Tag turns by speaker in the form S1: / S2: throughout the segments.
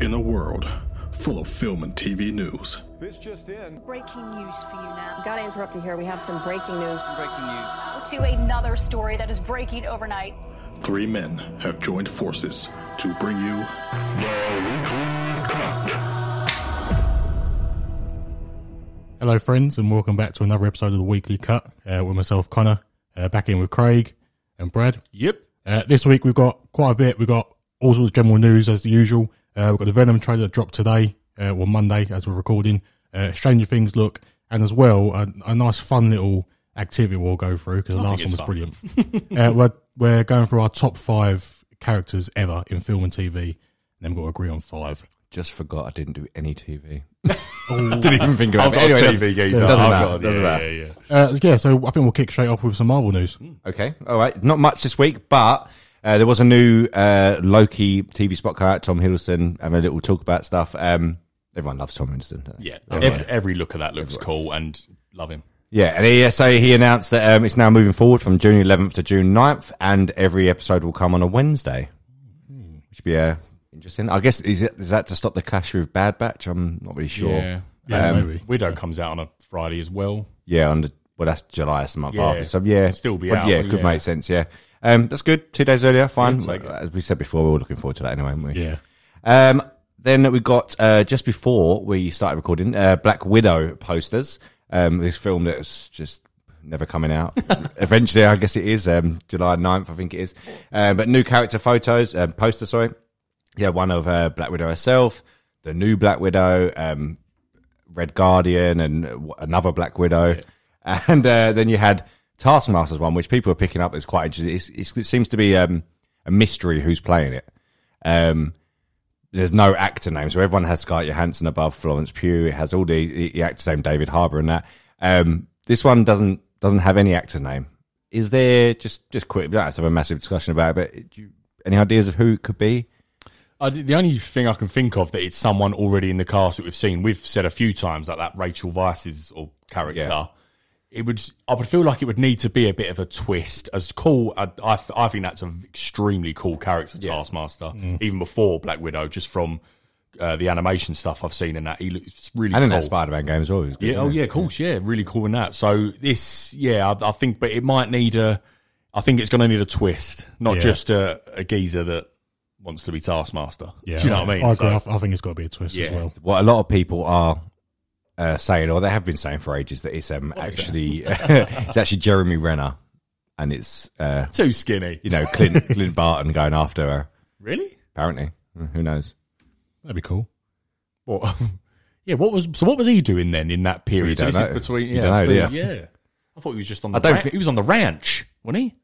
S1: In a world full of film and TV news,
S2: This just in.
S3: Breaking news for you now.
S4: Gotta interrupt you here. We have some breaking news.
S5: breaking news.
S3: To another story that is breaking overnight.
S1: three men have joined forces to bring you
S6: Hello, friends, and welcome back to another episode of the Weekly Cut uh, with myself, Connor, uh, back in with Craig and Brad.
S5: Yep.
S6: Uh, this week we've got quite a bit. We've got all sorts of general news as usual. Uh, we've got the Venom trailer that dropped today, uh, or Monday as we're recording. Uh, Stranger Things look, and as well a, a nice fun little activity we'll go through because the last one was brilliant. uh, we're, we're going through our top five characters ever in film and TV, and then we'll agree on five.
S7: Just forgot I didn't do any TV. I didn't even think about
S5: I've
S7: it.
S5: got
S7: Anyway,
S5: a
S7: doesn't-
S5: TV geezer.
S7: Doesn't
S5: I've
S7: matter.
S5: got-
S7: Doesn't
S5: yeah,
S7: matter.
S5: yeah, yeah.
S6: Uh, yeah, so I think we'll kick straight off with some Marvel news.
S7: Okay. All right. Not much this week, but uh, there was a new uh, Loki TV spot car out. Tom Hiddleston having a little talk about stuff. Um, everyone loves Tom Hiddleston.
S5: Oh, Yeah, every, every look of that looks cool and love him.
S7: Yeah, and he, uh, so he announced that um, it's now moving forward from June 11th to June 9th, and every episode will come on a Wednesday,
S5: Hmm.
S7: which would be uh, interesting. I guess is, it, is that to stop the clash with Bad Batch? I'm not really sure.
S5: Yeah.
S6: Yeah,
S7: Um,
S6: maybe.
S5: Widow comes out on a Friday as well.
S7: Yeah, on the, well, that's July, it's the month
S5: Yeah.
S7: after. So yeah,
S5: Still be
S7: well,
S5: out,
S7: Yeah,
S5: but
S7: could
S5: yeah.
S7: make sense. Yeah, um, that's good. Two days earlier, fine.
S5: take it.
S7: As we said before, we were looking forward to that anyway. Weren't we?
S6: Yeah.
S7: Um, then we got uh, just before we started recording uh, Black Widow posters. Um, this film that's just never coming out. Eventually, I guess it is um, July 9th, I think it is. Um, but new character photos, um, poster, sorry. Yeah, one of uh, Black Widow herself, the new Black Widow, um, Red Guardian, and w- another Black Widow. And uh, then you had Taskmaster's one, which people are picking up as quite interesting. It's, it's, it seems to be um, a mystery who's playing it. Um, there's no actor name, so everyone has Scarlett Johansson above Florence Pugh. It has all the, the, the actor's name, David Harbour, and that. Um, this one doesn't doesn't have any actor name. Is there just just quick? We don't have to have a massive discussion about it, but do you, any ideas of who it could be?
S5: I, the only thing I can think of that it's someone already in the cast that we've seen. We've said a few times like that Rachel Vice's or character.
S7: Yeah.
S5: It would. I would feel like it would need to be a bit of a twist. As cool, I, I, th- I think that's an extremely cool character, Taskmaster. Even before Black Widow, just from uh, the animation stuff I've seen in that, he looks really.
S7: And in
S5: cool.
S7: that Spider-Man game as well. it was good,
S5: Yeah. Oh,
S7: wasn't it?
S5: yeah. Of course. Yeah. Really cool in that. So this, yeah, I, I think, but it might need a. I think it's going to need a twist, not
S6: Yeah.
S5: just a, a geezer that wants to be Taskmaster.
S6: Yeah,
S5: Do you know what I mean?
S6: I, agree.
S5: So-
S6: I, I think it's got to be a twist as
S5: Yeah.
S6: well.
S7: What a lot of people are uh, saying, or they have been saying for ages, that it's um, actually it's actually Jeremy Renner, and it's uh,
S5: Too skinny.
S7: you know Clint Clint Barton going after her.
S5: Really?
S7: Apparently, who knows?
S6: That'd be cool.
S5: What? yeah. What was so? What was he doing then in that period?
S7: We don't
S5: so this
S7: know.
S5: is between.
S7: We
S5: Yeah.
S7: don't
S5: it's
S7: know,
S5: been-
S7: do
S5: yeah. I thought he was just on. The
S7: I don't
S5: ra-
S7: think-
S5: he was on the ranch, wasn't he?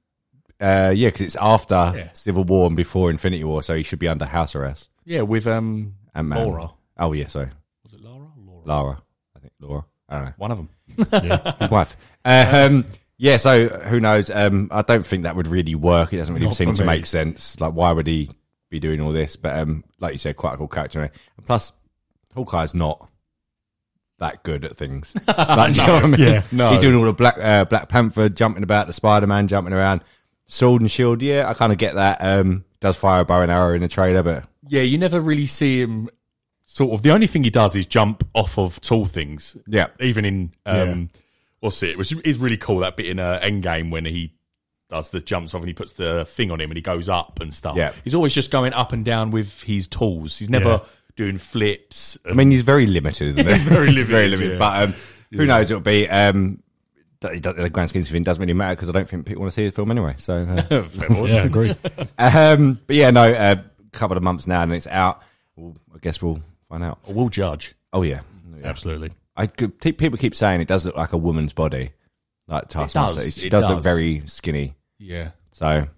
S7: Uh, yeah, because it's after
S5: Yeah.
S7: Civil War and before Infinity War, so he should be under house arrest.
S5: Yeah, with um
S7: And man,
S5: Laura.
S7: Oh yeah, sorry,
S5: Was it Laura? Laura.
S7: Lara. I think Laura. I don't know
S5: One of them.
S7: his wife. Um, yeah, so who knows? Um, I don't think that would really work. It doesn't really
S5: Not
S7: seem
S5: for
S7: to
S5: me.
S7: make sense. Like, why would he be doing all this? But um, like you said, quite a cool character. anyway. And plus, Hawkeye's not that good at things. Like, you know what I mean?
S6: Yeah,
S5: no.
S7: He's doing all the Black uh, Black Panther jumping about, the Spider Man jumping around, sword and shield. Yeah, I kind of get that. Um, does fire a bow and arrow in the trailer, but
S5: Yeah, you never really see him. Sort of the only thing he does is jump off of tall things.
S7: yeah,
S5: even in um, what's it, which is really cool. That bit in uh, Endgame when he does the jumps off and he puts the thing on him and he goes up and stuff.
S7: Yeah.
S5: he's always just going up and down with his tools. He's never
S6: Yeah.
S5: doing flips. Uh,
S7: I mean, he's very limited, isn't he? he's
S5: very limited, yeah.
S7: But um, who knows? It'll be. Um, that- that- the grand scheme of things doesn't really matter because I don't think people want to see the film anyway. So, uh,
S6: Yeah, I agree.
S7: um, but yeah, no, a couple of months now and it's out. Well, I guess we'll find out.
S5: we'll judge.
S7: Oh yeah,
S6: Absolutely.
S7: I could- t- people keep saying it does look like a woman's body, like Taskmaster.
S5: does,
S7: It, she
S5: it
S7: does,
S5: does.
S7: look very skinny.
S5: Yeah,
S7: So
S5: well,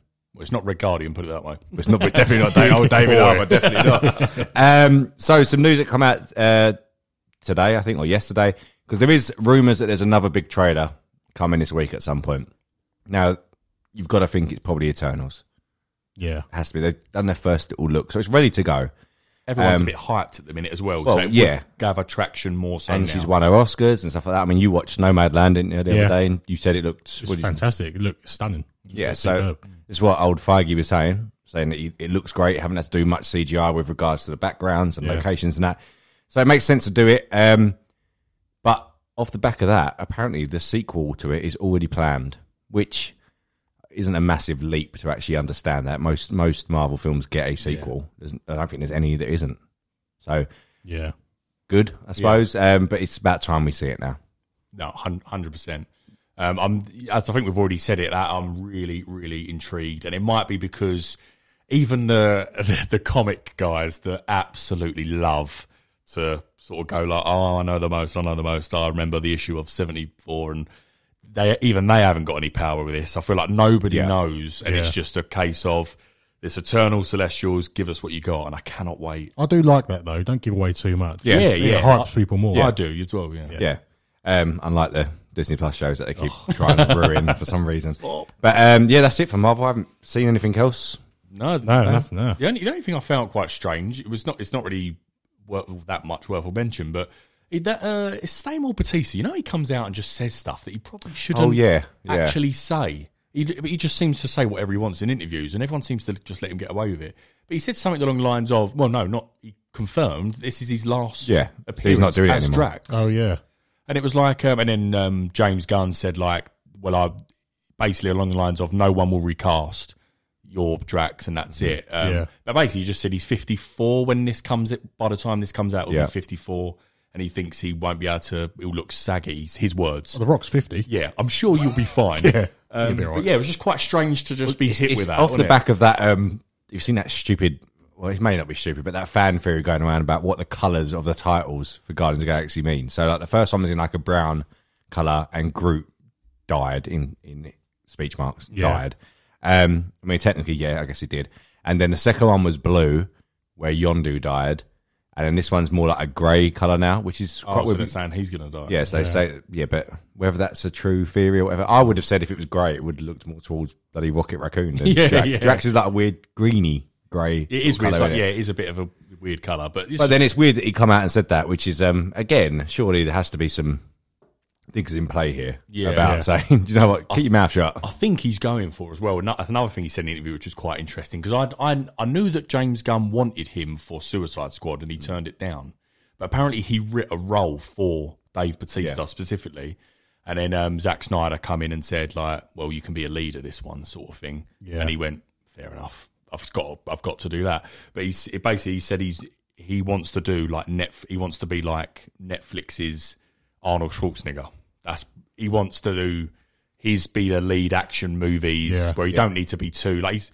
S5: it's not Red Guardian. Put it that way.
S7: it's not definitely not David, old David Harbour, definitely not. Um, so some news that come out uh, today, I think, or yesterday, because there is rumours that there's another big trailer coming this week at some point. Now, you've got to think it's probably Eternals.
S6: Yeah.
S7: has to be. They've done their first little look, so it's ready to go.
S5: Everyone's
S7: Um,
S5: a bit hyped at the minute as well.
S7: well,
S5: so it
S7: yeah.
S5: would gather traction more so.
S7: and
S5: now.
S7: she's won her Oscars and stuff like that. I mean, you watched Nomadland didn't you, the
S6: Yeah.
S7: other day, and you said it looked
S6: It's
S7: what did you-
S6: fantastic. It looked stunning.
S7: Yeah,
S6: It's
S7: so
S6: superb.
S7: it's what old Feige was saying. So saying that it looks great, haven't had to do much CGI with regards to the backgrounds and
S6: Yeah.
S7: locations and that. So it makes sense to do it. Um, but off the back of that, apparently the sequel to it is already planned, which isn't a massive leap to actually understand that. Most most Marvel films get a sequel. There's, I don't think there's any that isn't. So
S6: Yeah.
S7: good, I suppose. Um, but it's about time we see it now.
S5: No, hundred percent. Um, I'm, as I think we've already said it, that I'm really, really intrigued, and it might be because even the the, the comic guys that absolutely love to sort of go like, oh, I know the most, I know the most. I remember the issue of '74, and they even they haven't got any power with this. I feel like nobody
S7: Yeah.
S5: knows, and it's
S6: Yeah.
S5: just a case of this eternal celestials. Give us what you got, and I cannot wait.
S6: I do like that though. Don't give away too much.
S7: Yeah,
S6: It's-
S5: yeah.
S6: It hypes people more.
S5: I do, you as well, yeah.
S7: Yeah. Um, unlike the Disney Plus shows that they keep trying to ruin for some reason. But um, yeah, that's it for Marvel. I haven't seen anything else.
S5: No,
S6: No, nothing. No.
S5: The only, the only thing I found quite strange, it was not, it's not really worth, that much worth of mention, but it, that uh, it's Samuel Batista. You know, he comes out and just says stuff that he probably shouldn't.
S7: Oh, yeah, yeah.
S5: actually say. He, d- he just seems to say whatever he wants in interviews, and everyone seems to just let him get away with it. But he said something along the lines of, "Well, no, not he confirmed. This is his last.
S7: Yeah, so
S5: appearance
S7: he's not doing it
S5: as
S7: anymore.
S5: Drax.
S6: Oh yeah.
S5: And it was like, um, and then um, James Gunn said, like, well, I basically along the lines of, no one will recast your Drax, and that's it. Um,
S6: Yeah.
S5: But basically, he just said he's 54 when this comes. By the time this comes out, he'll
S7: Yeah.
S5: be 54, and he thinks he won't be able to. He'll look saggy. His- His words.
S6: The Rock's fifty.
S5: Yeah, I'm sure you'll be fine.
S6: Yeah,
S5: um,
S6: you'll be all
S5: but
S6: right.
S5: yeah, it was just quite strange to just be hit
S7: It's
S5: with that
S7: off the
S5: wasn't it?
S7: back of that, um, you've seen that stupid. Well, it may not be stupid, but that fan theory going around about what the colours of the titles for Guardians of the Galaxy mean. So, like the first one was in like a brown colour, and Groot died in in speech marks. Died. Um, I mean, technically, yeah, I guess he did. And then the second one was blue, where Yondu died, and then this one's more like a grey colour now, which is
S5: Oh,
S7: quite
S5: so
S7: weird.
S5: they're saying he's gonna die.
S7: Yeah, so they say yeah, but whether that's a true theory or whatever, I would have said if it was grey, it would have looked more towards bloody Rocket Raccoon than
S5: Yeah,
S7: Drax.
S5: yeah.
S7: Drax is like a weird greeny grey. sort
S5: it
S7: of
S5: is weird. It's
S7: colour,
S5: like,
S7: innit?
S5: yeah, it is a bit of a weird color, but it's
S7: But
S5: just-
S7: then it's weird that he come out and said that, which is um again, surely there has to be some things in play here
S5: Yeah.
S7: about saying, Do you know what, keep your mouth shut.
S5: I think he's going for as well. And that's another thing he said in the interview, which was quite interesting because I, I I knew that James Gunn wanted him for Suicide Squad and he turned it down, but apparently he writ a role for Dave Batista
S7: Yeah.
S5: specifically, and then um, Zack Snyder come in and said like, "Well, you can be a leader this one sort of thing,"
S6: Yeah.
S5: and he went, "Fair enough, I've got I've got to do that." But he's it basically he said he's he wants to do like net he wants to be like Netflix's Arnold Schwarzenegger. That's he wants to do his be the lead action movies
S6: Yeah.
S5: where he don't need to be too like he's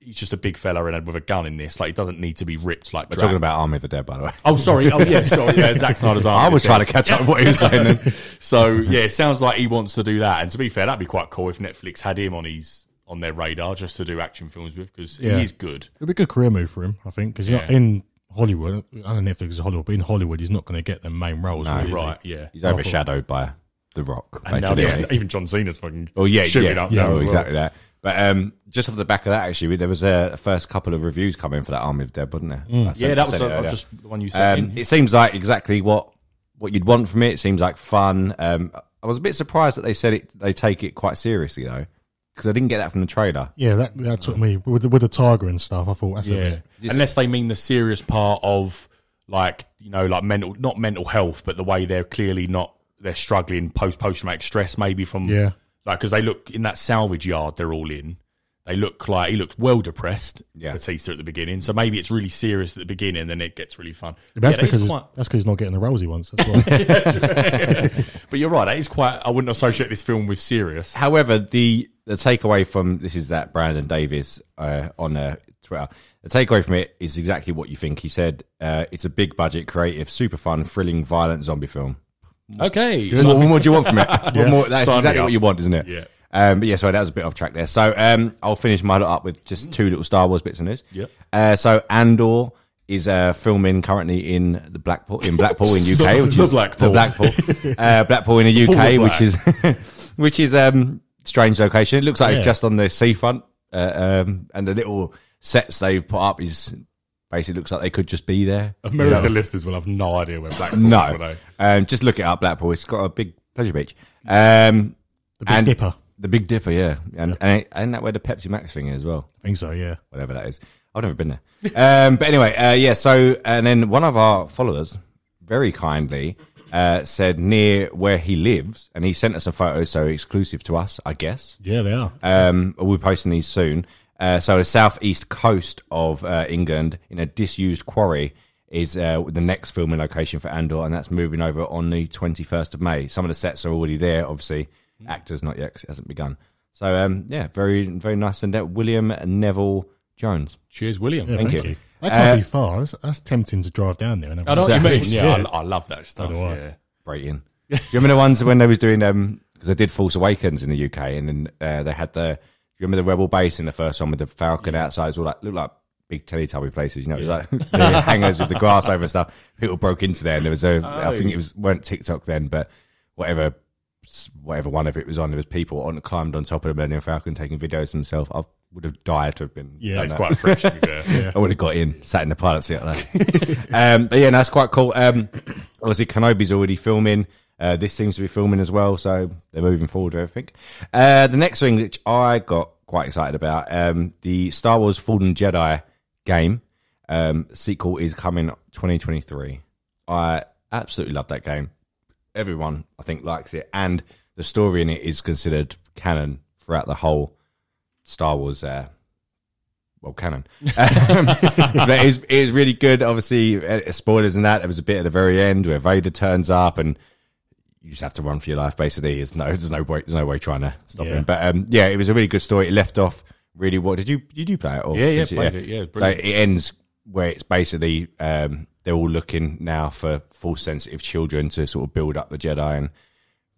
S5: he's just a big fella and with a gun in this. Like he doesn't need to be ripped like
S7: We're
S5: Drax.
S7: talking about Army of the Dead, by the way.
S5: Oh sorry, oh yeah, sorry, yeah, Zack Snyder's
S7: I was trying
S5: to.
S7: to catch up with what he was saying then.
S5: So yeah, it sounds like he wants to do that. And to be fair, that'd be quite cool if Netflix had him on his on their radar just to do action films with because
S6: Yeah.
S5: he is good.
S6: It'd be a good career move for him, I think, because
S5: Yeah.
S6: in Hollywood, I don't know if it's Hollywood, but in Hollywood, he's not going to get the main roles. really, is he?
S5: Right? Yeah.
S7: He's overshadowed by The Rock.
S5: And now
S7: basically.
S5: they- even John Cena's fucking.
S7: Oh yeah,
S5: shooting
S7: yeah,
S5: up
S7: yeah,
S5: now as well.
S7: exactly that. But um, just off the back of that, actually, there was a, a first couple of reviews coming for that Army of Dead, wasn't there? I
S5: Yeah,
S7: said- I
S5: that was
S7: said
S5: uh,
S7: it earlier.
S5: just the one you said.
S7: Um, it seems like exactly what what you'd want from it. It seems like fun. Um, I was a bit surprised that they said it. They take it quite seriously though, because I didn't get that from the trailer.
S6: Yeah, that that took me with the, with the tiger and stuff. I thought that's a
S5: yeah.
S6: bit.
S5: Unless they mean the serious part of like you know like mental not mental health, but the way they're clearly not they're struggling post post traumatic stress maybe from
S6: Yeah.
S5: like because they look in that salvage yard they're all in. They look like he looks well depressed,
S7: Yeah.
S5: Batista at the beginning. So maybe it's really serious at the beginning, then it gets really fun.
S6: But That's
S5: Yeah, that is
S6: because
S5: quite-
S6: that's because he's not getting the roles he wants. That's why.
S5: but you're right. That is quite. I wouldn't associate this film with serious.
S7: However, the the takeaway from this is that Brandon Davis uh, on uh, Twitter. The takeaway from it is exactly what you think. He said, uh, "It's a big budget, creative, super fun, thrilling, violent zombie film."
S5: Okay,
S7: So what more do you want from it? What more- that's
S5: Sign me
S7: exactly
S5: up.
S7: what you want, isn't it?
S5: Yeah.
S7: Um, but yeah, sorry, that was a bit off track there. So um, I'll finish my lot up with just two little Star Wars bits of news.
S5: Yep.
S7: Uh, so Andor is uh, filming currently in the Blackpool in Blackpool in UK, which
S5: The
S7: is
S5: Blackpool.
S7: the Blackpool, uh, Blackpool in the UK,
S5: Black.
S7: which is which is um strange location. It looks like
S6: Yeah.
S7: it's just on the seafront, uh, um, and the little sets they've put up is basically looks like they could just be there.
S5: American listeners will have no idea where Black Bolt is,
S7: No.
S5: will they?
S7: Um, just look it up, Blackpool. It's got a big pleasure beach. Um,
S6: The Big Dipper.
S7: The Big Dipper, yeah, and and and that where the Pepsi Max thing is as well,
S6: I think so, yeah.
S7: whatever that is. I've never been there. um, but anyway, uh, yeah. So and then one of our followers very kindly uh, said near where he lives, and he sent us some photos, so exclusive to us, I guess.
S6: Yeah, they are.
S7: Um, we'll be posting these soon. Uh, so the southeast coast of uh, England, in a disused quarry, is uh, the next filming location for Andor, and that's moving over on the twenty first of May. Some of the sets are already there, obviously. Actors not yet, 'cause it hasn't begun. So um, yeah, very very nice. And that William Neville Jones.
S5: Cheers, William.
S6: Yeah,
S5: Thank
S7: you.
S6: That can't
S7: Uh,
S6: be far. That's, that's tempting to drive down there. And have
S5: I
S6: a
S5: know what you
S6: look.
S5: mean. Yeah,
S6: Yeah.
S5: I, I love that stuff.
S6: do I.
S5: yeah.
S7: Brighton. Do you remember the ones when they was doing um? Because I did False Awakens in the UK, and then uh, they had the. Do you remember the Rebel base in the first one with the Falcon outside? It was all like looked like big Teletubby places, you know, it was like the hangers with the grass over and stuff. People broke into there, and there was a. I
S6: Oh.
S7: think it was weren't TikTok then, but whatever, whatever one of it was on, there was people on climbed on top of the Millennium Falcon taking videos of themselves. I would have died to have been.
S6: Yeah,
S7: done
S6: it's
S7: that.
S5: Quite fresh, to be fair.
S7: I would have got in, sat in the pilot seat like that. um, but yeah, no, that's quite cool. Um, obviously, Kenobi's already filming. Uh, this seems to be filming as well, so they're moving forward with everything. Uh, the next thing which I got quite excited about, um, the Star Wars Fallen Jedi game um, sequel is coming 2023. I absolutely love that game. Everyone, I think, likes it, and the story in it is considered canon throughout the whole Star Wars uh, well, canon. Um, but it was, it was really good. Obviously, uh, spoilers and that. There was a bit at the very end where Vader turns up and you just have to run for your life. Basically, there's no there's no way there's no way trying to stop
S6: Yeah.
S7: him. But um, yeah, it was a really good story. It left off really. What did you you do play it? Or
S5: Yeah, yeah,
S7: did you-
S5: played it. Yeah, it's
S7: so it ends where it's basically um, they're all looking now for force sensitive children to sort of build up the Jedi and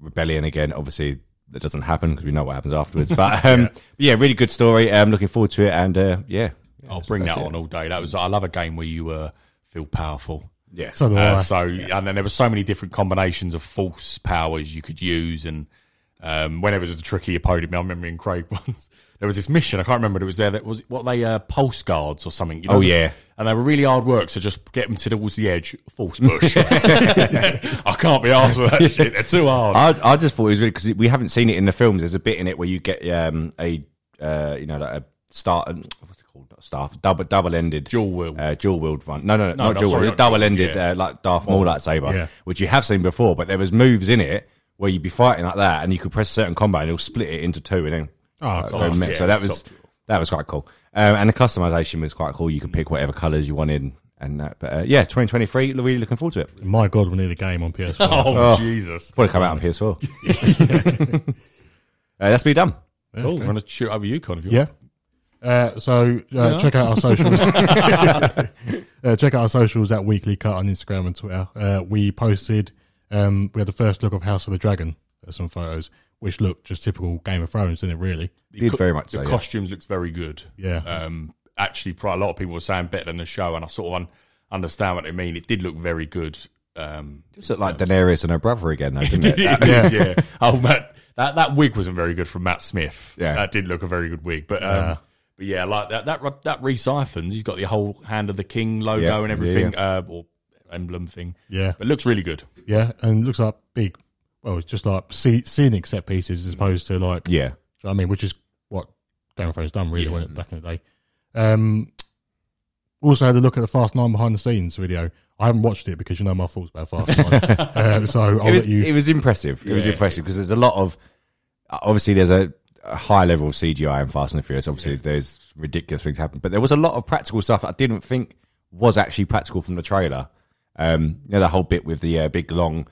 S7: rebellion again. Obviously, that doesn't happen because we know what happens afterwards. But um, yeah. really good story. I'm looking forward to it. And uh, yeah,
S5: I'll bring that
S7: that's it.
S5: on all day. That was I love a game where you uh, feel powerful.
S7: yeah.
S6: So do
S5: Uh,
S6: I.
S5: so and then there were so many different combinations of false powers you could use, and um, whenever there's a tricky opponent, I remember in Craig once there was this mission I can't remember it was there that was what they uh, pulse guards or something. You know,
S7: Oh, yeah.
S5: and they were really hard work. So just get them towards the edge, false bush. I can't be asked for that shit. They're too hard.
S7: I, I just thought it was really because we haven't seen it in the films. There's a bit in it where you get um, a uh, you know like a star um, what's it called? Not staff double double ended
S5: Dual wielded.
S7: uh, dual wield one. No, no, no,
S5: No,
S7: not
S5: no,
S7: dual
S5: sorry,
S7: wield.
S5: not dual
S7: Double ended
S5: wield, yeah.
S7: uh, like Darth Maul lightsaber,
S6: Yeah.
S7: which you have seen before. But there was moves in it where you'd be fighting like that, and you could press a certain combo and it'll split it into two, and then uh,
S6: Oh,
S7: go
S5: class,
S7: mix.
S5: yeah,
S7: so that was
S5: so-
S7: that was quite cool. Um, and the customization was quite cool. You could pick whatever colors you wanted, and that. But uh, yeah, 2023, really looking forward to it.
S6: My God, we need a game on PS4.
S5: oh,
S7: Oh.
S5: Jesus!
S7: Probably come out on PS4. uh, that's me done.
S5: Cool. We're gonna shoot over Yukon if you
S6: Yeah. Uh, so uh, check out our socials. uh, check out our socials at Weekly Cut on Instagram and Twitter. Uh, we posted, um, we had the first look of House of the Dragon, uh, some photos, which looked just typical Game of Thrones, didn't it? Really?
S7: Did very much
S5: The
S7: so. yeah.
S5: costumes looks very good.
S6: Yeah.
S5: Um, actually, pri- a lot of people were saying better than the show, and I sort of un- understand what they mean. It did look very good. Um,
S7: Just looked like Daenerys and her brother again, though, didn't it?
S5: it did, yeah. Oh, Matt, that that wig wasn't very good from Matt Smith.
S7: Yeah. Uh-huh.
S5: That did look a very good wig, but. Um, But yeah, like that, that Ru- that Reese Ifans, he's got the whole hand of the king logo
S7: Yeah,
S5: and
S7: yeah,
S5: everything, Uh, or emblem thing.
S6: Yeah.
S5: but looks really good.
S6: Yeah. And looks like big, well, it's just like sce- scenic set pieces as opposed to like,
S7: yeah.
S6: do you know what I mean, which is what Game of Thrones done really when it, back in the day. Um, also had a look at the Fast Nine behind the scenes video. I haven't watched it because you know my thoughts about Fast Nine, uh, so I'll
S7: It was,
S6: let you.
S7: it was impressive. It was
S5: Yeah.
S7: impressive because there's a lot of obviously there's a, a high level of CGI in Fast and the Furious. Obviously, there's ridiculous things happen, but there was a lot of practical stuff that I didn't think was actually practical from the trailer. Um, you know, the whole bit with the uh, big long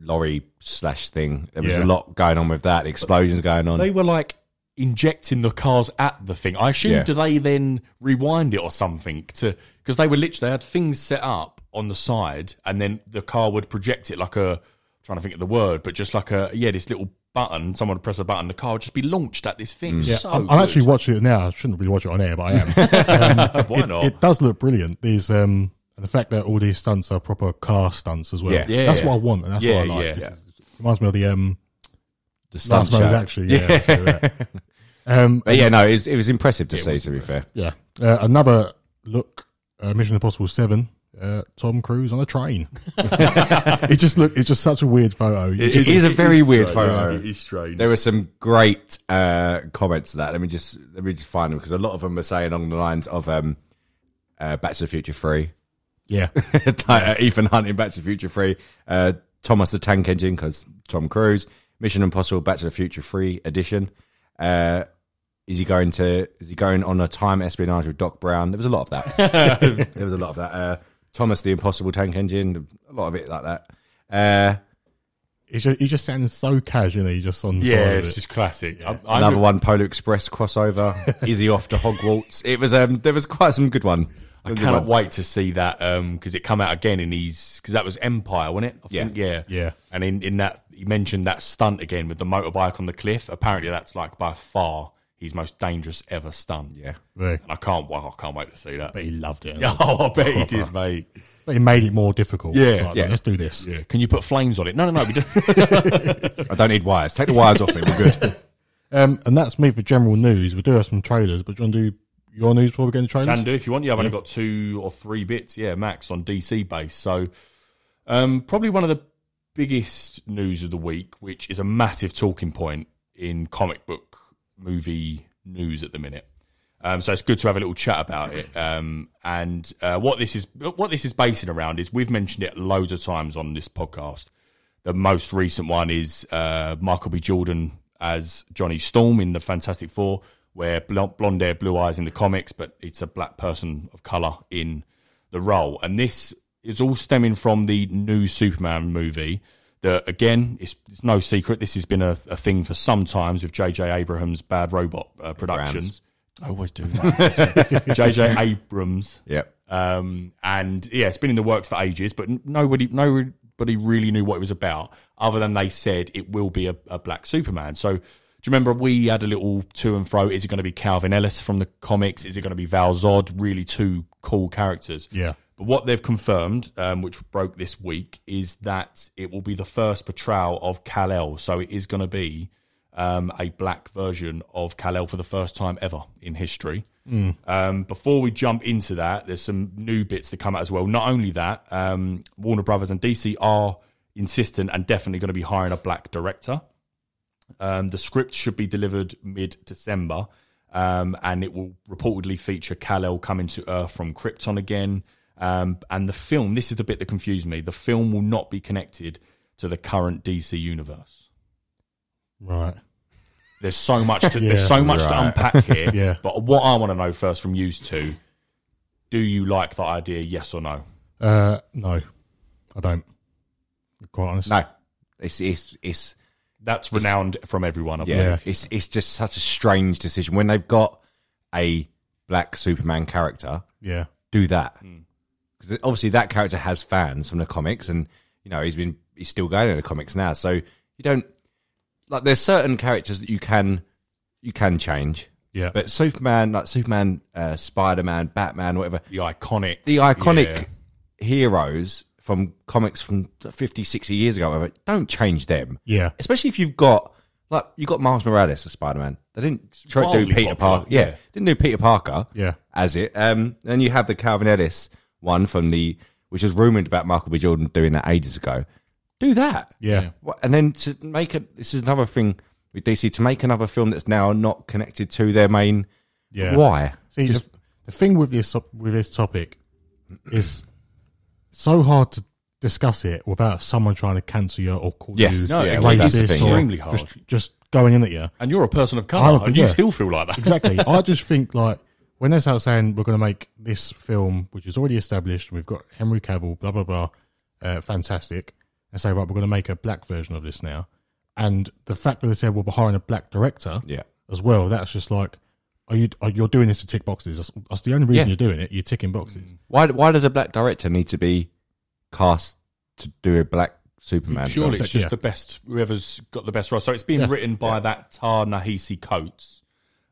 S7: lorry slash thing. There was
S6: Yeah.
S7: a lot going on with that. Explosions going on.
S5: They were like injecting the cars at the thing. I assume
S7: Yeah.
S5: do they then rewind it or something to because they were literally they had things set up on the side and then the car would project it like a trying to think of the word, but just like a yeah, this little button, someone would press a button, the car would just be launched at this thing.
S6: Mm. Yeah,
S5: so
S6: I'm, I'm
S5: good.
S6: actually watching it now. I shouldn't really watch it on air, but I am. Um,
S5: Why
S6: it,
S5: not?
S6: it does look brilliant. These um, and the fact that all these stunts are proper car stunts as well.
S7: Yeah.
S5: Yeah.
S6: that's what I want, and that's
S5: Yeah,
S6: what I like.
S5: yeah.
S6: This is- reminds me of the um,
S7: the
S6: last
S7: stunt
S6: man
S7: show.
S6: actually. Yeah, uh, that's what it is. um,
S7: But yeah, no, it was, it was impressive to see. To be fair,
S6: yeah. Uh, another look, uh, Mission Impossible Seven uh, Tom Cruise on a train. it just look. It's just such a weird photo. You just-
S7: It is a very weird
S5: strange.
S7: photo.
S5: It is strange.
S7: There were some great uh, comments to that. Let me just let me just find them because a lot of them were saying along the lines of um, uh, "Back to the Future Three,
S6: yeah,
S7: Like, uh, Ethan Hunt in Back to the Future Three, uh, Thomas the Tank Engine because Tom Cruise, Mission Impossible Back to the Future Three edition. Uh, is he going to? Is he going on a time espionage with Doc Brown? There was a lot of that. there was a lot of that. Uh, Thomas the Impossible Tank Engine, a lot of it like that. Uh,
S6: it just, it just sounds so casually just on. The
S5: yeah,
S6: side of
S5: it's
S6: it.
S5: just classic. I- I
S7: Another
S5: remember-
S7: one, Polar Express crossover. Is he off to Hogwarts? It was um, there was quite some good one.
S5: I cannot wait to see that because it come out again in these because that was Empire, wasn't it? I
S7: Yeah.
S5: think, yeah,
S6: Yeah.
S5: And in, in that he mentioned that stunt again with the motorbike on the cliff. Apparently, that's like by far his most dangerous ever stunt.
S7: Yeah,
S6: Yeah.
S5: and I can't. Wow, I can't wait to see that.
S6: But he loved it.
S5: Oh, I bet he did, mate.
S6: But it made it more difficult.
S5: Yeah,
S6: It's like,
S7: yeah.
S6: Let's do this.
S5: Yeah. Can you put flames on it? No, no, no. We don't.
S7: I don't need wires. Take the wires off me. We're good.
S6: Um, and that's me for general news. We do have some trailers, but do you want to do your news before we get into trailers?
S5: Can do if you want. You have only got two or three bits, yeah, max on DC base. So, um, probably one of the biggest news of the week, which is a massive talking point in comic book movie news at the minute. Um, so it's good to have a little chat about it. Um, and uh, what this is what this is basing around is we've mentioned it loads of times on this podcast. The most recent one is uh, Michael B. Jordan as Johnny Storm in the Fantastic Four, where bl- blonde hair, blue eyes in the comics, but it's a black person of color in the role. And this is all stemming from the new Superman movie. That again, it's, it's no secret. This has been a, a thing for some times with J.J. Abrams' Bad Robot uh, productions. I always do that. J.J. Abrams.
S7: Yep.
S5: Um, and yeah, it's been in the works for ages, but n- nobody, nobody really knew what it was about, other than they said it will be a, a black Superman. So, do you remember we had a little to and fro? Is it going to be Calvin Ellis from the comics? Is it going to be Val Zod? Really, two cool characters.
S6: Yeah.
S5: But what they've confirmed, um, which broke this week, is that it will be the first portrayal of Kal El. So it is going to be um, a black version of Kal El for the first time ever in history. Um, before we jump into that, there's some new bits that come out as well. Not only that, um, Warner Brothers and DC are insistent and definitely going to be hiring a black director. Um, the script should be delivered mid December, um, and it will reportedly feature Kal El coming to Earth from Krypton again. Um, and the film, this is the bit that confused me. The film will not be connected to the current DC universe.
S6: Right.
S5: There's so much to there's
S6: Yeah.
S5: so much to
S7: Right.
S5: unpack here.
S6: Yeah.
S5: But what I want to know first from you two, do you like that idea? Yes or no?
S6: Uh, no, I don't. Quite honest.
S7: No, it's it's it's
S5: That's renowned from everyone. I
S7: yeah,
S5: believe.
S7: It's it's just such a strange decision when they've got a black Superman character.
S6: Yeah.
S7: Do that because obviously that character has fans from the comics, and you know he's been he's still going in the comics now. So you don't like there's certain characters that you can you can change.
S6: Yeah.
S7: But Superman, like Superman, uh, Spider Man, Batman, whatever,
S5: The iconic.
S7: the iconic
S5: Yeah.
S7: heroes from comics from 50, 60 years ago, whatever, don't change them.
S6: Yeah.
S7: Especially if you've got, like, you've got Miles Morales as Spider Man. They didn't try to do
S5: wildly
S7: Peter
S5: popular,
S7: Parker. Yeah,
S5: yeah.
S7: Didn't do Peter Parker
S6: Yeah.
S7: as it. Um, then you have the Calvin Ellis one from the, which was rumored about Michael B. Jordan doing that ages ago. Do that.
S6: Yeah.
S7: What- And then to make it, this is another thing with DC, to make another film that's now not connected to their main.
S6: Yeah.
S7: Why?
S6: See,
S7: Just-
S6: the, the thing with this with this topic is so hard to discuss it without someone trying to cancel you or call
S7: Yes.
S6: you
S5: No,
S7: Yeah,
S5: it is
S7: that's the
S6: racist
S7: thing.
S6: or
S5: extremely hard.
S6: just, just going in at you.
S5: and you're a person of
S6: I'm
S5: color,
S6: a-
S5: and you
S6: yeah.
S5: still feel like that.
S6: Exactly. I just think like when they start saying we're going to make this film, which is already established, and we've got Henry Cavill, blah blah blah, uh, fantastic, and say right, we're going to make a black version of this now, and the fact that they said we're behind a black director,
S7: Yeah.
S6: as well, that's just like, are you are you're doing this to tick boxes? That's, that's the only reason
S7: Yeah.
S6: you're doing it. You're ticking boxes.
S5: Mm-hmm.
S7: Why why does a black director need to be cast to do a black Superman
S5: Surely
S7: film?
S5: it's just
S6: Yeah.
S5: the best, whoever's got the best role. So it's been written by that Tar Nahisi Coates.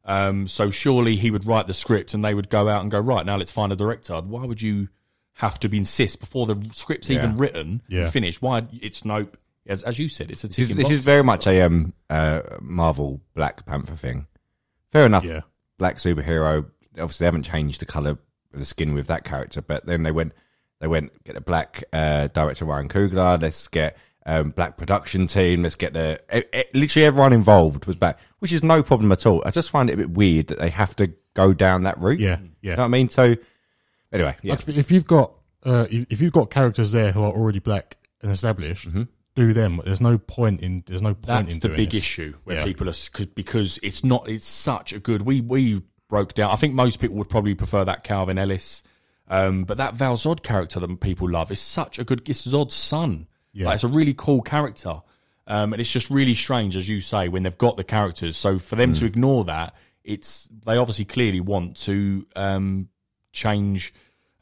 S5: Um, so surely he would write the script and they would go out and go, right, now let's find a director. Why would you have to be insist before the script's even written
S6: Yeah.
S5: and finished? Why? It's nope. As, as you said, it's a
S7: This is,
S5: ticking
S7: this is
S5: box.
S7: very much a um, uh, Marvel Black Panther thing. Fair enough.
S6: Yeah.
S7: Black superhero. Obviously, they haven't changed the color of the skin with that character, but then they went. They went get the black uh, director Ryan Coogler. Let's get um, black production team. Let's get the e- e- literally everyone involved was black, which is no problem at all. I just find it a bit weird that they have to go down that route.
S6: Yeah,
S7: You
S6: yeah.
S7: know what I mean. So anyway, yeah,
S6: Like if, if you've got uh, if if you've got characters there who are already black and established, do them. There's no point in there's no point
S5: Mm-hmm. That's
S6: in
S5: the
S6: doing
S5: big
S6: this.
S5: issue where
S6: Yeah.
S5: people are s- cause, because it's not it's such a good we we broke down. I think most people would probably prefer that Calvin Ellis, um, but that Val Zod character that people love is such a good. It's Zod's son.
S6: Yeah.
S5: Like, it's a really cool character, um, and it's just really strange as you say when they've got the characters. So for them
S6: Mm.
S5: to ignore that, it's they obviously clearly want to um, change.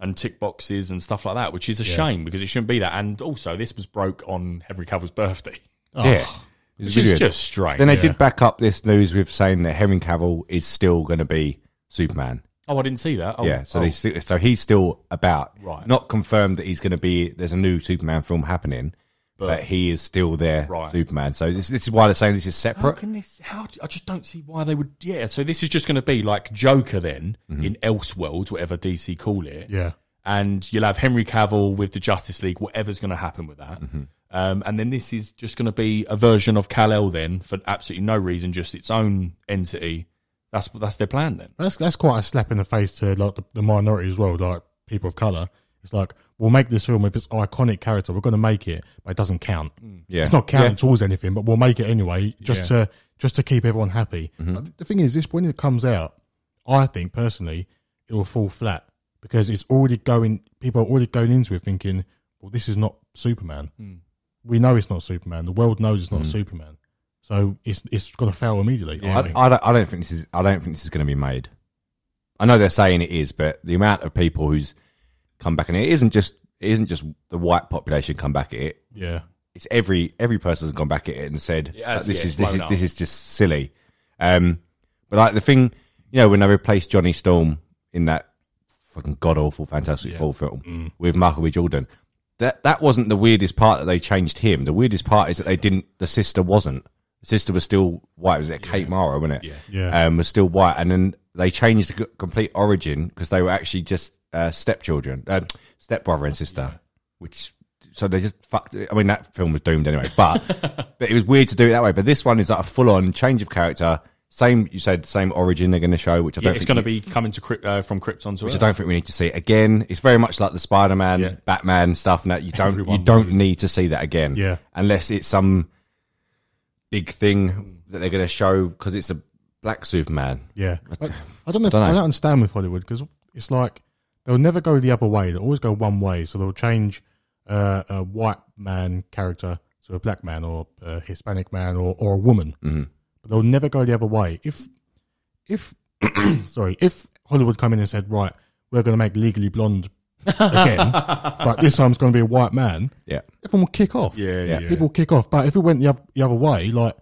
S5: And tick boxes and stuff like that, which is a shame because it shouldn't be that. And also, this was broke on Henry Cavill's birthday.
S7: yeah. It was
S5: Which is
S7: really good.
S5: just strange.
S7: Then they did back up this news with saying that Henry Cavill is still going to be Superman.
S5: oh, I didn't see that. Oh,
S7: yeah, so
S5: oh.
S7: they sti- so he's still about.
S5: Right.
S7: Not confirmed that he's going to be. There's a new Superman film happening, but, he is still there.
S5: Right.
S7: Superman. So this, this is why they're saying this is
S5: How
S7: separate.
S5: can this? How I just don't see why they would. Yeah, so this is just going to be like Joker then
S7: Mm-hmm.
S5: in Elseworlds, whatever DC call it.
S6: Yeah,
S5: and you'll have Henry Cavill with the Justice League. Whatever's going to happen with that.
S7: Mm-hmm.
S5: Um, and then this is just going to be a version of Kal El then for absolutely no reason, just its own entity. That's that's their plan then.
S6: that's that's quite a slap in the face to like the, the minority as well, like people of color. It's like we'll make this film with its iconic character. We're going to make it, but it doesn't count.
S7: Yeah.
S6: It's not counting
S7: Yeah.
S6: towards anything, but we'll make it anyway, just to just to keep everyone happy.
S7: Mm-hmm.
S6: But The thing is, this when it comes out, I think personally, it will fall flat because it's already going. People are already going into it thinking, "Well, this is not Superman.
S7: Mm.
S6: We know it's not Superman. The world knows it's not Superman." So it's it's going to fail immediately. I think.
S7: I, I, don't, I don't think this is. I don't think this is going to be made. I know they're saying it is, but the amount of people who's come back and it isn't just it isn't just the white population come back at it.
S6: yeah.
S7: It's every every person's gone back at it and said
S5: It has,
S7: "Like, this is
S5: yeah, it's
S7: this
S5: blown
S7: is
S5: up."
S7: this is just silly. Um, but like the thing, you know, when they replaced Johnny Storm in that fucking god awful Fantastic Four film with Michael B. Jordan. That that wasn't the weirdest part that they changed him. The weirdest part is that they didn't. The sister wasn't. The sister was still white. Was it Kate Mara? Wasn't it?
S6: Yeah.
S7: Um, was still white, and then they changed the c- complete origin because they were actually just uh, stepchildren, uh, stepbrother and sister, which. So they just fucked. I mean, that film was doomed anyway. But but it was weird to do it that way. But this one is like a full on change of character. Same you said, same origin they're going to show, which I don't.
S5: it's
S7: think
S5: going to
S7: you-
S5: be coming to Kryp- uh, from Krypton to
S7: which I
S5: Earth.
S7: don't think we need to see again. It's very much like the Spider-Man,
S5: Yeah.
S7: Batman stuff. Now you don't
S5: Everyone
S7: you don't
S5: knows.
S7: need to see that again,
S6: Yeah.
S7: Unless it's some big thing that they're going to show because it's a black Superman.
S6: Yeah, I, I don't know. I don't,
S7: dunno.
S6: understand with Hollywood because it's like they'll never go the other way. They'll always go one way. So they'll change uh, a white man character to a black man or a Hispanic man or, or a woman. Mm-hmm. But they'll never go the other way. If if sorry, if Hollywood come in and said, right, we're going to make Legally Blonde again, but this time it's going to be a white man,
S7: Yeah,
S6: everyone will kick off.
S7: yeah.
S6: people kick off. But if it went the, oth- the other way, like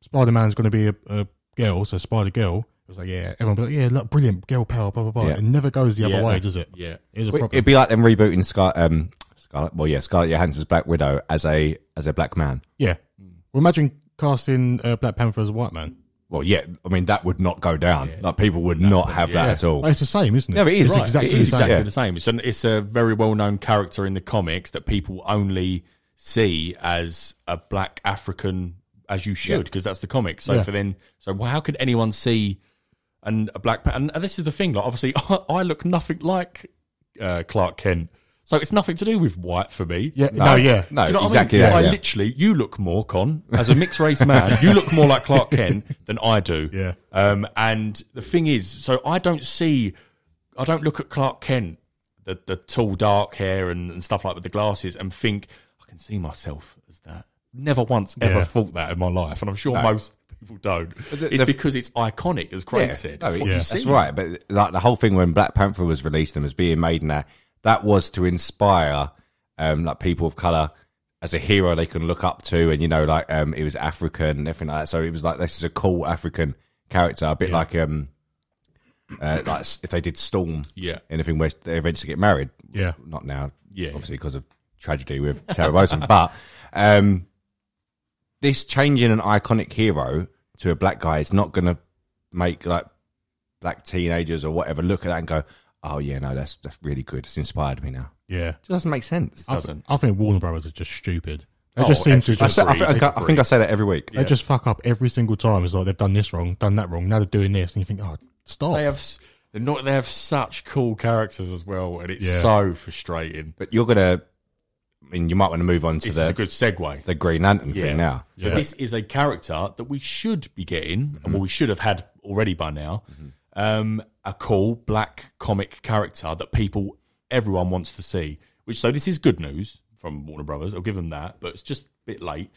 S6: Spider Man's going to be a, a girl, so Spider Girl. It was like, yeah, everyone be like, yeah, look, brilliant, girl power, blah blah blah.
S7: Yeah.
S6: It never goes the other
S5: Yeah.
S6: way, does it?
S5: Yeah.
S6: it is a problem.
S7: It'd be like them rebooting Scar, um, Scarlet. Well, yeah, Scarlett Johansson's Black Widow as a as a black man.
S6: yeah,
S5: Hmm.
S6: well, imagine casting uh, Black Panther as a white man.
S7: Well, yeah, I mean that would not go down. Like people would not have that at all.
S6: But it's the same, isn't it?
S7: No, it is.
S6: It's
S7: Right.
S6: exactly
S7: It is
S6: the same.
S5: exactly
S7: Yeah.
S5: the same. It's, an, it's a very well known character in the comics that people only see as a black African, as you should, because that's the comic. So
S6: Yeah.
S5: for then, so wh- how could anyone see and a black? pa- And, and this is the thing. Like obviously, I, look nothing like uh, Clark Kent, so it's nothing to do with white for me.
S6: Yeah, no, yeah,
S7: no,
S5: Do you know what
S7: exactly.
S5: I mean?
S7: that,
S5: I
S7: yeah.
S5: literally, you look more con as a mixed race man. you look more like Clark Kent than I do.
S6: Yeah.
S5: Um, and the thing is, so I don't see, I don't look at Clark Kent, the the tall dark hair and, and stuff like with the glasses, and think I can see myself as that. Never once ever
S6: Yeah.
S5: thought that in my life, and I'm sure most people don't. it's
S7: the-
S5: because it's iconic, as Craig said.
S7: No,
S5: It's what
S7: yeah.
S5: you
S7: That's
S5: see.
S7: right. But like the whole thing when Black Panther was released and was being made and that, that was to inspire um, like people of color as a hero they can look up to, and you know, like um, it was African and everything like that. So it was like this is a cool African character, a bit like um, uh, like s- if they did Storm,
S5: Yeah.
S7: anything where they eventually get married,
S6: Yeah.
S7: not now,
S5: Yeah,
S7: obviously because of tragedy with Carrie Wilson, but um, this changing an iconic hero to a black guy is not going to make like black teenagers or whatever look at that and go, "Oh yeah, no, that's that's really good. It's inspired me now."
S6: Yeah.
S7: It doesn't make sense.
S6: I, th-
S5: Doesn't.
S6: I think Warner Brothers are just stupid. They
S5: Oh,
S6: just seem to
S5: ex-
S7: I,
S6: just
S7: say, I, think, I, think I say that every week.
S6: they just fuck up every single time. It's like they've done this wrong, done that wrong. Now they're doing this, and you think, oh, stop.
S5: They have s- they're not. They have such cool characters as well, and it's
S6: Yeah.
S5: so frustrating.
S7: But you're gonna. I mean, you might want to move on to
S5: This
S7: the
S5: is a good segue.
S7: the Green Lantern thing now.
S5: So
S6: Yeah.
S5: this is a character that we should be getting, and well, we should have had already by now. Um, a cool black comic character that people, everyone wants to see. Which so this is good news from Warner Brothers. I'll give them that, but it's just a bit late.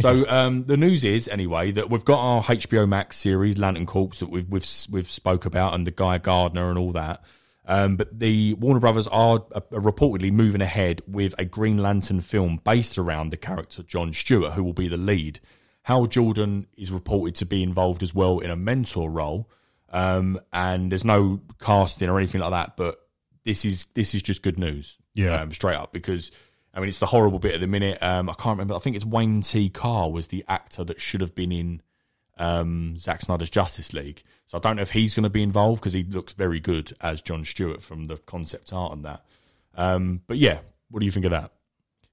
S5: So um, the news is anyway that we've got our HBO Max series Lantern Corps that we've we've we've spoke about, and the guy Gardner and all that. Um, but the Warner Brothers are uh, reportedly moving ahead with a Green Lantern film based around the character John Stewart, who will be the lead. Hal Jordan is reported to be involved as well in a mentor role, um, and there's no casting or anything like that. But this is this is just good news,
S6: Yeah.
S5: um, straight up because. I mean, it's the horrible bit at the minute. Um, I can't remember. I think it's Wayne T. Carr was the actor that should have been in um, Zack Snyder's Justice League. So I don't know if he's going to be involved because he looks very good as John Stewart from the concept art and that. Um, but yeah, what do you think of that?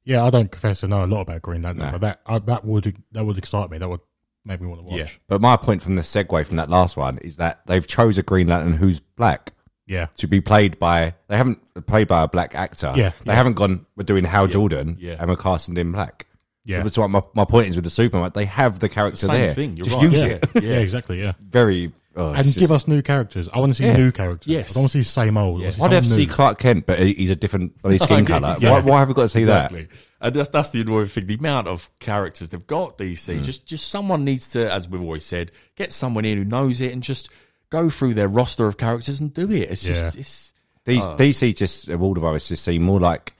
S6: yeah, I don't confess to know a lot about Green Lantern, but that uh, that would that would excite me. That would make me want to watch.
S5: Yeah.
S7: But my point from the segue from that last one is that they've chose a Green Lantern who's black
S6: Yeah.
S7: to be played by. They haven't played by a black actor.
S6: Yeah.
S7: they haven't gone. We're doing Hal Jordan.
S5: Yeah.
S7: and we're casting him black.
S6: Yeah.
S7: that's what my, my point is with the Superman. They have the character
S5: Same
S7: there.
S5: thing. You're
S7: Just
S5: right.
S7: use
S5: yeah.
S7: it.
S5: Yeah.
S6: yeah, exactly. Yeah,
S7: Very. oh, it's
S6: and give
S7: just-
S6: us new characters. I want to see
S7: Yeah.
S6: new characters.
S5: Yes.
S6: I don't want to see same old. I want to see
S7: Why do I have to
S6: someone
S7: see
S6: new.
S7: Clark Kent, but he- he's a different bloody skin
S5: Okay,
S7: colour? Why,
S5: exactly.
S7: why have we got to see
S5: Oh, Exactly. And that's, that's the annoying thing. The amount of characters they've got, DC, just just someone needs to, as we've always said, get someone in who knows it and just go through their roster of characters and do it. It's just,
S6: Yeah.
S5: it's,
S7: that?
S5: Oh.
S7: These, DC just, Warner Brothers just seem more like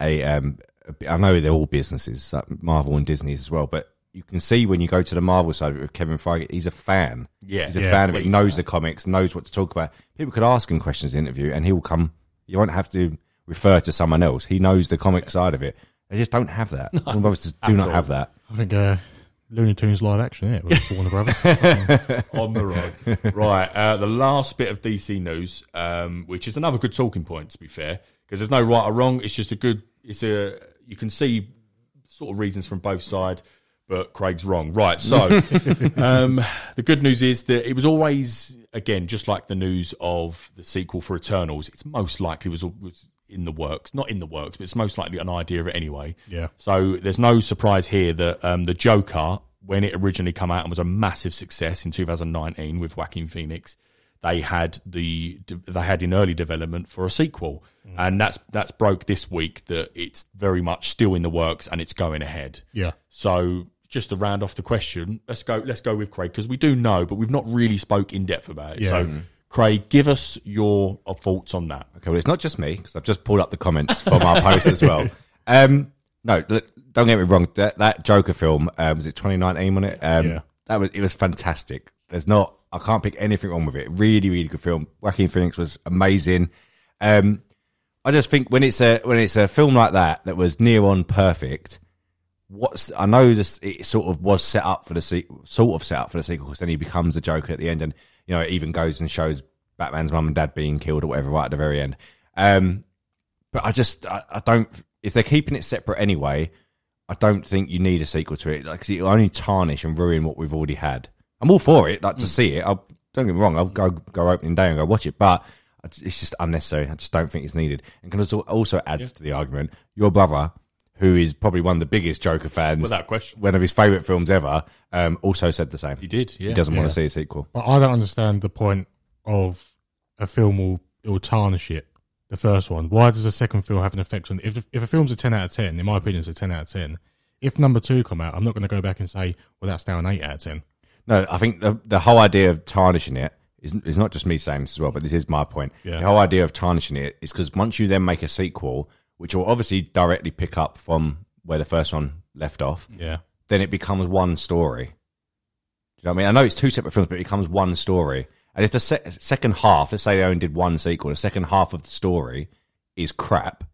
S7: a, um, a b- I know they're all businesses, like Marvel and Disney's as well, but you can see when you go to the Marvel side with Kevin Feige, he's a fan.
S5: Yeah.
S7: He's a
S5: Yeah,
S7: fan of it,
S5: big
S7: knows the comics, knows what to talk about. People could ask him questions in the interview and he'll come. You won't have to refer to someone else. He knows the comic side of it. They just don't have that. Warner Brothers just do not have that.
S6: I think uh, Looney Tunes live action. Yeah, with Warner Brothers.
S5: on the road. right. Uh, the last bit of DC news, um, which is another good talking point, to be fair, because there's no right or wrong. It's just a good. It's a you can see sort of reasons from both sides, but Craig's wrong. Right. So um, the good news is that it was always again just like the news of the sequel for Eternals. It's most likely was. was in the works, not in the works, but it's most likely an idea of it anyway.
S6: Yeah.
S5: So there's no surprise here that um, the Joker, when it originally came out and was a massive success in 2019 with Joaquin Phoenix, they had the they had in early development for a sequel, and that's that's broke this week that it's very much still in the works and it's going ahead.
S6: yeah,
S5: So just to round off the question, let's go let's go with Craig because we do know, but we've not really spoke in depth about it.
S6: Yeah.
S5: So Craig, give us your uh, thoughts on that.
S7: Okay, well, it's not just me because I've just pulled up the comments from our post as well. Um, no, look, don't get me wrong. That, that Joker film um, was it 2019 on it. Um,
S6: Yeah.
S7: That was it was fantastic. There's not I can't pick anything wrong with it. Really, really good film. Joaquin Phoenix was amazing. Um, I just think when it's a when it's a film like that that was near on perfect. What's I know this it sort of was set up for the se- sort of set up for the sequel because then he becomes the Joker at the end and you know it even goes and shows Batman's mum and dad being killed or whatever right at the very end. Um, but I just I, I don't if they're keeping it separate anyway. I don't think you need a sequel to it. Like 'cause it'll only tarnish and ruin what we've already had. I'm all for it,
S5: Mm.
S7: like to see it. I'll, don't get me wrong. I'll go go opening day and go watch it, but I j- it's just unnecessary. I just don't think it's needed. And can also also add to the argument your brother, who is probably one of the biggest Joker fans,
S5: Without question.
S7: one of his favorite films ever, um, also said the same.
S5: He did, yeah.
S7: He doesn't want
S6: Yeah.
S7: to see a sequel.
S6: but I don't understand the point of a film will it will tarnish it. The first one. Why does the second film have an effect on? If the, if a film's a ten out of ten, in my opinion, it's a ten out of ten. If number two come out, I'm not going to go back and say, well, that's now an eight out of ten.
S7: No, I think the, the whole idea of tarnishing it is, is not just me saying this as well, but this is my point.
S6: Yeah.
S7: The whole idea of tarnishing it is because once you then make a sequel, which will obviously directly pick up from where the first one left off,
S5: Mm.
S6: Yeah,
S7: then it becomes one story. Do you know what I mean? I know it's two separate films, but it becomes one story. And if the se- second half, let's say they only did one sequel, the second half of the story is crap,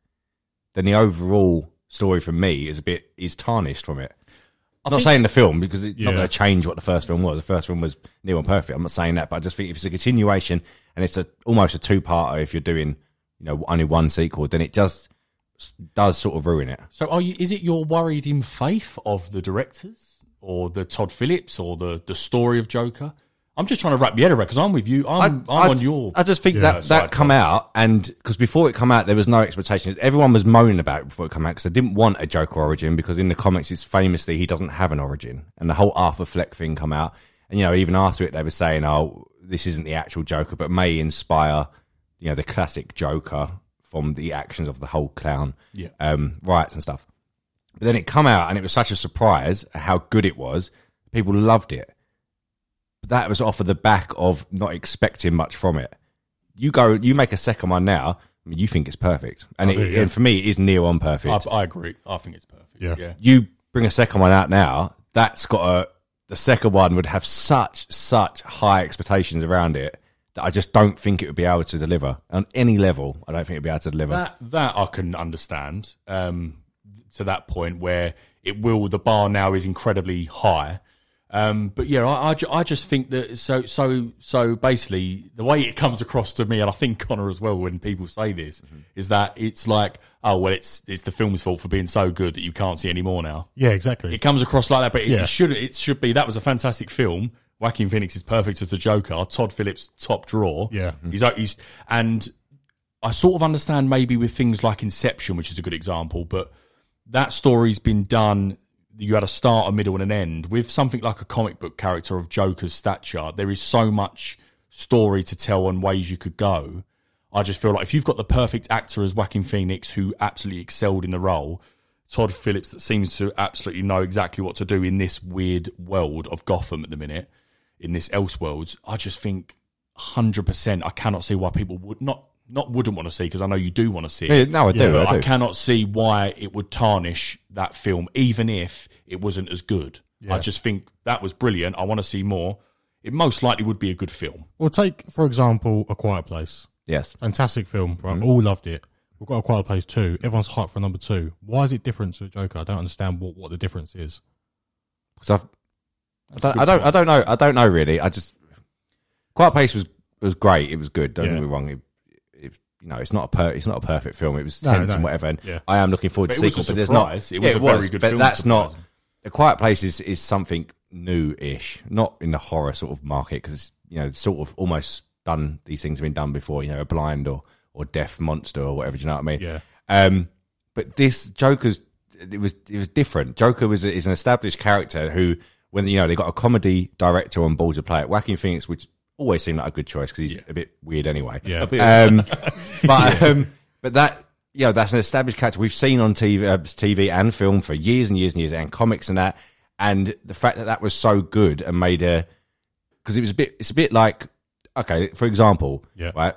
S7: then the overall story for me is a bit is tarnished from it. I'm not saying the film because it's not
S6: Yeah.
S7: going to change what the first film was. The first film was near on perfect. I'm not saying that, but I just think if it's a continuation and it's a almost a two parter, if you're doing you know only one sequel, then it does s- does sort of ruin it.
S5: So are you? Is it you're worried in faith of the directors or the Todd Phillips or the the story of Joker? I'm just trying to wrap my head around because I'm with you. I'm I, am on your.
S7: I just think
S5: Yeah,
S7: that
S5: side
S7: that come out and because before it come out, there was no expectation. Everyone was moaning about it before it come out because they didn't want a Joker origin because in the comics, it's famously he doesn't have an origin, and the whole Arthur Fleck thing come out. And you know, even after it, they were saying, "Oh, this isn't the actual Joker, but may inspire you know the classic Joker from the actions of the whole clown
S5: Yeah.
S7: um, riots and stuff." But then it come out and it was such a surprise how good it was. People loved it. But that was off of the back of not expecting much from it. You go, you make a second one now. I mean, you think it's perfect, and, it,
S6: do, yeah.
S7: and for me, it is near on perfect.
S5: I, I agree. I think it's perfect.
S6: Yeah.
S5: yeah.
S7: you bring a second one out now. That's got a. The second one would have such such high expectations around it that I just don't think it would be able to deliver on any level. I don't think it'd be able to deliver.
S5: That that I can understand. Um, to that point where it will, the bar now is incredibly high. Um, but yeah, I, I, ju- I just think that so so so basically the way it comes across to me, and I think Connor as well when people say this, is that it's like oh well it's it's the film's fault for being so good that you can't see any more now.
S6: Yeah, exactly.
S5: It comes across like that, but it,
S6: Yeah.
S5: it should it should be that was a fantastic film. Joaquin Phoenix is perfect as the Joker. Todd Phillips top draw. Mm-hmm.
S6: Yeah.
S5: he's, uh, he's and I sort of understand maybe with things like Inception, which is a good example, but that story's been done. You had a start, a middle, and an end. With something like a comic book character of Joker's stature, there is so much story to tell and ways you could go. I just feel like if you've got the perfect actor as Joaquin Phoenix, who absolutely excelled in the role, Todd Phillips that seems to absolutely know exactly what to do in this weird world of Gotham at the minute, in this Elseworlds, I just think 100% I cannot see why people would not not wouldn't want to see because I know you do want to see it.
S7: Yeah, no, I do.
S5: But
S7: I
S5: I
S7: do.
S5: cannot see why it would tarnish that film, even if it wasn't as good. I just think that was brilliant. I want to see more. It most likely would be a good film.
S6: Well, take for example, A Quiet Place.
S7: yes,
S6: Fantastic film, right?
S7: Mm-hmm.
S6: All loved it. We've got A Quiet Place two. Everyone's hyped for number two. Why is it different to Joker? I don't understand what, what the difference is.
S7: So I've, I don't, I don't, I don't know. I don't know really. I just Quiet Place was was great. It was good. Don't
S6: Yeah.
S7: get me wrong. It, it, you know, it's not a per, it's not a perfect film. It was
S6: No,
S7: tense
S6: no.
S7: and whatever. And
S6: Yeah.
S7: I am looking forward
S5: But
S7: to
S5: it was
S7: sequel.
S5: a
S7: But there's not.
S5: surprise. It was a very good
S7: but
S5: film,
S7: that's not.
S5: surprising.
S7: A Quiet Place is is something new-ish, not in the horror sort of market because you know it's sort of almost done. These things have been done before. You know, a blind or or deaf monster or whatever. Do you know what I mean?
S6: Yeah.
S7: Um, but this Joker's it was it was different. Joker was is an established character who, when you know they got a comedy director on board to play it, Whacking Phoenix, which always seemed like a good choice because he's a bit weird anyway.
S6: Yeah.
S7: Um, but um, but that you know that's an established character we've seen on TV, uh, TV and film for years and years and years and comics and that. And the fact that that was so good and made a because it was a bit it's a bit like okay for example
S6: Yeah.
S7: right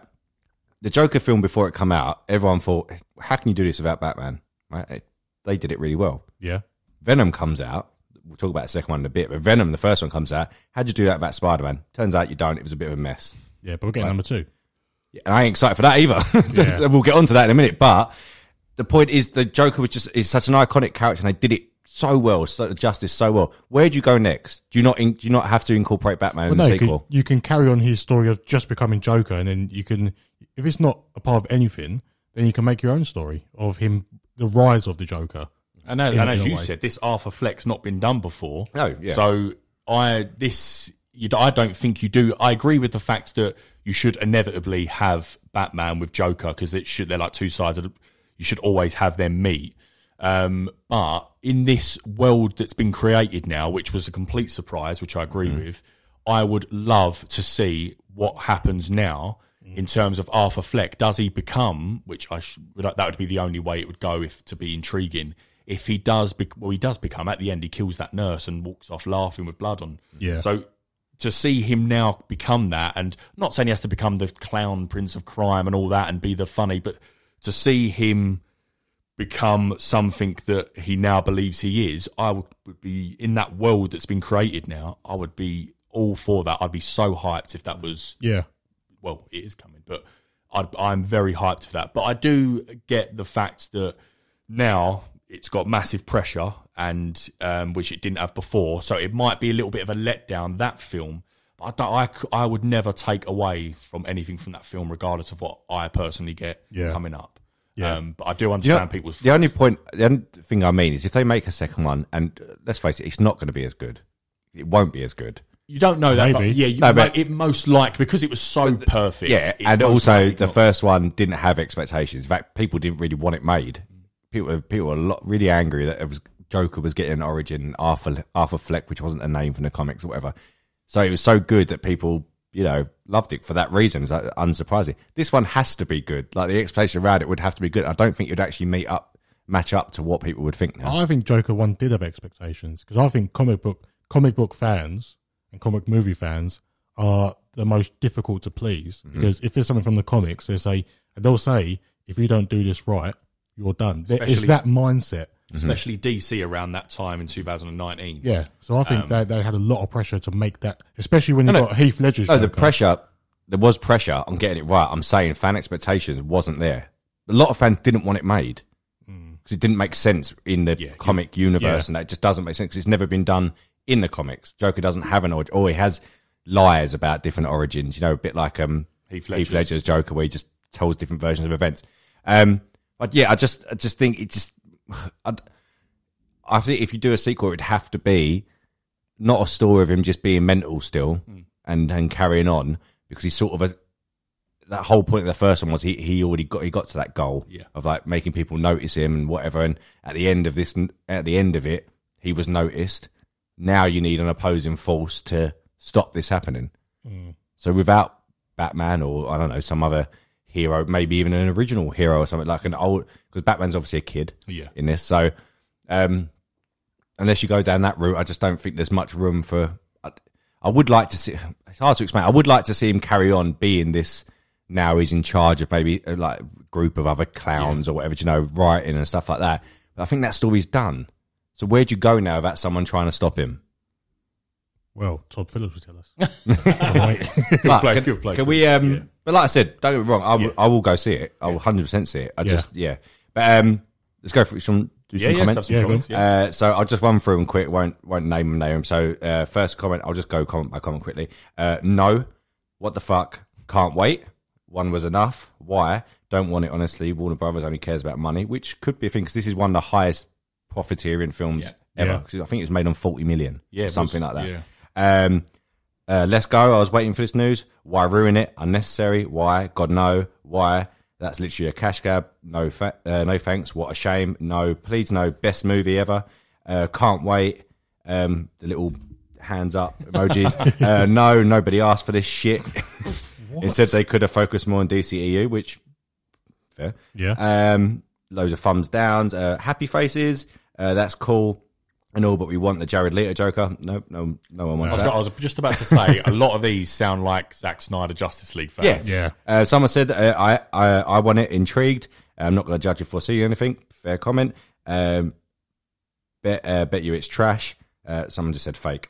S7: the Joker film before it come out everyone thought how can you do this without Batman right It- they did it really well
S6: Yeah.
S7: Venom comes out we'll talk about the second one in a bit but Venom the first one comes out how'd you do that about Spider Man turns out you don't it was a bit of a mess
S6: Yeah, but we're getting number two.
S7: and I ain't excited for that either.
S6: Yeah.
S7: we'll get on to that in a minute. But the point is, the Joker was just is such an iconic character, and they did it so well, so justice so well. Where do you go next? Do you not in, do you not have to incorporate Batman in
S6: Well,
S7: the
S6: no, you can,
S7: sequel?
S6: you can carry on his story of just becoming Joker, and then you can, if it's not a part of anything, then you can make your own story of him, the rise of the Joker.
S5: And as,
S6: In-
S5: and
S6: in
S5: as
S6: a
S5: you
S6: way.
S5: said, this Arthur Fleck's not been done before.
S7: No, yeah.
S5: So I this you, d- I don't think you do. I agree with the fact that you should inevitably have Batman with Joker because it should they're like two sides. Of, the- you should always have them meet. Um, but in this world that's been created now, which was a complete surprise, which I agree with, I would love to see what happens now Mm. in terms of Arthur Fleck. Does he become, which I sh- would- that would be the only way it would go if to be intriguing. If he does, bec well, he does become at the end. He kills that nurse and walks off laughing with blood on.
S6: Yeah.
S5: So to see him now become that, and not saying he has to become the clown prince of crime and all that, and be the funny, but to see him become something that he now believes he is, I would, would be in that world that's been created now. I would be all for that. I'd be so hyped if that was
S6: Yeah.
S5: well, it is coming, but i I'm very hyped for that. But I do get the fact that now it's got massive pressure, and um, which it didn't have before, so it might be a little bit of a letdown that film. But I, don't, I c- I would never take away from anything from that film, regardless of what I personally get
S6: Yeah.
S5: coming up.
S6: Yeah.
S5: Um, but I do
S7: You know,
S5: understand people's.
S7: the only point, the only thing I mean is if they make a second one, and uh, let's face it, it's not going to be as good. It won't be as good.
S5: You don't know that,
S6: Maybe.
S5: but yeah, you,
S7: No,
S5: no,
S7: but-
S5: it most like because it was so perfect.
S7: Yeah,
S5: it's
S7: and
S5: most
S7: also
S5: likely
S7: the
S5: not.
S7: first one didn't have expectations. In fact, people didn't really want it made. People, people were a lot really angry that it was Joker was getting an origin Arthur Arthur Fleck, which wasn't a name from the comics or whatever. So it was so good that people, you know, loved it for that reason. It's like, unsurprising. This one has to be good. Like the expectation around it would have to be good. I don't think it would actually meet up, match up to what people would think now.
S6: I think Joker one did have expectations because I think comic book comic book fans and comic movie fans are the most difficult to please
S7: Mm-hmm.
S6: because if it's something from the comics, they say they'll say if you don't do this right, you're done. There- it's
S5: Especially-
S6: that mindset.
S7: Mm-hmm.
S5: especially DC around that time in 2019.
S6: Yeah, so I
S7: Um,
S6: think that they had a lot of pressure to make that, especially when you
S7: No, no.
S6: got Heath Ledger's.
S7: No, Oh, the
S6: Joker.
S7: pressure. There was pressure on getting it right. I'm saying fan expectations wasn't there. A lot of fans didn't want it made because it didn't make sense in the
S5: Yeah,
S7: comic universe,
S6: Hmm. yeah.
S7: and that just doesn't make sense 'cause it's never been done in the comics. Joker doesn't have an origin, or he has lies about different origins. You know, a bit like um
S5: Heath
S7: Heath
S5: Ledger's.
S7: Ledger's Joker, where he just tells different versions of events. Um, but yeah, I just I just think it just. i I think if you do a sequel, it'd have to be not a story of him just being mental still
S5: Hmm.
S7: and and carrying on because he's sort of a that whole point of the first one was he he already got he got to that goal
S5: Yeah.
S7: of like making people notice him and whatever and at the end of this at the end of it he was noticed now you need an opposing force to stop this happening so without Batman or I don't know some other hero maybe even an original hero or something like an old because Batman's obviously a kid
S5: Yeah.
S7: in this so um unless you go down that route, I just don't think there's much room for. I, I would like to see. It's hard to explain. I would like to see him carry on being this. Now he's in charge of maybe uh, like a group of other clowns or whatever, you know, writing and stuff like that. But I think that story's done. So where'd you go now without someone trying to stop him?
S6: Well, Todd Phillips will tell us. Oh, Right.
S7: But
S5: play,
S7: can,
S5: good play,
S7: can
S5: Phil.
S7: we? Um, But like I said, don't get me wrong. I will- I will go see it. I will hundred percent see it. I just yeah. But um, let's go through some do
S5: Yeah,
S7: some
S5: yeah,
S7: comments.
S5: some
S6: Yeah,
S5: comments, yeah.
S7: Uh, so I'll just run through them quick. Won't won't name them. Name them. So uh, first comment. I'll just go comment by comment quickly. Uh, no, what the fuck? Can't wait. One was enough. Why? Don't want it. Honestly, Warner Brothers only cares about money, which could be a thing because this is one of the highest profiteering films ever.
S6: Yeah.
S7: 'Cause I think it was made on forty million.
S5: Yeah,
S7: or
S5: it
S7: something
S5: was,
S7: like that. Um, uh, let's go. I was waiting for this news. Why ruin it? Unnecessary. Why? God no. Why? That's literally a cash grab. No, fa- uh, no thanks. What a shame. No, please no. Best movie ever. Uh, can't wait. Um, the little hands up emojis. uh, no, nobody asked for this shit. Instead, they could have focused more on DCEU, which fair.
S6: Yeah.
S7: Um, loads of thumbs downs. Uh, happy faces. Uh, that's cool. And all, but we want the Jared Leto Joker. No, no, no one
S5: I
S7: wants
S5: was,
S7: that.
S5: I was just about to say a lot of these sound like Zack Snyder Justice League fans.
S7: Yeah,
S6: Yeah.
S7: Uh, someone said uh, I, I I want it intrigued. I'm not going to judge you for seeing anything. Fair comment. Um, bet uh, bet you it's trash. Uh, someone just said fake,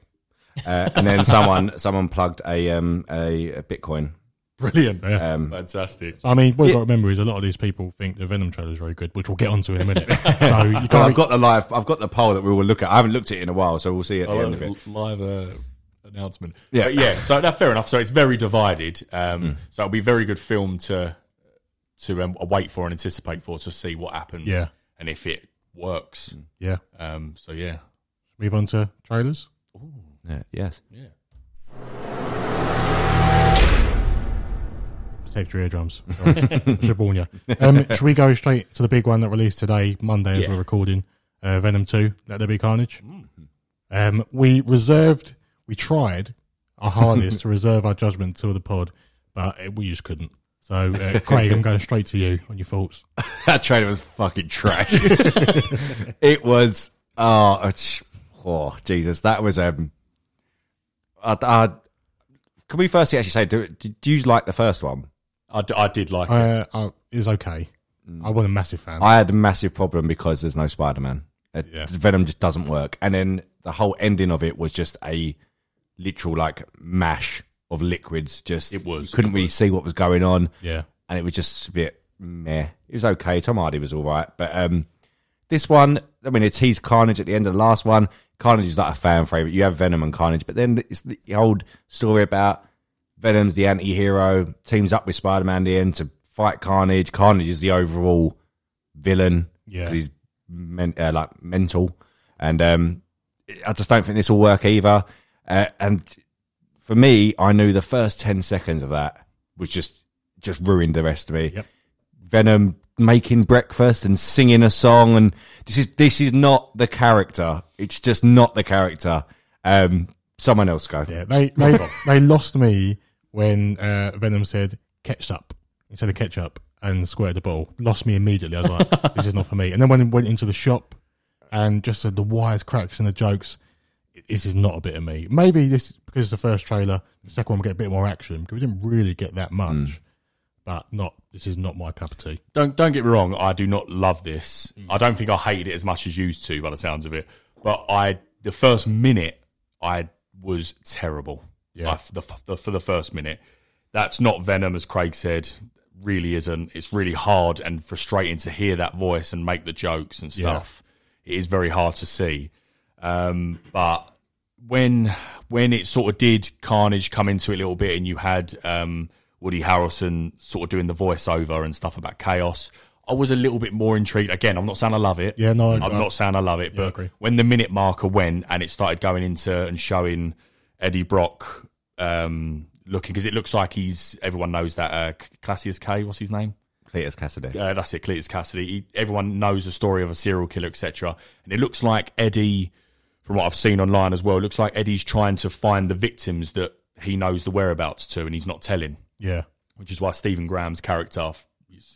S7: uh, and then someone someone plugged a um a, a Bitcoin.
S5: Brilliant,
S6: Yeah.
S7: um,
S5: fantastic.
S6: I mean, what you've got to remember is a lot of these people think the Venom trailer is very good, which we'll get onto in a minute. so you can't.
S7: Well, I've got the live. I've got the poll that we will look at. I haven't looked at it in a while, so we'll see at the end of it.
S5: live uh, announcement.
S7: Yeah. Hmm.
S5: Yeah, but yeah. So that's fair enough. So it's very divided. Um, So it'll be a very good film to to um, wait for and anticipate for to see what happens.
S6: Yeah.
S5: and if it works.
S6: yeah.
S7: Hmm.
S5: Um, so yeah,
S6: Move on to trailers.
S7: Yeah, yes.
S6: Protect your eardrums. Sorry. Should have warned you. Um, should we go straight to the big one that released today, Monday, as
S5: Yeah.
S6: we're recording? Uh, Venom 2, Let There Be Carnage. Um, we reserved, we tried our hardest to reserve our judgment till the pod, but uh, we just couldn't. So, uh, Craig, I'm going straight to you on your thoughts.
S7: That trailer was fucking trash. it was. Oh, it's- oh, Jesus, that was. Um, I, I, can we firstly actually say, do, do you like the first one?
S5: I, d- I did like it.
S6: Uh, uh, it's okay. I wasn't a massive fan.
S7: I had a massive problem because there's no Spider Man.
S6: Yeah.
S7: Venom just doesn't work, and then the whole ending of it was just a literal like mash of liquids. Just
S5: It was.
S7: you couldn't
S5: It
S7: really see what was going on.
S6: yeah.
S7: and it was just a bit meh. It was okay. Tom Hardy was all right, but um, this one, I mean, it teased Carnage at the end of the last one. Carnage is like a fan favorite. You have Venom and Carnage, but then it's the old story about Venom's the anti-hero, teams up with Spider-Man at the end to fight Carnage. Carnage is the overall villain.
S6: Yeah.
S7: 'cause he's men, uh, like mental, and um, I just don't think this will work either. Uh, and for me, I knew the first ten seconds of that was just just ruined the rest of me.
S6: Yep.
S7: Venom making breakfast and singing a song, and this is this is not the character. It's just not the character. Um, someone else go.
S6: Yeah, they they, they lost me when uh, Venom said ketchup instead of ketchup and squared the ball. Lost me immediately. I was like, this is not for me. And then when it went into the shop and just said the wise cracks and the jokes, this is not a bit of me. Maybe this because it's the first trailer, the second one will get a bit more action because we didn't really get that much. But not this is not my cup of tea.
S5: Don't don't get me wrong. I do not love this. I don't think I hated it as much as you two, by the sounds of it. But I, the first minute, I was terrible.
S6: Yeah.
S5: Like, for the, for, for the first minute, that's not Venom, as Craig said. Really isn't. It's really hard and frustrating to hear that voice and make the jokes and stuff. It is very hard to see. Um, but when when it sort of did Carnage come into it a little bit, and you had um, Woody Harrelson sort of doing the voiceover and stuff about chaos, I was a little bit more intrigued. Again, I'm not saying I love it.
S6: Yeah, no, I-
S5: I'm
S6: I-
S5: not saying I love it.
S6: I
S5: But
S6: agree.
S5: when the minute marker went and it started going into and showing Eddie Brock um, looking, because it looks like he's everyone knows that uh, Cassius K. What's his name?
S7: Cletus Cassidy.
S5: uh, that's it, Cletus Cassidy. He, everyone knows the story of a serial killer, etc. And it looks like Eddie, from what I've seen online as well, it looks like Eddie's trying to find the victims that he knows the whereabouts to, and he's not telling.
S6: Yeah,
S5: Which is why Stephen Graham's character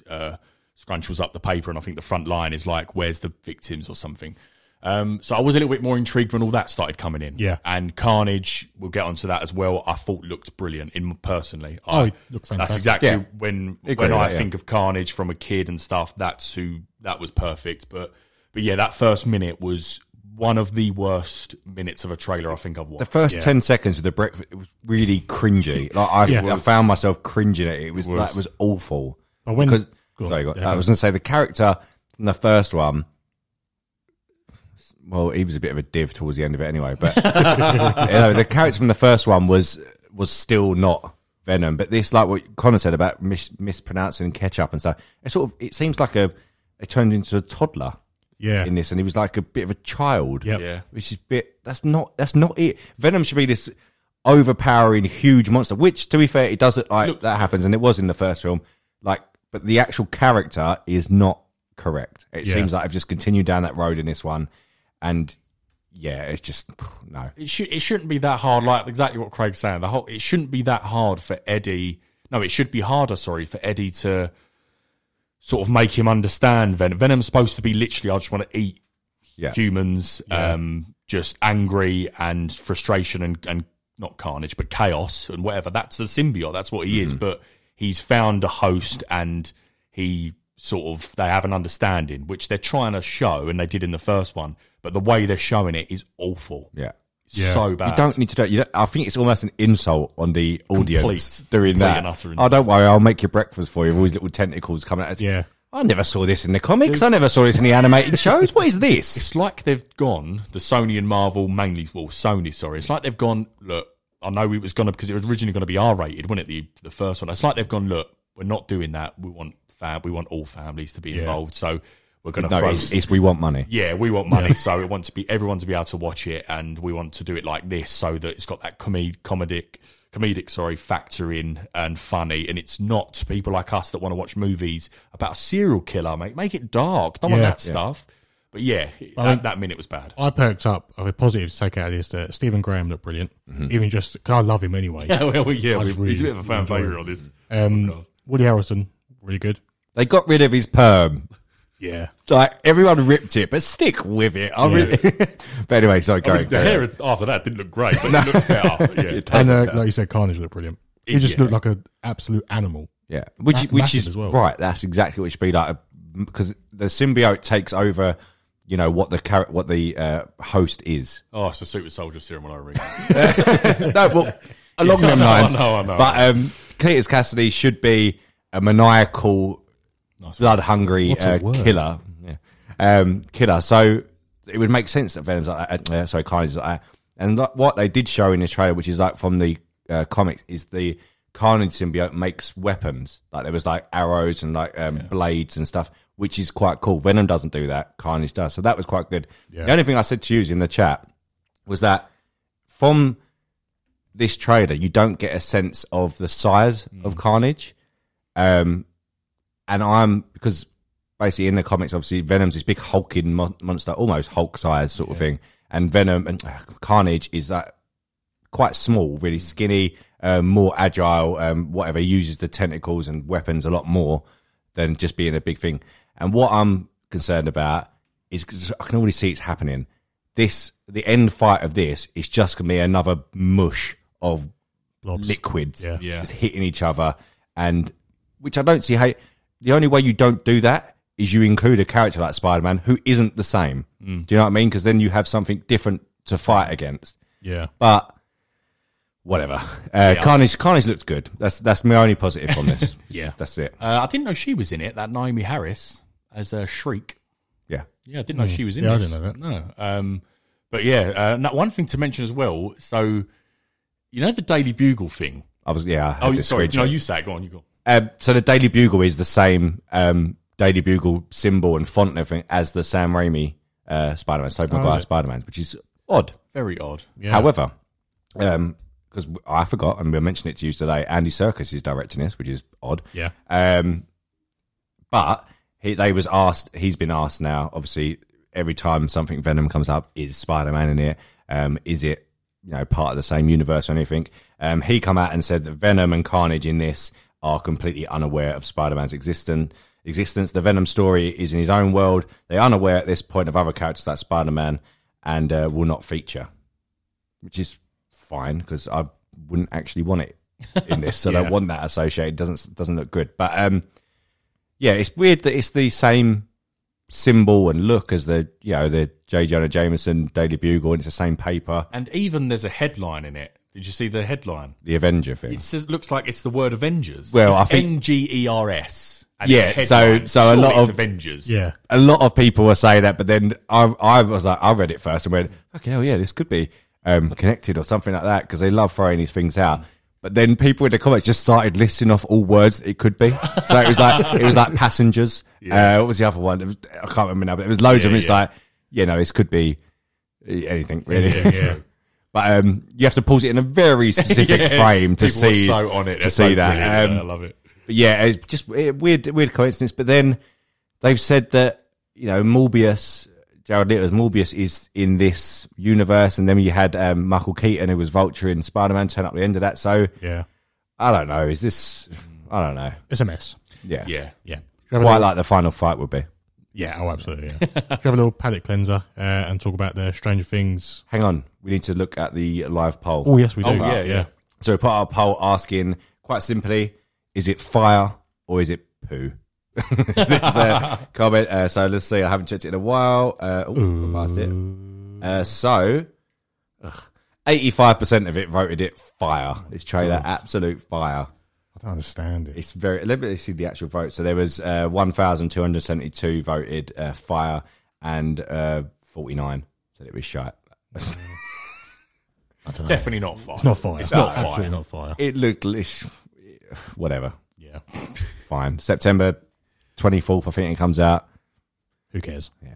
S5: uh, scrunches up the paper, and I think the front line is like, "Where's the victims?" or something. Um, so I was a little bit more intrigued when all that started coming in.
S6: Yeah.
S5: and Carnage, we'll get onto that as well. I thought looked brilliant in personally.
S6: Oh,
S5: I-
S6: he looked fantastic.
S5: That's exactly
S7: Yeah.
S5: when
S7: Agree
S5: when
S7: with
S5: I
S7: that, yeah.
S5: think of Carnage from a kid and stuff. That's who that was perfect. But but yeah, that first minute was one of the worst minutes of a trailer I think I've watched.
S7: The first ten seconds of the breakfast it was really cringy. Like I,
S6: Yeah.
S7: I found myself cringing at it. It was,
S5: Was.
S7: that was awful.
S6: But when-
S7: because,
S6: go on.
S7: sorry, go on.
S6: Yeah,
S7: I was going to say the character in the first one. Well, he was a bit of a div towards the end of it anyway. But you know, the character from the first one was was still not Venom. But this, like what Connor said about mis- mispronouncing ketchup and stuff, it sort of it seems like a it turned into a toddler
S6: yeah,
S7: in this, and he was like a bit of a child.
S6: Yep.
S5: Yeah.
S7: which is bit. That's not. That's not it. Venom should be this overpowering huge monster. Which, to be fair, it does look like that happens, and it was in the first film. Like, but the actual character is not correct. It
S6: Yeah.
S7: seems like I've just continued down that road in this one, and yeah, it's just no.
S5: it should it shouldn't be that hard. Like exactly what Craig's saying. The whole it shouldn't be that hard for Eddie. No, it should be harder. Sorry for Eddie to sort of make him understand. Venom. Venom's supposed to be literally. I just want to eat
S7: Yeah.
S5: humans. Um, just angry and frustration and and not carnage, but chaos and whatever. That's the symbiote. That's what he is.
S7: Mm-hmm.
S5: But he's found a host and he sort of they have an understanding which they're trying to show and they did in the first one but the way they're showing it is awful
S7: Yeah.
S6: Yeah.
S5: so bad.
S7: You don't need to do it. You don't, I think it's almost an insult on the audience
S5: Complete-
S7: doing
S5: complete and
S7: that.
S5: utter
S7: Oh,
S5: insult.
S7: don't worry, I'll make your breakfast for you. With all these little tentacles coming out.
S6: Yeah.
S7: I never saw this in the comics. I never saw this in the animated shows. What is this?
S5: It's like they've gone the Sony and Marvel mainly. Well, Sony, sorry. It's like they've gone. Look, I know it was gonna because it was originally going to be R rated, wasn't it? The the first one. It's like they've gone. Look, we're not doing that. We want fam. We want all families to be involved. So we're going to
S7: No,
S5: throw.
S7: it's, it's we want money.
S5: yeah, we want money, so we want to be everyone to be able to watch it, and we want to do it like this, so that it's got that comed- comedic, comedic, sorry, factor in and funny, and it's not people like us that want to watch movies about a serial killer, mate. Make it dark, don't want
S6: Yeah.
S5: that stuff. But yeah, that, that minute was bad.
S6: I perked up. I have positive to take out of this. That Stephen Graham looked brilliant, even just because I love him anyway.
S5: Yeah, well, yeah,
S6: I
S5: we,
S6: just really
S5: he's a bit of a fan
S6: enjoyed
S5: favorite
S6: it.
S5: on this. Oh,
S6: Um, Woody Harrelson, really good.
S7: They got rid of his perm.
S6: Yeah.
S7: Like everyone ripped it, but stick with it. I really. but anyway, sorry,
S5: I
S7: go.
S5: mean, the hair is- after that didn't look great, but it looks better. Yeah.
S6: And uh, like you said, Carnage looked brilliant. He just
S5: Yeah.
S6: looked like an absolute animal.
S7: Yeah, which
S6: Ma-
S7: which
S6: massive
S7: is
S6: as well.
S7: right. That's exactly what it should be like because the symbiote takes over. You know what the char- what the uh, host is.
S5: Oh, it's a super soldier serum when I read.
S7: no, well, along them
S5: I
S7: lines.
S5: know, I know.
S7: But um, Cletus Cassidy should be a maniacal, blood hungry
S6: a
S7: uh,
S6: word.
S7: killer. Yeah. Um, killer. So it would make sense that Venom's like that. Uh, sorry, Carnage is like that. And like, what they did show in this trailer, which is like from the uh, comics, is the Carnage symbiote makes weapons. Like there was like arrows and like um, blades and stuff, which is quite cool. Venom doesn't do that. Carnage does. So that was quite good.
S6: Yeah.
S7: The only thing I said to you in the chat was that from this trailer, you don't get a sense of the size of Carnage. Um, and I'm because basically in the comics, obviously Venom's this big hulking mon- monster, almost Hulk size sort of thing, and Venom and uh, Carnage is that quite small, really skinny, um, more agile, um, whatever. He uses the tentacles and weapons a lot more than just being a big thing. And what I'm concerned about is 'cause I can already see it's happening. This the end fight of this is just gonna be another mush of
S6: Blobs.
S7: liquids
S6: Yeah.
S5: Yeah.
S7: just hitting each other and which I don't see how the only way you don't do that is you include a character like Spider-Man who isn't the same.
S5: Mm.
S7: Do you know what I mean? Because then you have something different to fight against.
S6: Yeah.
S7: But whatever. Uh, Carnage Carnage looked good. That's that's my only positive from this.
S5: Yeah.
S7: That's it.
S5: Uh, I didn't know she was in it. That Naomi Harris as a Shriek.
S7: Yeah.
S5: Yeah, I didn't know she was in
S6: Hmm. Yeah, I
S5: this.
S6: didn't
S5: know that. No. Um, but yeah, uh, no- one thing to mention as well. So, you know the Daily Bugle thing.
S7: I was yeah. I had
S5: Oh, you-
S7: this
S5: sorry.
S7: screenshot.
S5: No, you say it. Go on. You go.
S7: Um, so the Daily Bugle is the same um, Daily Bugle symbol and font and everything as the Sam Raimi uh, Spider-Man, Tobey
S5: Oh,
S7: Maguire Spider-Man, which is odd.
S5: Very odd. Yeah.
S7: However, because I forgot and we mentioned it to you today, Andy Serkis is directing this, which is odd.
S6: Yeah.
S7: Um, but he, they was asked. He's been asked now. Obviously, every time something Venom comes up, is Spider Man in it? Um, is it you know part of the same universe or anything? Um, he come out and said that Venom and Carnage in this are completely unaware of Spider Man's existence. Existence. The Venom story is in his own world. They are unaware at this point of other characters like Spider Man and uh, will not feature, which is fine because I wouldn't actually want it in this. So I
S6: Yeah.
S7: don't want that associated. It doesn't doesn't look good. But um, yeah, it's weird that it's the same symbol and look as the you know the J Jonah Jameson Daily Bugle, and it's the same paper,
S5: And even there's a headline in it. Did you see the headline?
S7: the Avenger thing.
S5: It says looks like it's the word Avengers.
S7: Well,
S5: It's
S7: I think-
S5: N G E R S. and
S7: Yeah,
S5: it's a
S7: so-
S5: headline.
S7: so a
S5: Surely
S7: lot
S5: it's
S7: of-
S5: Avengers.
S6: Yeah.
S7: a lot of people were saying that, but then I, I was like, I read it first and went, okay, oh yeah, this could be um, connected or something like that because they love throwing these things out. But then people in the comments just started listing off all words it could be. So it was like it was like passengers. Uh, what was the other one? It was, I can't remember now, but it was loads of them. It's like, you know, this could be anything really.
S6: Yeah.
S7: But um, you have to pause it in a very specific
S5: Yeah,
S7: frame to
S5: people were
S7: see
S5: so on it.
S7: to see
S5: They're so
S7: that.
S5: brilliant.
S7: Um,
S5: I love it.
S7: but yeah, it's just a weird, weird coincidence. But then they've said that you know Morbius, Jared Leto's Morbius is in this universe, and then you had um, Michael Keaton who was Vulture in Spider Man turn up at the end of that. So
S6: Yeah.
S7: I don't know. Is this? I don't know.
S6: It's a mess.
S7: Yeah,
S5: Yeah.
S6: Yeah.
S7: Quite like the final fight would be.
S6: Yeah, oh, absolutely. Yeah. Should we have a little palate cleanser uh, and talk about the Stranger Things?
S7: Hang on, we need to look at the live poll.
S6: Oh, yes, we do.
S5: Oh, yeah, yeah.
S7: So we put out a poll asking quite simply, is it fire or is it poo? this uh, comment. Uh, so let's see. I haven't checked it in a while. Uh, ooh, I passed it. Uh, so eighty-five percent of it voted it fire. This trailer, absolute fire.
S6: I don't understand it.
S7: It's very. Let me see the actual vote. So there was uh, one thousand two hundred seventy-two voted uh, fire, and uh, forty-nine said it was shite.
S5: Definitely not fire.
S6: It's not fire.
S5: It's not fire.
S6: Absolutely not fire.
S7: It looked lish. Whatever.
S6: Yeah.
S7: Fine. September twenty-fourth, I think it comes out.
S6: Who cares?
S7: Yeah.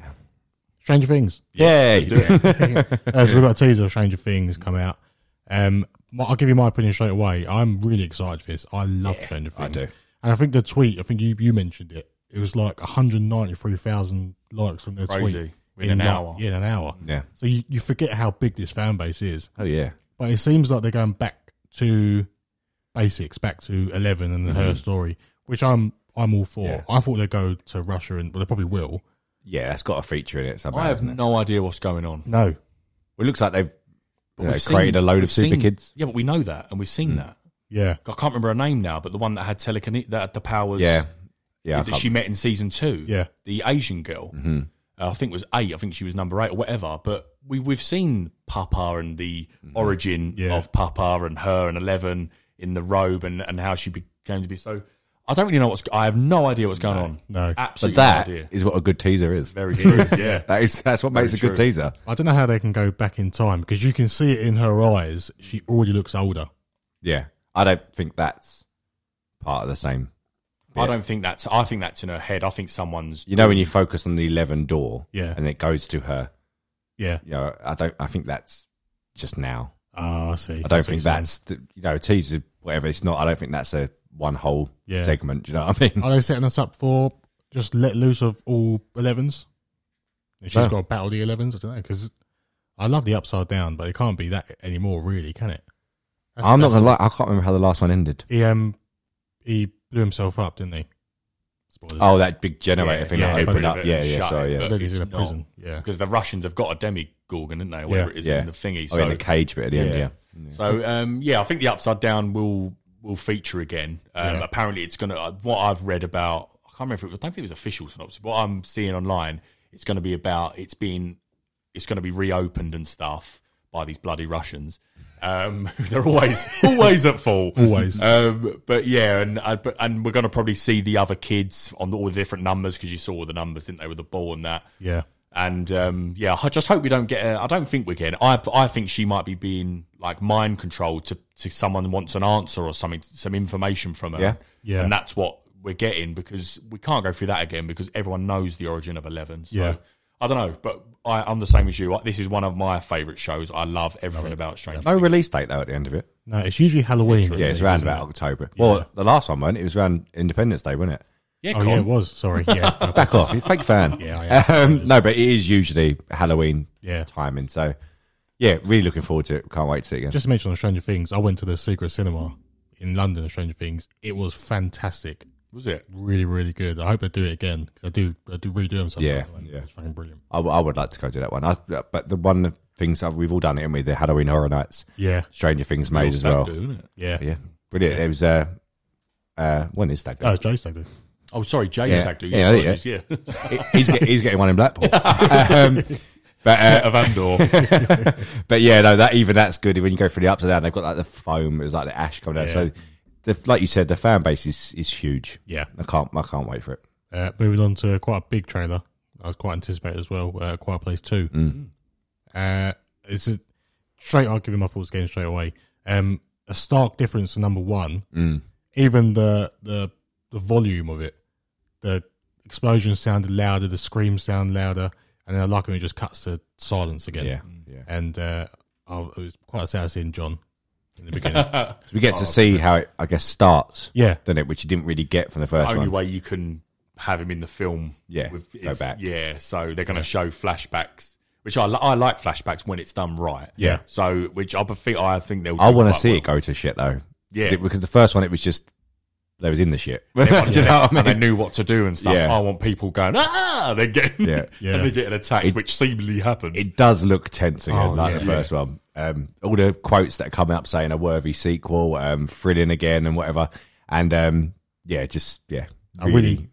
S6: Stranger Things.
S7: Yeah.
S6: Uh, so we've got a teaser of Stranger Things come out. Um, my- I'll give you my opinion straight away. I'm really excited for this. I love Stranger Things.
S7: do.
S6: And I think the tweet, I think you, you mentioned it, it was like 193,000 likes on their
S5: Crazy.
S6: tweet.
S5: In an
S6: like-
S5: hour.
S6: yeah, in an hour.
S7: Yeah.
S6: So you, you forget how big this fan base is.
S7: Oh yeah.
S6: But it seems like they're going back to basics, back to Eleven and her story, which I'm I'm all for.
S7: Yeah.
S6: I thought they'd go to Russia, and well, they probably will.
S7: Yeah, it's got a feature in it somehow.
S5: I have
S7: hasn't it?
S5: no idea what's going on.
S6: No,
S7: It looks like they've you know,
S5: We've seen-
S7: created a load
S5: we've
S7: of Hmm. super
S5: seen-
S7: kids.
S5: Yeah, but we know that, and we've seen that.
S6: yeah,
S5: I can't remember her name now, but the one that had telekinesis, that had the powers.
S7: Yeah. Yeah. I
S5: that
S7: can't-
S5: she met in season two.
S6: Yeah.
S5: the Asian girl. Uh, I think it was eight. I think she was number eight or whatever. But we we've seen Papa and the origin
S6: Yeah.
S5: of Papa and her and Eleven in the robe and and how she became to be so. I don't really know what's. I have no idea what's going on.
S6: no.
S7: but
S5: absolutely
S7: that
S5: no idea.
S7: is what a good teaser is.
S5: Very true. yeah.
S7: That is that's what makes a good teaser.
S6: I don't know how they can go back in time because you can see it in her eyes. She already looks older.
S7: Yeah. I don't think that's part of the same.
S5: I don't think that's. I think that's in her head. I think someone's.
S7: You know when you focus on the eleven door,
S6: Yeah.
S7: and it goes to her.
S6: Yeah.
S7: You know, I don't. I think that's just now.
S6: Oh, I see.
S7: I don't
S6: what
S7: think
S6: you're saying.
S7: that's the, you know teaser whatever. It's not. I don't think that's a one whole
S6: Yeah.
S7: segment. Do you know what I mean?
S6: Are they setting us up for just let loose of all 11s? And she's
S7: No.
S6: got to battle the 11s? I don't know, because I love the upside down, but it can't be that anymore, really, can it? That's-
S7: I'm not
S6: that's-
S7: gonna lie. I can't remember how the last one ended.
S6: He, um, he blew himself up, didn't he? Spoilers.
S7: Oh, that big generator thing
S6: yeah,
S7: that
S6: but-
S7: opened up.
S5: but-
S7: Yeah, yeah.
S5: shut
S7: Sorry,
S5: it,
S7: yeah.
S5: but
S6: Look, he's
S5: it's
S6: in a
S5: not.
S6: prison. Yeah.
S5: because the Russians have got a demigorgon, didn't they? Whatever
S6: Yeah.
S5: it is
S7: Yeah.
S5: in the thingy.
S7: Oh,
S5: so,
S7: in the cage bit at the end. Yeah.
S5: so um, yeah, I think the upside down will will feature again. Um,
S6: Yeah.
S5: Apparently, it's gonna. uh, What I've read about, I can't remember. If it was, I don't think it was official synopsis. What I'm seeing online, it's going to be about it's been, it's going to be reopened and stuff by these bloody Russians. Um, they're always always at fault.
S6: Always.
S5: Um, but yeah, and uh, but, and we're going to probably see the other kids on all the different numbers because you saw all the numbers, didn't they, with the ball and that.
S6: Yeah.
S5: And um, yeah, I just hope we don't get. I I don't think we're getting. I I think she might be being like mind controlled to to someone wants an answer or something, some information from her.
S7: Yeah.
S6: Yeah.
S5: And that's what we're getting because we can't go through that again because everyone knows the origin of Eleven. So
S6: Yeah.
S5: I don't know, but I, I'm the same as you. I- This is one of my favourite shows. I love everything about Stranger.
S7: No release date though at the end of it.
S6: No, it's usually Halloween.
S7: Yeah, it's
S6: isn't
S7: around
S6: it?
S7: about October. Well, the last one, man, it was around Independence Day, wasn't it?
S5: Yeah,
S6: Oh,
S5: Con.
S6: yeah, it was. Sorry. Yeah. my bad.
S7: Back off, you fake fan.
S6: Yeah, I
S7: Um, no, but it is usually Halloween
S6: Yeah.
S7: timing. So, yeah, really looking forward to it. Can't wait to see it again.
S6: Just to mention on Stranger Things, I went to the secret cinema in London. Stranger Things, it was fantastic,
S5: was it?
S6: really, really good. I hope they do it again because I do, I do redo them sometimes.
S7: Yeah,
S6: Like,
S7: yeah.
S6: it's fucking brilliant.
S7: I, w- I would like to go do that one. I, but the one of things I've, we've all done it, and we the Halloween Horror Nights,
S6: Yeah,
S7: Stranger Things made as well.
S5: Isn't it?
S6: yeah.
S7: Yeah, brilliant. It was uh, uh, when is that?
S6: Oh, it's Jay Stag do.
S5: Oh, sorry, Jay
S7: Yeah.
S5: Stag. Do
S7: Yeah, yeah.
S5: Apologies, yeah.
S7: he's get, he's getting one in Blackpool. um, but uh,
S5: of Andor.
S7: But yeah, no, that even that's good. When you go through the ups and downs, they've got like the foam, it was like the ash coming down.
S6: Yeah.
S7: So, the, like you said, the fan base is is huge.
S6: Yeah.
S7: I can't I can't wait for it.
S6: Uh, moving on to quite a big trailer. I was quite anticipated as well. Uh, Quiet Place Two.
S7: Mm.
S6: Uh, it's a straight. I'll give you my thoughts again straight away. Um, a stark difference to number one.
S7: Mm.
S6: Even the the the volume of it, the explosion sounded louder, the screams sound louder, and then I like when it just cuts to silence again.
S7: Yeah, yeah.
S6: And uh, I was, it was quite sad seeing John in the beginning.
S7: So we get
S5: Oh,
S7: to see how it I guess starts.
S6: yeah,
S7: Doesn't it? Which you didn't really get from the first
S5: only
S7: one.
S5: way you can have him in the film.
S7: Yeah, go
S5: is-
S7: back.
S5: Yeah, so they're going to show flashbacks, which I, li- I like flashbacks when it's done right.
S6: Yeah.
S5: So which I think I think they'll.
S7: I
S5: do
S7: want to
S5: quite
S7: see
S5: well.
S7: it go to shit though.
S5: Yeah.
S7: It- because the first one it was just they was in the shit.
S5: They wanted
S7: Do you
S5: it,
S7: know what I
S5: and they
S7: mean?
S5: knew what to do and stuff.
S7: Yeah.
S5: I want people going ah, they're getting
S7: Yeah.
S6: Yeah.
S5: and they're getting attacked, which seemingly happened.
S7: It does look tense again,
S6: Oh,
S7: like
S6: yeah.
S7: the first one. Um, all the quotes that are coming up saying a worthy sequel, um, thrilling again, and whatever. And um, yeah, just yeah,
S6: I really-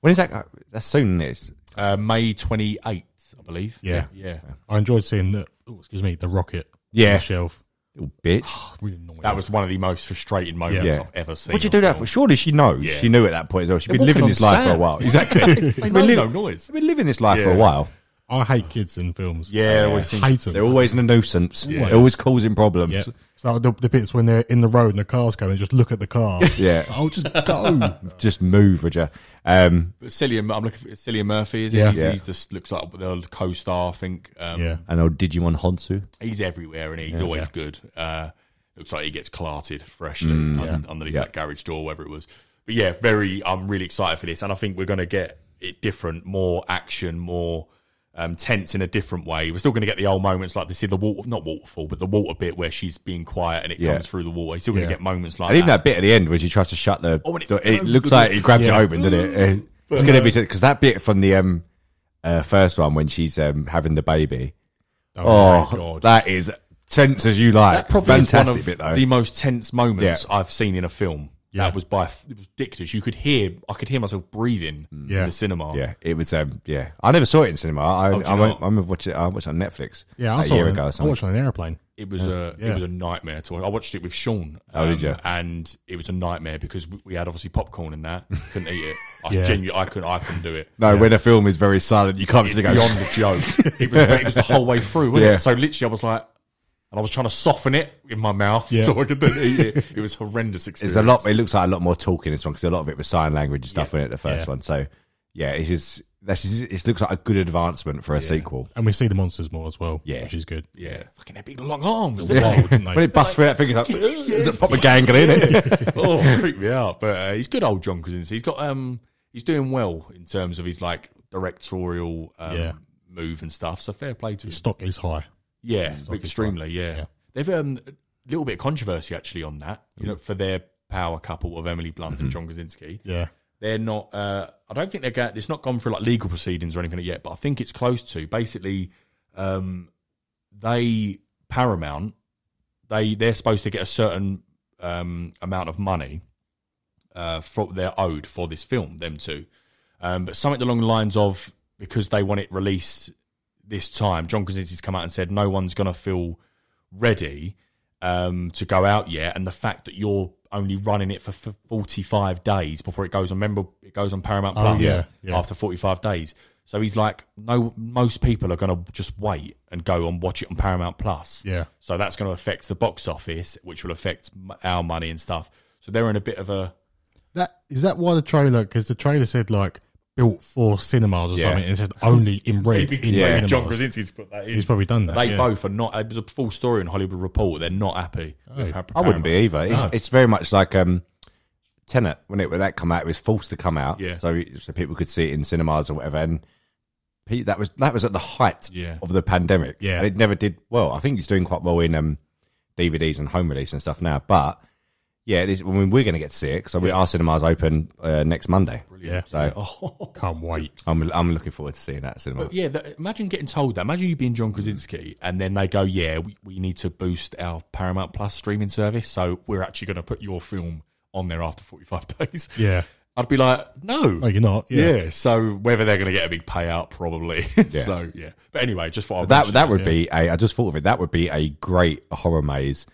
S7: When is that? go- That's soon. It's
S5: uh, May twenty eighth, I believe.
S6: yeah,
S5: Yeah.
S6: I enjoyed seeing the oh, excuse me the rocket. on
S7: Yeah.
S6: the shelf.
S7: little bitch.
S6: Really annoying.
S5: That was one of the most frustrating moments
S7: Yeah.
S5: I've ever seen.
S7: What'd you
S5: on
S7: do that for?
S5: film.
S7: Surely she knows.
S5: Yeah.
S7: She knew at that point as well. She'd
S5: They're
S7: been living
S5: walking
S7: this
S5: on
S7: life for a
S5: sade.
S7: while. Exactly. She's
S5: They made no noise.
S7: been living this life for a
S5: Yeah.
S7: while.
S6: I hate kids in films.
S5: Yeah, it always
S6: I
S5: seems-
S6: hate them.
S7: They're always in a nuisance.
S5: Yeah.
S7: They're always causing problems.
S6: yeah. So the, the bits when they're in the road and the car's going, just look at the car.
S7: Yeah.
S6: I'll just go.
S7: Just move, Roger. Um,
S5: Cillian, I'm looking for Cillian Murphy. Is it?
S6: Yeah.
S5: He's,
S7: Yeah.
S5: he's just looks like the co-star. I think. Um,
S6: yeah,
S7: and old Digimon Honsu.
S5: he's everywhere and he's always good. Uh, looks like he gets clarted freshly un- underneath
S7: Mm, Yeah.
S5: that garage door, whether it was. But yeah, very. I'm really excited for this, and I think we're going to get it different, more action, more um, tense in a different way. We're still going to get the old moments like this in the water, not waterfall, but the water bit where she's being quiet and it
S7: Yeah.
S5: comes through the water. You're still going to
S6: Yeah.
S5: get moments like
S7: And even
S5: that.
S7: that bit at the end where she tries to shut the
S5: Oh, and Mm. it
S7: door, it
S5: opens
S7: looks
S5: the
S7: like
S5: door.
S7: he grabs
S6: Yeah.
S7: it open, doesn't it? Uh, It's going to be because that bit from the um, uh, first one when she's um, having the baby. Oh,
S5: my God.
S7: that is tense as you like.
S5: That probably is
S7: Fantastic
S5: one of
S7: bit though.
S5: the most tense moments
S7: Yeah.
S5: I've seen in a film.
S6: Yeah.
S5: That was by f- it was ridiculous. You could hear, I could hear myself breathing
S6: Yeah.
S5: in the cinema.
S7: Mm. yeah, it was. Um, yeah, I never saw it in cinema. I
S5: Oh, do
S7: I,
S5: you
S7: went,
S5: not?
S7: I remember watching it. I watched it on Netflix.
S6: yeah. I
S7: like
S6: saw
S7: a year
S6: it.
S7: ago or
S6: I
S7: something.
S6: watched it on an airplane.
S5: It was a
S6: Yeah.
S5: it was a nightmare to watch. I watched it with Sean. um,
S7: Oh, did you?
S5: And it was a nightmare because we- we had obviously popcorn and that. Couldn't eat it. I
S6: Yeah.
S5: genuinely, I couldn't, I couldn't do it.
S7: No, when a film is very silent, you can't
S5: It's
S7: just go.
S5: beyond the joke. It was, it was the whole way through, wasn't
S7: Yeah.
S5: it? So literally, I was like, and I was trying to soften it in my mouth
S6: Yeah.
S5: so I could then eat it. It was horrendous
S7: It's
S5: experience.
S7: a lot. It looks like a lot more talk in this one because a lot of it was sign language and stuff in it. The first
S6: Yeah.
S7: one, so yeah, it is. This is. It looks like a good advancement for a sequel.
S6: and we see the monsters more as well.
S7: Yeah.
S6: which is good.
S5: Yeah, fucking their big long arms.
S6: Wild, didn't they?
S7: When it busts through that finger, it's like it's a proper ganglion. Isn't it?
S5: oh, freak me out. But uh, he's good old John Krasinski. He's got um, he's doing well in terms of his like directorial um,
S6: Yeah.
S5: move and stuff. So fair play to him.
S6: Stock is high.
S5: Yeah, extremely. Yeah.
S6: Yeah.
S5: they've um a little bit of controversy actually on that. You know, for their power couple of Emily Blunt and John Krasinski,
S6: Yeah,
S5: they're not. Uh, I don't think they're. Go- it's not gone through like legal proceedings or anything yet, but I think it's close to. Basically, um, they Paramount they they're supposed to get a certain um, amount of money uh, for they're owed for this film, them two. Um, but something along the lines of because they want it released this time, John Krasinski's come out and said no one's going to feel ready um, to go out yet, and the fact that you're only running it for, for 45 days before it goes on. Remember, it goes on Paramount
S6: Oh,
S5: Plus
S6: yeah, yeah.
S5: after 45 days. So he's like, no, most people are going to just wait and go and watch it on Paramount Plus.
S6: Yeah.
S5: So that's going to affect the box office, which will affect m- our money and stuff. So they're in a bit of a
S6: that is that why the trailer because the trailer said like built for cinemas or
S7: Yeah.
S6: something. And it said only in red in
S7: Yeah.
S6: cinemas.
S5: John Krasinski's put that in.
S6: He's probably done that.
S5: they
S6: yeah.
S5: both are not. It was a full story in Hollywood Report. They're not happy. with how
S7: I wouldn't be
S5: Paramount-
S7: either. It's, it's very much like um, Tenet when it when that come out, it was forced to come out,
S5: Yeah.
S7: so so people could see it in cinemas or whatever. And Pete, that was that was at the height
S5: Yeah.
S7: of the pandemic.
S6: Yeah.
S7: and it never did well. I think it's doing quite well in um, DVDs and home release and stuff now, but. Yeah, it is, I mean, we're going to get sick, so we, our cinemas open uh, next Monday.
S6: Yeah.
S7: So
S6: Can't wait.
S7: I'm, I'm looking forward to seeing that at cinema.
S5: Oh. But yeah, the, imagine getting told that. Imagine you being John Krasinski, and then they go, "Yeah, we, we need to boost our Paramount Plus streaming service, so we're actually going to put your film on there after 45 days."
S6: Yeah.
S5: I'd be like, "No,
S6: No, you're not. Yeah.
S5: yeah. So whether they're going to get a big payout, probably. so yeah. But anyway, just what I
S7: That that would be a. I just thought of it. That would be a great horror maze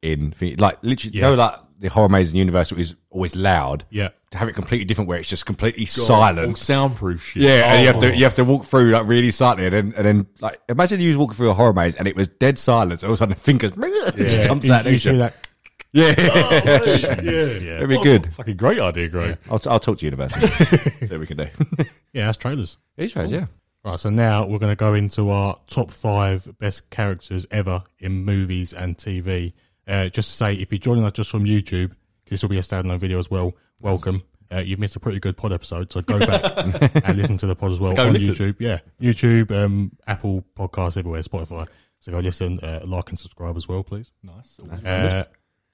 S7: in thi- like literally. You know, like the horror maze in Universal is always loud.
S6: Yeah.
S7: To have it completely different, where it's just completely silent.
S5: Oh, soundproof shit.
S7: Yeah, and you
S5: Oh.
S7: have to you have to walk through like really silently, and then, and then like imagine you was walking through a horror maze and it was dead silence. All of a sudden, the fingers just jumps
S6: You-
S7: out
S6: you
S7: at
S6: see
S7: you.
S6: that?
S7: Yeah,
S6: Yeah.
S7: it'd be good.
S5: oh, Fucking great idea, Greg.
S7: I'll, t- I'll talk to Universal. See what we can do.
S6: Yeah, that's trailers.
S7: These shows, yeah.
S6: Right, so now we're going to go into our top five best characters ever in movies and TV. Uh, just to say, if you're joining us just from YouTube, 'cause this will be a standalone video as well. Welcome. Uh, you've missed a pretty good pod episode, so go back and listen to the pod as well
S5: go
S6: on
S5: listen.
S6: YouTube. Yeah, YouTube, um, Apple Podcasts everywhere, Spotify. So go listen, uh, like and subscribe as well, please.
S5: Nice.
S6: Uh,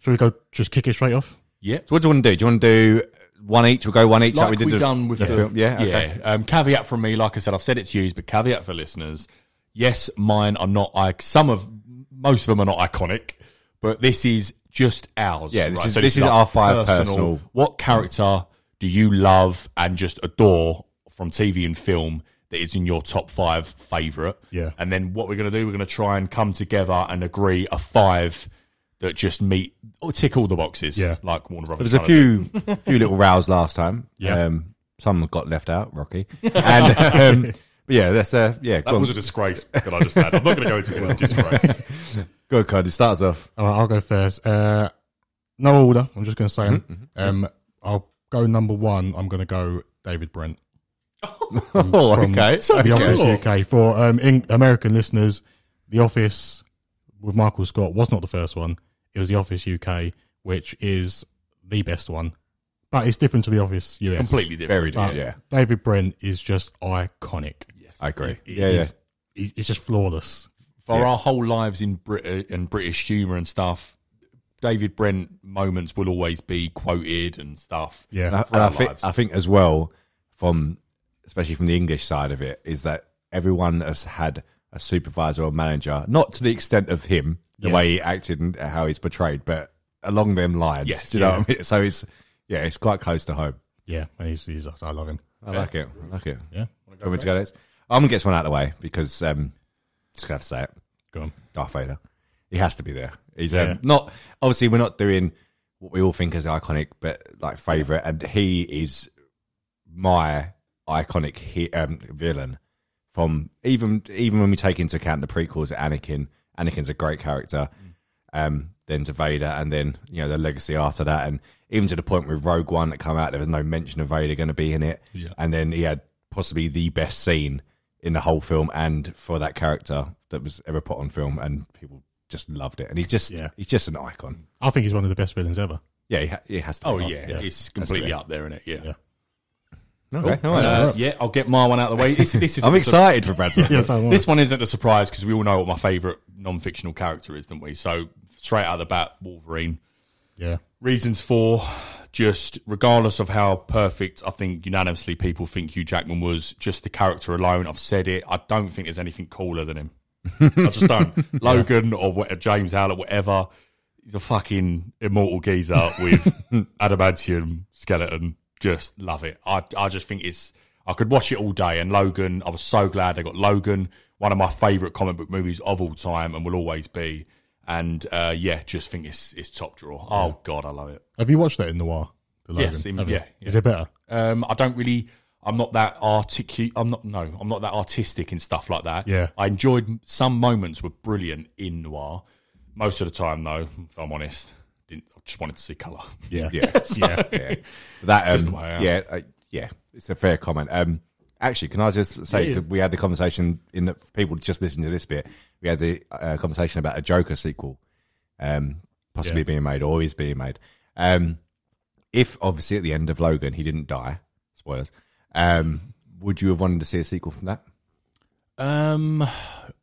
S6: should we go just kick it straight off?
S5: Yeah.
S7: So what do you want to do? Do you want to do one each? We'll go one each. we
S5: Like we
S7: did the,
S5: have done with
S7: the
S5: the
S7: film. Yeah, okay.
S5: yeah. Um, caveat from me, like I said, I've said it to you, but caveat for listeners: yes, mine are not. I some of most of them are not iconic, but this is just ours.
S7: Yeah, this is- this is our five personal-
S5: What character do you love and just adore from TV and film that is in your top five favorite?
S6: Yeah.
S5: and then what we're gonna do? We're gonna try and come together and agree a five that just meet or tick all the boxes.
S6: Yeah.
S5: like Warner Brothers.
S7: There's a
S5: trying to do.
S7: few few little rows last time.
S6: Yeah.
S7: Um, some got left out, Rocky. And um, but yeah, that's uh, yeah.
S5: That
S7: go,
S5: was a
S7: on.
S5: disgrace that I just had. I'm not going to go into it. disgrace.
S7: go, Cody. Start us off.
S6: All right, I'll go first. Uh, no order. I'm just going to
S7: Mm-hmm,
S6: say 'em. Um, I'll go number one. I'm going to go David Brent.
S7: Oh,
S6: from
S7: okay.
S6: The Office
S7: Okay.
S6: UK. For um, in- American listeners, The Office with Michael Scott was not the first one. It was The Office UK, which is the best one. But it's different to The Office US.
S5: Completely different.
S7: Very
S6: But
S7: different. Yeah,
S6: David Brent is just iconic.
S7: I agree.
S6: It
S7: Yeah, yeah.
S6: is- it- It's just flawless.
S5: For our whole lives in Brit and British humour and stuff, David Brent moments will always be quoted and stuff.
S6: Yeah.
S7: And I,
S5: For
S7: and I
S5: our
S7: think
S5: lives.
S7: I think as well from especially from the English side of it is that everyone has had a supervisor or manager, not to the extent of him, the
S6: Yeah.
S7: way he acted and how he's portrayed, but along them lines.
S5: Yes.
S7: do you know what I mean? So it's yeah, it's quite close to home.
S6: Yeah, and he's, he's, I love him.
S7: I like it. I like it.
S6: Yeah,
S7: Do you want me to go next? I'm gonna get someone out of the way because um, just gonna have to say it.
S6: go on.
S7: Darth Vader. He has to be there. He's
S6: Yeah.
S7: um, not obviously we're not doing what we all think is iconic, but like favorite, and he is my iconic he, um, villain from even even when we take into account the prequels, Anakin Anakin's a great character. Um, then to Vader, and then you know the legacy after that, and even to the point with Rogue One that come out, there was no mention of Vader going to be in it,
S6: Yeah.
S7: and then he had possibly the best scene in the whole film, and for that character that was ever put on film, and people just loved it, and he's just
S6: Yeah.
S7: he's just an icon.
S6: I think he's one of the best villains ever.
S7: Yeah, he, ha- he has to.
S5: Oh
S7: be on.
S5: yeah, it's completely up there, isn't it? Yeah.
S6: Yeah.
S7: Okay,
S5: Cool.
S7: all right.
S5: Uh, yeah, I'll get my one out of the way. This, this is
S7: I'm excited for Brad's.
S6: Yeah, so am I.
S5: This one isn't a surprise because we all know what my favourite non-fictional character is, don't we? So straight out of the bat, Wolverine.
S6: yeah,
S5: Reasons for just regardless of how perfect I think unanimously people think Hugh Jackman was, just the character alone. I've said it. I don't think there's anything cooler than him. I just don't. Logan or what, James Howlett, whatever. He's a fucking immortal geezer with adamantium skeleton. Just love it. I, I just think it's. I could watch it all day. And Logan, I was so glad they got Logan, one of my favourite comic book movies of all time and will always be. And uh, yeah, just think it's it's top draw. Oh god, I love it.
S6: have you watched that in noir? The Logan?
S5: Yes, in-
S6: Have you?
S5: yeah,
S6: Is it better?
S5: Um, I don't really. I'm not that articulate. I'm not. No, I'm not that artistic and stuff like that.
S6: Yeah.
S5: I enjoyed some moments were brilliant in noir. Most of the time, though, if I'm honest, didn't. I just wanted to see color.
S6: Yeah,
S7: Yeah,
S6: yeah.
S7: yeah. That um,
S5: the way I am.
S7: yeah, uh, yeah. It's a fair comment. Um, actually, can I just say 'cause we had the conversation in the people just listened to this bit. We had the uh, conversation about a Joker sequel, um, possibly
S6: Yeah.
S7: being made or is being made. Um, if obviously at the end of Logan he didn't die, spoilers. Um, would you have wanted to see a sequel from that?
S5: Um,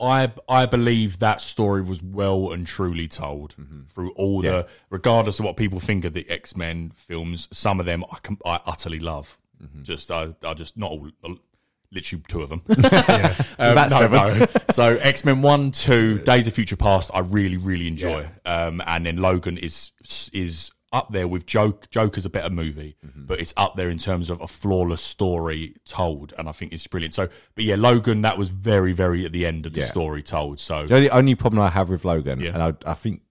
S5: I I believe that story was well and truly told through all the, regardless of what people think of the X Men films. Some of them I com- I utterly love. Just I I just not all. Literally two of them. Um,
S7: About
S5: no,
S7: seven.
S5: no. So X Men One, Two, Days of Future Past, I really, really enjoy. Um, and then Logan is is up there with Joke. Joker's a better movie,
S7: Mm-hmm.
S5: but it's up there in terms of a flawless story told, and I think it's brilliant. So, but yeah, Logan, that was very, very at the end of the
S7: Yeah.
S5: story told. So
S7: The only, only problem I have with Logan,
S5: Yeah.
S7: and I, I think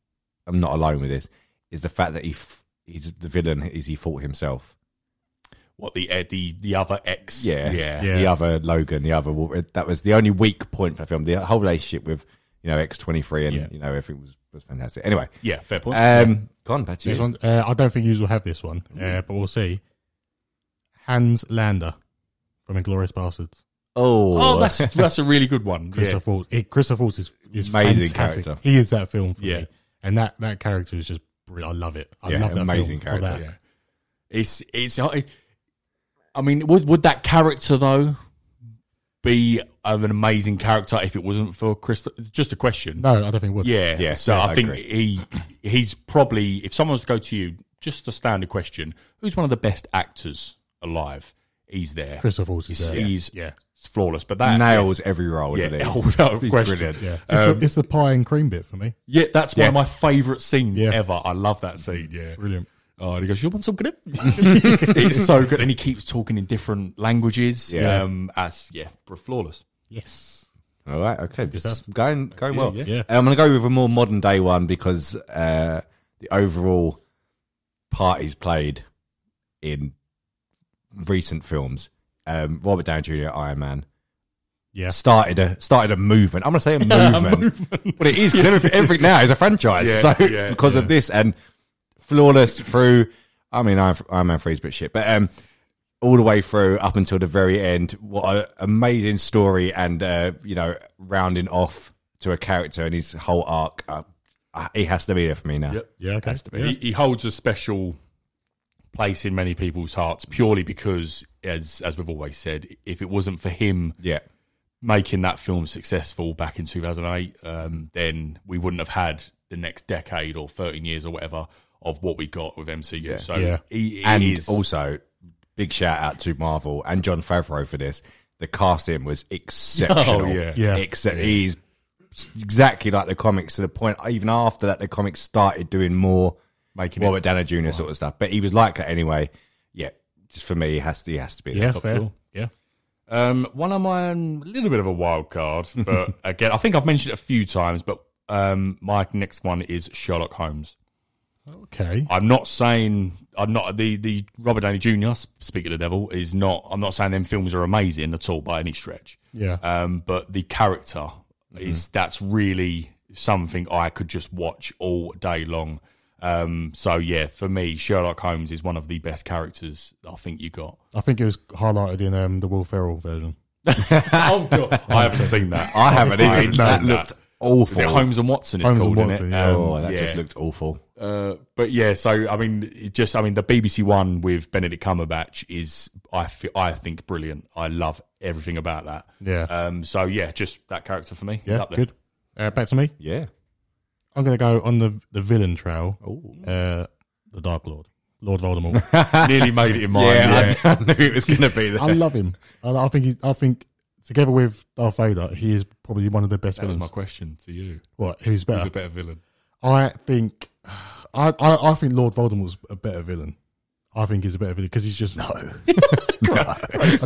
S7: I'm not alone with this, is the fact that he f- he's the villain is he fought himself.
S5: what the uh, the the other X?
S7: Yeah,
S5: yeah,
S7: The other Logan, the other Wolver- that was the only weak point for the film. The whole relationship with you know X twenty three and
S5: Yeah.
S7: you know everything was was fantastic. Anyway,
S5: Yeah, Fair point.
S7: um, go on back to
S6: This
S7: you.
S6: one, uh, I don't think you will have this one, uh, but we'll see. Hans Lander from Inglorious Bastards.
S7: Oh,
S5: oh, that's that's a really good one.
S6: Christopher
S5: Yeah.
S6: Waltz. It, Christopher Waltz is, is
S7: Amazing
S6: fantastic.
S7: character.
S6: He is that film for
S5: Yeah.
S6: me, and that that character is just brilliant. I love it. I
S7: Yeah,
S6: love that
S7: amazing
S6: film for
S7: character,
S6: that.
S5: Yeah. It's it's. I mean, would would that character though be of an amazing character if it wasn't for Chris? Just a question.
S6: No, I don't think it would.
S5: Yeah.
S7: Yeah,
S5: So
S7: yeah,
S5: I,
S7: I
S5: think
S7: agree.
S5: he he's probably if someone was to go to you, just a standard question: Who's one of the best actors alive? He's there.
S6: Christopher Waltz is
S5: He's,
S6: there.
S5: he's
S6: Yeah.
S5: flawless. But that
S7: nails every role.
S5: Yeah,
S7: doesn't he?
S5: yeah, without
S7: He's
S5: question.
S7: brilliant.
S6: Yeah. It's, the, it's the pie and cream bit for me.
S5: Yeah, that's one
S7: Yeah.
S5: of my favourite scenes
S6: Yeah.
S5: ever. I love that scene. Yeah.
S6: Brilliant.
S5: Oh, and he goes, "You want some grip?" it's so good, and he keeps talking in different languages.
S7: Yeah.
S5: um, as yeah, br- flawless.
S6: Yes.
S7: All right, okay,
S6: stuff.
S7: just going going well. Um,
S5: yeah.
S6: Yeah.
S7: I'm gonna go with a more modern day one because uh, the overall part he's played in recent films. Um, Robert Downey Jr. Iron Man.
S6: Yeah.
S7: started a started a movement. I'm going to say a movement. But it is because everything, everything now is a franchise.
S5: Yeah,
S7: so
S5: yeah,
S7: because of this and flawless through, I mean, Iron, Iron Man Freeze, but shit. But um, all the way through up until the very end. What an amazing story and uh, you know rounding off to a character and his whole arc. Uh, uh, he has to be there for me now.
S5: Yep.
S6: Yeah. Okay. Yeah.
S5: He, he holds a special place in many people's hearts purely because, as as we've always said, if it wasn't for him
S7: Yeah.
S5: making that film successful back in 2008, um, then we wouldn't have had the next decade or 13 years or whatever of what we got with MCU. So
S6: Yeah.
S5: He, he
S7: and
S5: is-
S7: also big shout out to Marvel and John Favreau for this. The casting was exceptional.
S5: Oh, yeah.
S6: Yeah.
S7: Except he's exactly like the comics to the point. Even after that, the comics started doing more
S5: Making
S7: Robert Downey Jr. sort of stuff. But he was like that anyway. Yeah, just for me, he has to. He has to be.
S6: Yeah.
S7: there.
S6: Fair. Yeah.
S5: Um, one of my um, little bit of a wild card, but again, I think I've mentioned it a few times. But um, my next one is Sherlock Holmes.
S6: Okay.
S5: I'm not saying I'm not the the Robert Downey Jr. Speak of the devil is not. I'm not saying them films are amazing at all by any stretch.
S6: Yeah.
S5: Mm-hmm. Um, but the character is that's really something I could just watch all day long. Um, so yeah, for me, Sherlock Holmes is one of the best characters I think you got.
S6: I think it was highlighted in um, the Will Ferrell version.
S5: oh god, I haven't seen that.
S7: I haven't even. that
S5: seen
S7: looked awful.
S5: Is it Holmes and Watson? It's
S6: Holmes and
S5: called, isn't
S6: Watson,
S5: it? Um,
S6: yeah.
S7: Oh, that
S5: yeah.
S7: just looked awful.
S5: Uh, but yeah, so I mean, it just I mean, the BBC One with Benedict Cumberbatch is I fe- I think brilliant. I love everything about that.
S6: Yeah.
S5: Um. So yeah, just that character for me. He's
S6: Yeah,
S5: up there.
S6: good. Uh, back to me.
S7: Yeah.
S6: I'm going to go on the the villain trail. Uh, the Dark Lord, Lord Voldemort.
S5: Nearly made it in mine.
S7: yeah,
S5: Yeah.
S7: I, I knew it was going to be
S6: I
S7: that.
S6: love him. I, I think he, I think together with Darth Vader, he is probably one of the best
S5: That was
S6: villains.
S5: my question to you.
S6: What? Who's
S5: Who's
S6: better?
S5: a better villain?
S6: I think I, I I think Lord Voldemort's a better villain. I think he's a better villain because he's just no. I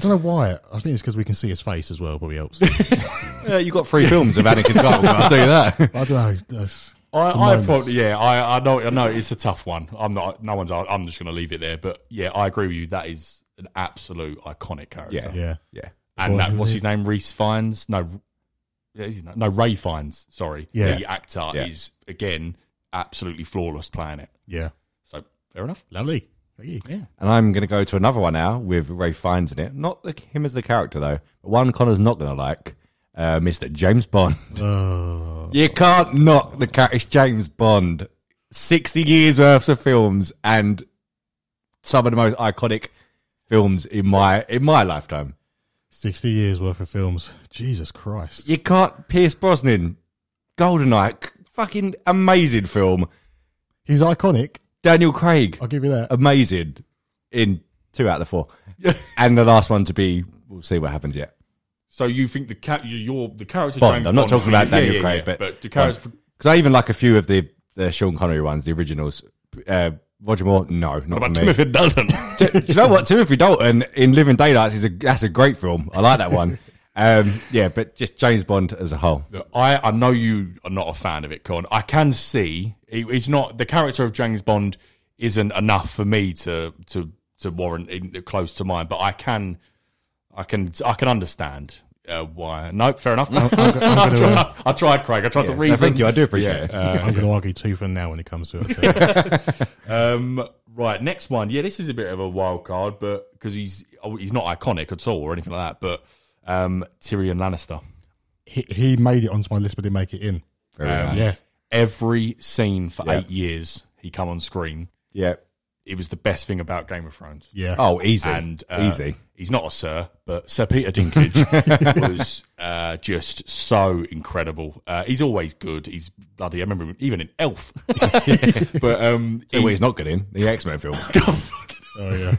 S6: don't know why. I think it's because we can see his face as well. Probably helps. But
S7: Uh, you got three films of Anakin Skywalker. I'll tell you that.
S6: I don't know. That's,
S5: I, I
S6: moments.
S5: probably yeah. I, I know I know it's a tough one. I'm not. No one's. I'm just going to leave it there. But yeah, I agree with you. That is an absolute iconic character.
S7: Yeah.
S6: yeah.
S7: Yeah.
S5: and that
S6: Boy,
S5: what's
S6: who
S5: his name? Reese Fiennes? No, yeah, is his name? no Ray Fiennes. Sorry,
S6: Yeah.
S5: the actor
S7: Yeah.
S5: is again absolutely flawless playing it.
S6: Yeah.
S5: So fair enough.
S6: Lovely. Thank you.
S7: And I'm going to go to another one now with Ray Fiennes in it. Not the, him as the character, though. One Connor's not going to like, uh, Mr. James Bond.
S6: Uh,
S7: You can't knock the character. It's James Bond. 60 years worth of films and some of the most iconic films in my in my lifetime.
S6: Sixty years worth of films. Jesus Christ.
S7: You can't Pierce Brosnan, Goldeneye, c- fucking amazing film.
S6: He's iconic.
S7: Daniel Craig,
S6: I'll give you that.
S7: amazing in two out of the four, and the last one to be. We'll see what happens yet.
S5: So you think the cat you're the character
S7: Bond.
S5: James
S7: I'm not
S5: Bond-
S7: talking about
S5: Yeah,
S7: Daniel
S5: yeah,
S7: Craig,
S5: yeah,
S7: but
S5: the character
S7: because I even like a few of the the Sean Connery ones, the originals. Uh, Roger Moore, no, not
S5: about
S7: for me.
S5: Timothy Dalton.
S7: Do, do you know what Timothy Dalton in Living Daylights is a that's a great film. I like that one. um, yeah, but just James Bond as a whole.
S5: I I know you are not a fan of it, Con. I can see it, it's not the character of James Bond isn't enough for me to to to warrant in, close to mine, but I can I can I can understand uh, why. No, fair enough. I, tried, I tried, Craig. I tried to
S7: No,
S5: reason. uh,
S7: thank you. I do appreciate it.
S6: uh, I'm going to argue tooth and nail when it comes to it.
S5: Um, right, next one. Yeah, this is a bit of a wild card, but because he's oh, he's not iconic at all or anything like that. But um, Tyrion Lannister.
S6: he, he made it onto my list, but didn't make it in. Uh,
S7: Very nice.
S6: Yeah.
S5: Every scene for
S7: Yeah.
S5: eight years he come on screen.
S7: yeah.
S5: It was the best thing about Game of Thrones.
S6: Yeah.
S7: Oh, easy.
S5: And uh,
S7: easy.
S5: He's not a sir, but Sir Peter Dinklage was uh, just so incredible. Uh, he's always good. He's bloody. I remember him even in Elf. but um,
S7: Yeah,
S5: he-
S7: well, he's not good in the X Men film.
S6: Oh, yeah.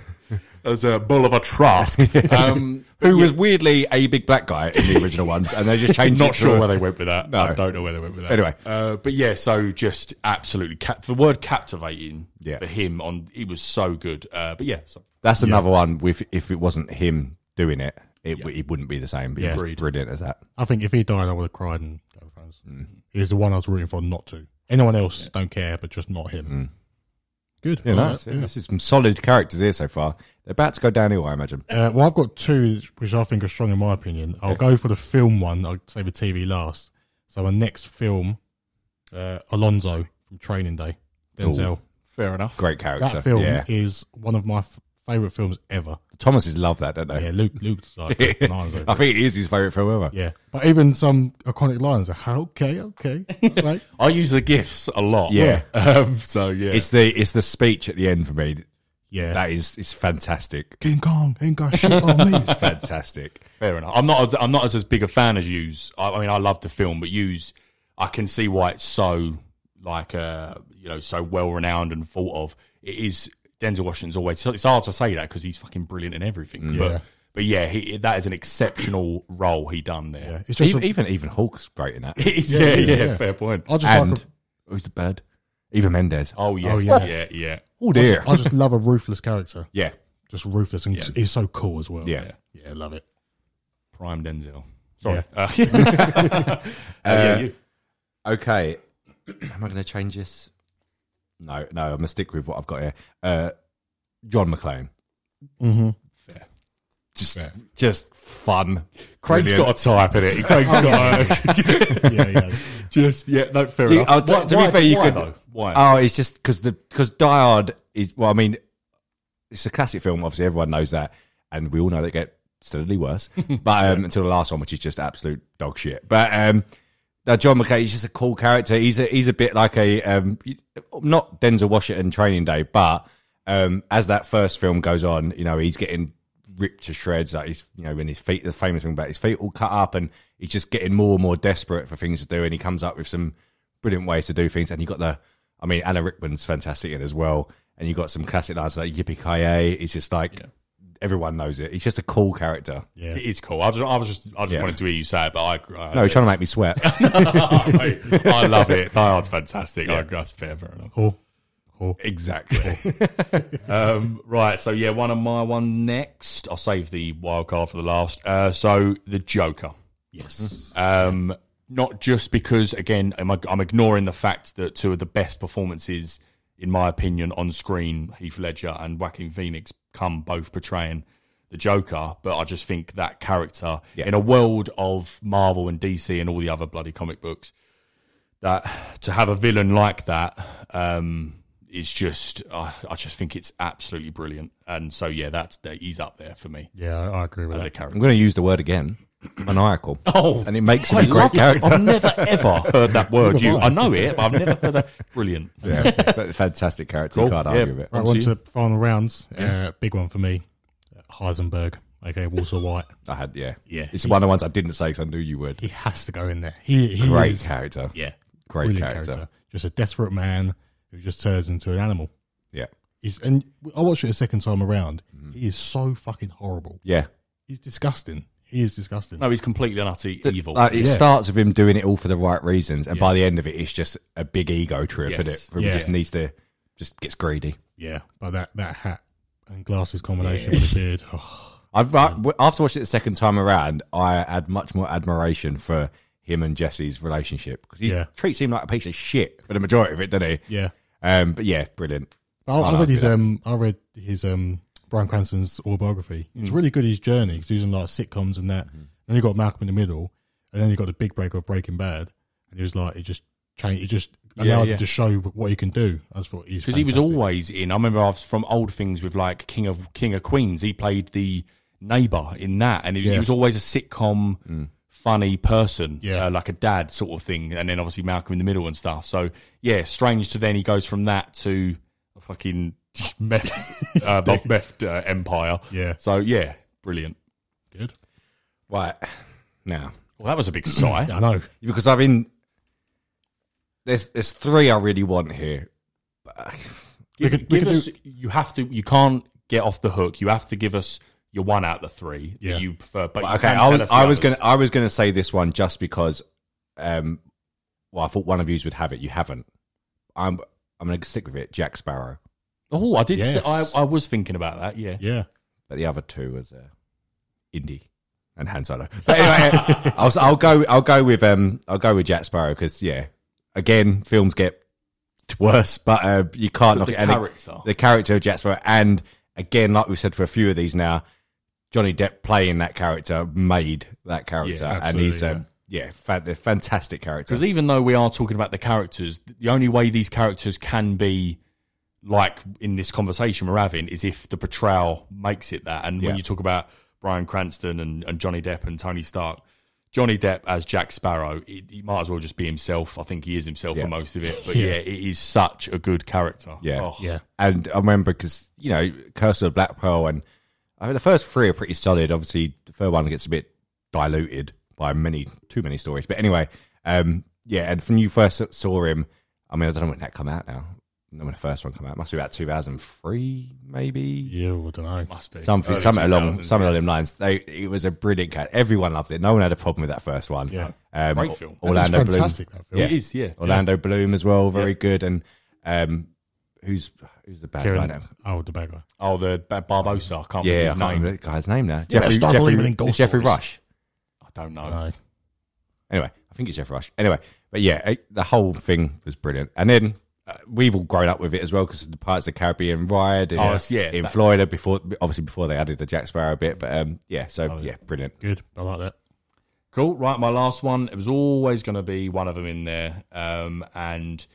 S5: as a bull of a trask. Um,
S7: who was weirdly a big black guy in the original ones, and they just changed.
S5: not
S7: it
S5: sure
S7: to
S5: where
S7: a,
S5: they went with that. I don't know where they went with that.
S7: Anyway.
S5: uh, but yeah, so just absolutely cap- the word captivating
S7: Yeah.
S5: for him on he was so good. Uh, but yeah, so
S7: That's another one. With if it wasn't him doing it, it, w it wouldn't be the same. But yeah.
S5: Agreed.
S7: brilliant as that.
S6: I think if he died, I would have cried and go with France.
S7: Mm.
S6: He was the one I was rooting for not to. Anyone else don't care, but just not him. Good.
S7: Mm. Yeah,
S6: All
S7: nice.
S6: right.
S7: Yeah, This is some solid characters here so far. They're about to go downhill, I imagine.
S6: Uh, well, I've got two which I think are strong in my opinion. I'll go for the film one. I'll say the TV last. So my next film, uh, Alonzo from Training Day, Denzel.
S5: fair enough.
S7: Great character.
S6: That film
S7: yeah.
S6: is one of my f- favorite films ever.
S7: Thomases love that, don't they?
S6: Yeah, Luke. Luke's like bananas over
S7: I
S6: it.
S7: think it is his favourite film ever.
S6: Yeah, but even some iconic lines are okay, okay, right?
S5: I use the gifts a lot.
S7: Yeah.
S5: um, so yeah,
S7: It's the it's the speech at the end for me.
S6: Yeah,
S7: That is it's fantastic.
S6: King Kong ain't got shit on me.
S7: fantastic.
S5: fair enough. I'm not. as- I'm not as, as big a fan as yous. I, I mean, I love the film, but yous, I can see why it's so like uh, you know so well renowned and thought of. It is Denzel Washington's always. so It's hard to say that because he's fucking brilliant in everything.
S6: Yeah.
S5: But but Mm. yeah, he, that is an exceptional role he done there.
S6: Yeah, it's just.
S7: Even,
S6: A,
S7: even even Hulk's great in that.
S5: It is, yeah,
S6: is,
S5: yeah, Oh,
S6: yeah.
S5: fair point.
S6: I just like.
S7: and
S6: A,
S7: who's the bird? Eva Mendes.
S5: Oh yes,
S6: yeah.
S5: yeah, yeah,
S7: Oh dear.
S6: I just love a ruthless character.
S7: Yeah.
S6: Just ruthless, and he's so cool as well.
S7: Yeah.
S6: yeah, love it.
S5: Prime Denzel. Sorry. Uh, uh,
S7: Uh,
S5: yeah, you.
S7: Okay. Am I going to change this? No, no. I'm going to stick with what I've got here. Uh, John McClane.
S5: Just,
S7: Just fun.
S5: Craig's
S7: Brilliant.
S5: Oh, got a type in it. Craig's got. A,
S6: Yeah, yeah.
S5: Just yeah, no, fair
S7: You-
S5: enough.
S7: oh, to,
S5: Why-
S7: to be
S5: why-
S7: fair, you
S5: why
S7: could.
S5: though? Why?
S7: Oh, it's just because the because Diard is. Well, I mean, it's a classic film. Obviously, everyone knows that, and we all know that it get steadily worse. but um, until the last one, which is just absolute dog shit. But um, now John McCain, he's just a cool character. He's a, he's a bit like a um, not Denzel Washington Training Day, but um, as that first film goes on, you know, he's getting ripped to shreds. Like he's, you know, when his feet, the famous thing about his feet all cut up, and he's just getting more and more desperate for things to do. And he comes up with some brilliant ways to do things. And you got the, I mean, Anna Rickman's fantastic in it as well. And you got some classic lines like Yippee Ki Yay. It's just like everyone knows it. He's just a cool character.
S6: Yeah.
S5: It is cool. I was, I was just, I just
S7: Yeah.
S5: wanted to hear you say it, but I. I
S7: No, he's trying to make me sweat.
S5: make. I love it. Diehard's fantastic. I, that's fair, fair enough.
S6: Cool.
S5: Exactly. um, right. So yeah, one of my one next. I'll save the wild card for the last. Uh, so the Joker.
S6: Yes.
S5: Um, not just because, again, I'm, I'm ignoring the fact that two of the best performances, in my opinion, on screen, Heath Ledger and Joaquin Phoenix, come both portraying the Joker. But I just think that character,
S7: Yeah.
S5: in a world of Marvel and DC and all the other bloody comic books, that to have a villain like that um, is just, I I just think it's absolutely brilliant. And so, yeah, that's that he's up there for me
S6: Yeah, I, I agree with
S5: as a
S6: that.
S5: character.
S7: I'm going to use the word again. Maniacal.
S5: Oh,
S7: and it makes him a
S5: I
S7: great
S5: love it.
S7: character.
S5: I've never ever heard that word. You,
S6: Neither
S5: I
S6: have
S5: know it, but I've never heard that. Brilliant.
S7: Yeah, fantastic character.
S5: Cool.
S7: You can't
S5: Yeah.
S7: argue with it.
S6: Right,
S5: On
S6: on
S5: to
S6: to final rounds. Uh, big one for me. Heisenberg, okay, Walter White.
S7: I had, yeah,
S6: Yeah.
S7: It's one of the ones I didn't say because I knew you would.
S6: He has to go in there. He, he
S7: Great
S6: is
S7: character.
S6: yeah,
S7: Great
S6: brilliant
S7: character.
S6: Just a desperate man who just turns into an animal.
S7: yeah,
S6: He's, and I watched it a second time around.
S7: Mm.
S6: He is so fucking horrible.
S7: yeah.
S6: He's disgusting. He is disgusting.
S5: No, he's completely and utterly evil.
S7: Like, it
S6: Yeah.
S7: starts with him doing it all for the right reasons, and by the end of it, it's just a big ego trip.
S5: Yes.
S7: But it
S6: Yeah.
S7: He just needs to just gets greedy.
S6: Yeah, but that that hat and glasses combination with a beard. Oh,
S7: I've I- w- after watching it the second time around, I had much more admiration for him and Jesse's relationship because he
S6: Yeah.
S7: treats him like a piece of shit for the majority of it, doesn't he?
S6: yeah.
S7: Um, but yeah, brilliant.
S6: But I,
S7: I'll
S6: I read
S7: do
S6: his
S7: that.
S6: um, I read his um, Brian Cranston's autobiography. It's
S5: Mm.
S6: really good. His journey. He's using like sitcoms and
S5: Mm-hmm.
S6: that. Then you got Malcolm in the Middle, and then you got the big break of Breaking Bad. And he was like, he just changed. He just allowed
S5: Yeah, yeah.
S6: him to show what he can do. I just thought he's
S5: Because he was
S6: fantastic.
S5: always in. I remember I was from old things with like King of King of Queens. He played the neighbour in that, and he was, he
S6: Yeah. Mm.
S5: was always a sitcom, funny person,
S6: Yeah.
S5: uh, like a dad sort of thing. And then obviously Malcolm in the Middle and stuff. So yeah, strange to then he goes from that to a fucking meth, uh, meth uh, empire.
S6: Yeah.
S5: So yeah, brilliant.
S6: good.
S7: Right now,
S5: Well, that was a big sigh.
S6: Yeah, I know.
S7: because I've been there's there's three I really want here.
S5: Give,
S6: We could- we
S5: give
S6: could
S5: us. You have to. You can't get off the hook. You have to give us your one out of the three
S6: Yeah.
S5: that you prefer. But you
S7: okay,
S5: can
S7: I
S5: tell
S7: was
S5: us the
S7: I was
S5: others.
S7: gonna I was gonna say this one just because, um, well, I thought one of you would have it. You haven't. I'm I'm gonna stick with it. Jack Sparrow,
S5: Oh, I did.
S6: Yes.
S5: s- I I was thinking about that. Yeah.
S6: Yeah,
S7: but the other two was uh, Indy and Han Solo. But anyway, I'll I'll go I'll go with um I'll go with Jack Sparrow because yeah, again, films get worse, but uh, you can't
S5: But
S7: knock
S5: the
S7: it. And it-
S5: character.
S7: the character of Jack Sparrow, and again, like we've said for a few of these now, Johnny Depp playing that character made that character,
S6: Yeah,
S7: and he's
S6: absolutely,
S7: um, yeah, fan- a fantastic character.
S5: Because even though we are talking about the characters, the only way these characters can be like in this conversation we're having is if the portrayal makes it that. And when
S7: Yeah.
S5: you talk about Brian Cranston and, and Johnny Depp and Tony Stark, Johnny Depp as Jack Sparrow, he, he might as well just be himself. I think he is himself
S7: Yeah.
S5: for most of it. But yeah. it is such a good character.
S7: Yeah.
S5: Oh.
S6: yeah.
S7: And I remember because you know Curse of the Black Pearl, and I mean the first three are pretty solid. Obviously, the third one gets a bit diluted by many too many stories. But anyway, um, yeah, and when you first saw him, I mean I don't know when that come out now. I don't know When the first one come out, must be about two thousand three, maybe.
S6: Yeah, I don't know.
S5: Must be.
S7: something,
S5: Early
S7: something along,
S5: 2000s,
S7: something
S5: yeah.
S7: along them lines. They, it was a brilliant cat. Everyone loved it. No one had a problem with that first one.
S6: Yeah.
S7: um,
S5: Great film.
S7: O- Orlando Bloom,
S6: fantastic. That film.
S7: Yeah.
S5: It is, yeah.
S7: Orlando Bloom as well, very good. And um, who's who's the bad guy
S6: Kieran,
S7: now?
S6: oh, the bad guy.
S5: Oh, the Bar- Barbosa. I can't
S7: Yeah, I
S5: yeah,
S7: can't
S5: remember his
S7: remember
S5: name.
S7: the guy's name now.
S6: Yeah, let's start believing in
S7: Jeffrey,
S6: ghost
S7: Jeffrey
S6: stories.
S7: Rush.
S5: I don't know.
S6: I know.
S7: Anyway, I think it's Jeff Rush. Anyway, but yeah, it, the whole thing was brilliant. And then uh, we've all grown up with it as well because the Pirates of the Caribbean ride and,
S5: Oh,
S7: uh,
S5: it's- yeah,
S7: in
S5: that-
S7: Florida
S5: Oh,
S7: before, obviously before they added the Jack Sparrow bit. But um, yeah, so yeah, brilliant.
S6: Good. I like that.
S5: Cool. Right, my last one. It was always going to be one of them in there, um, and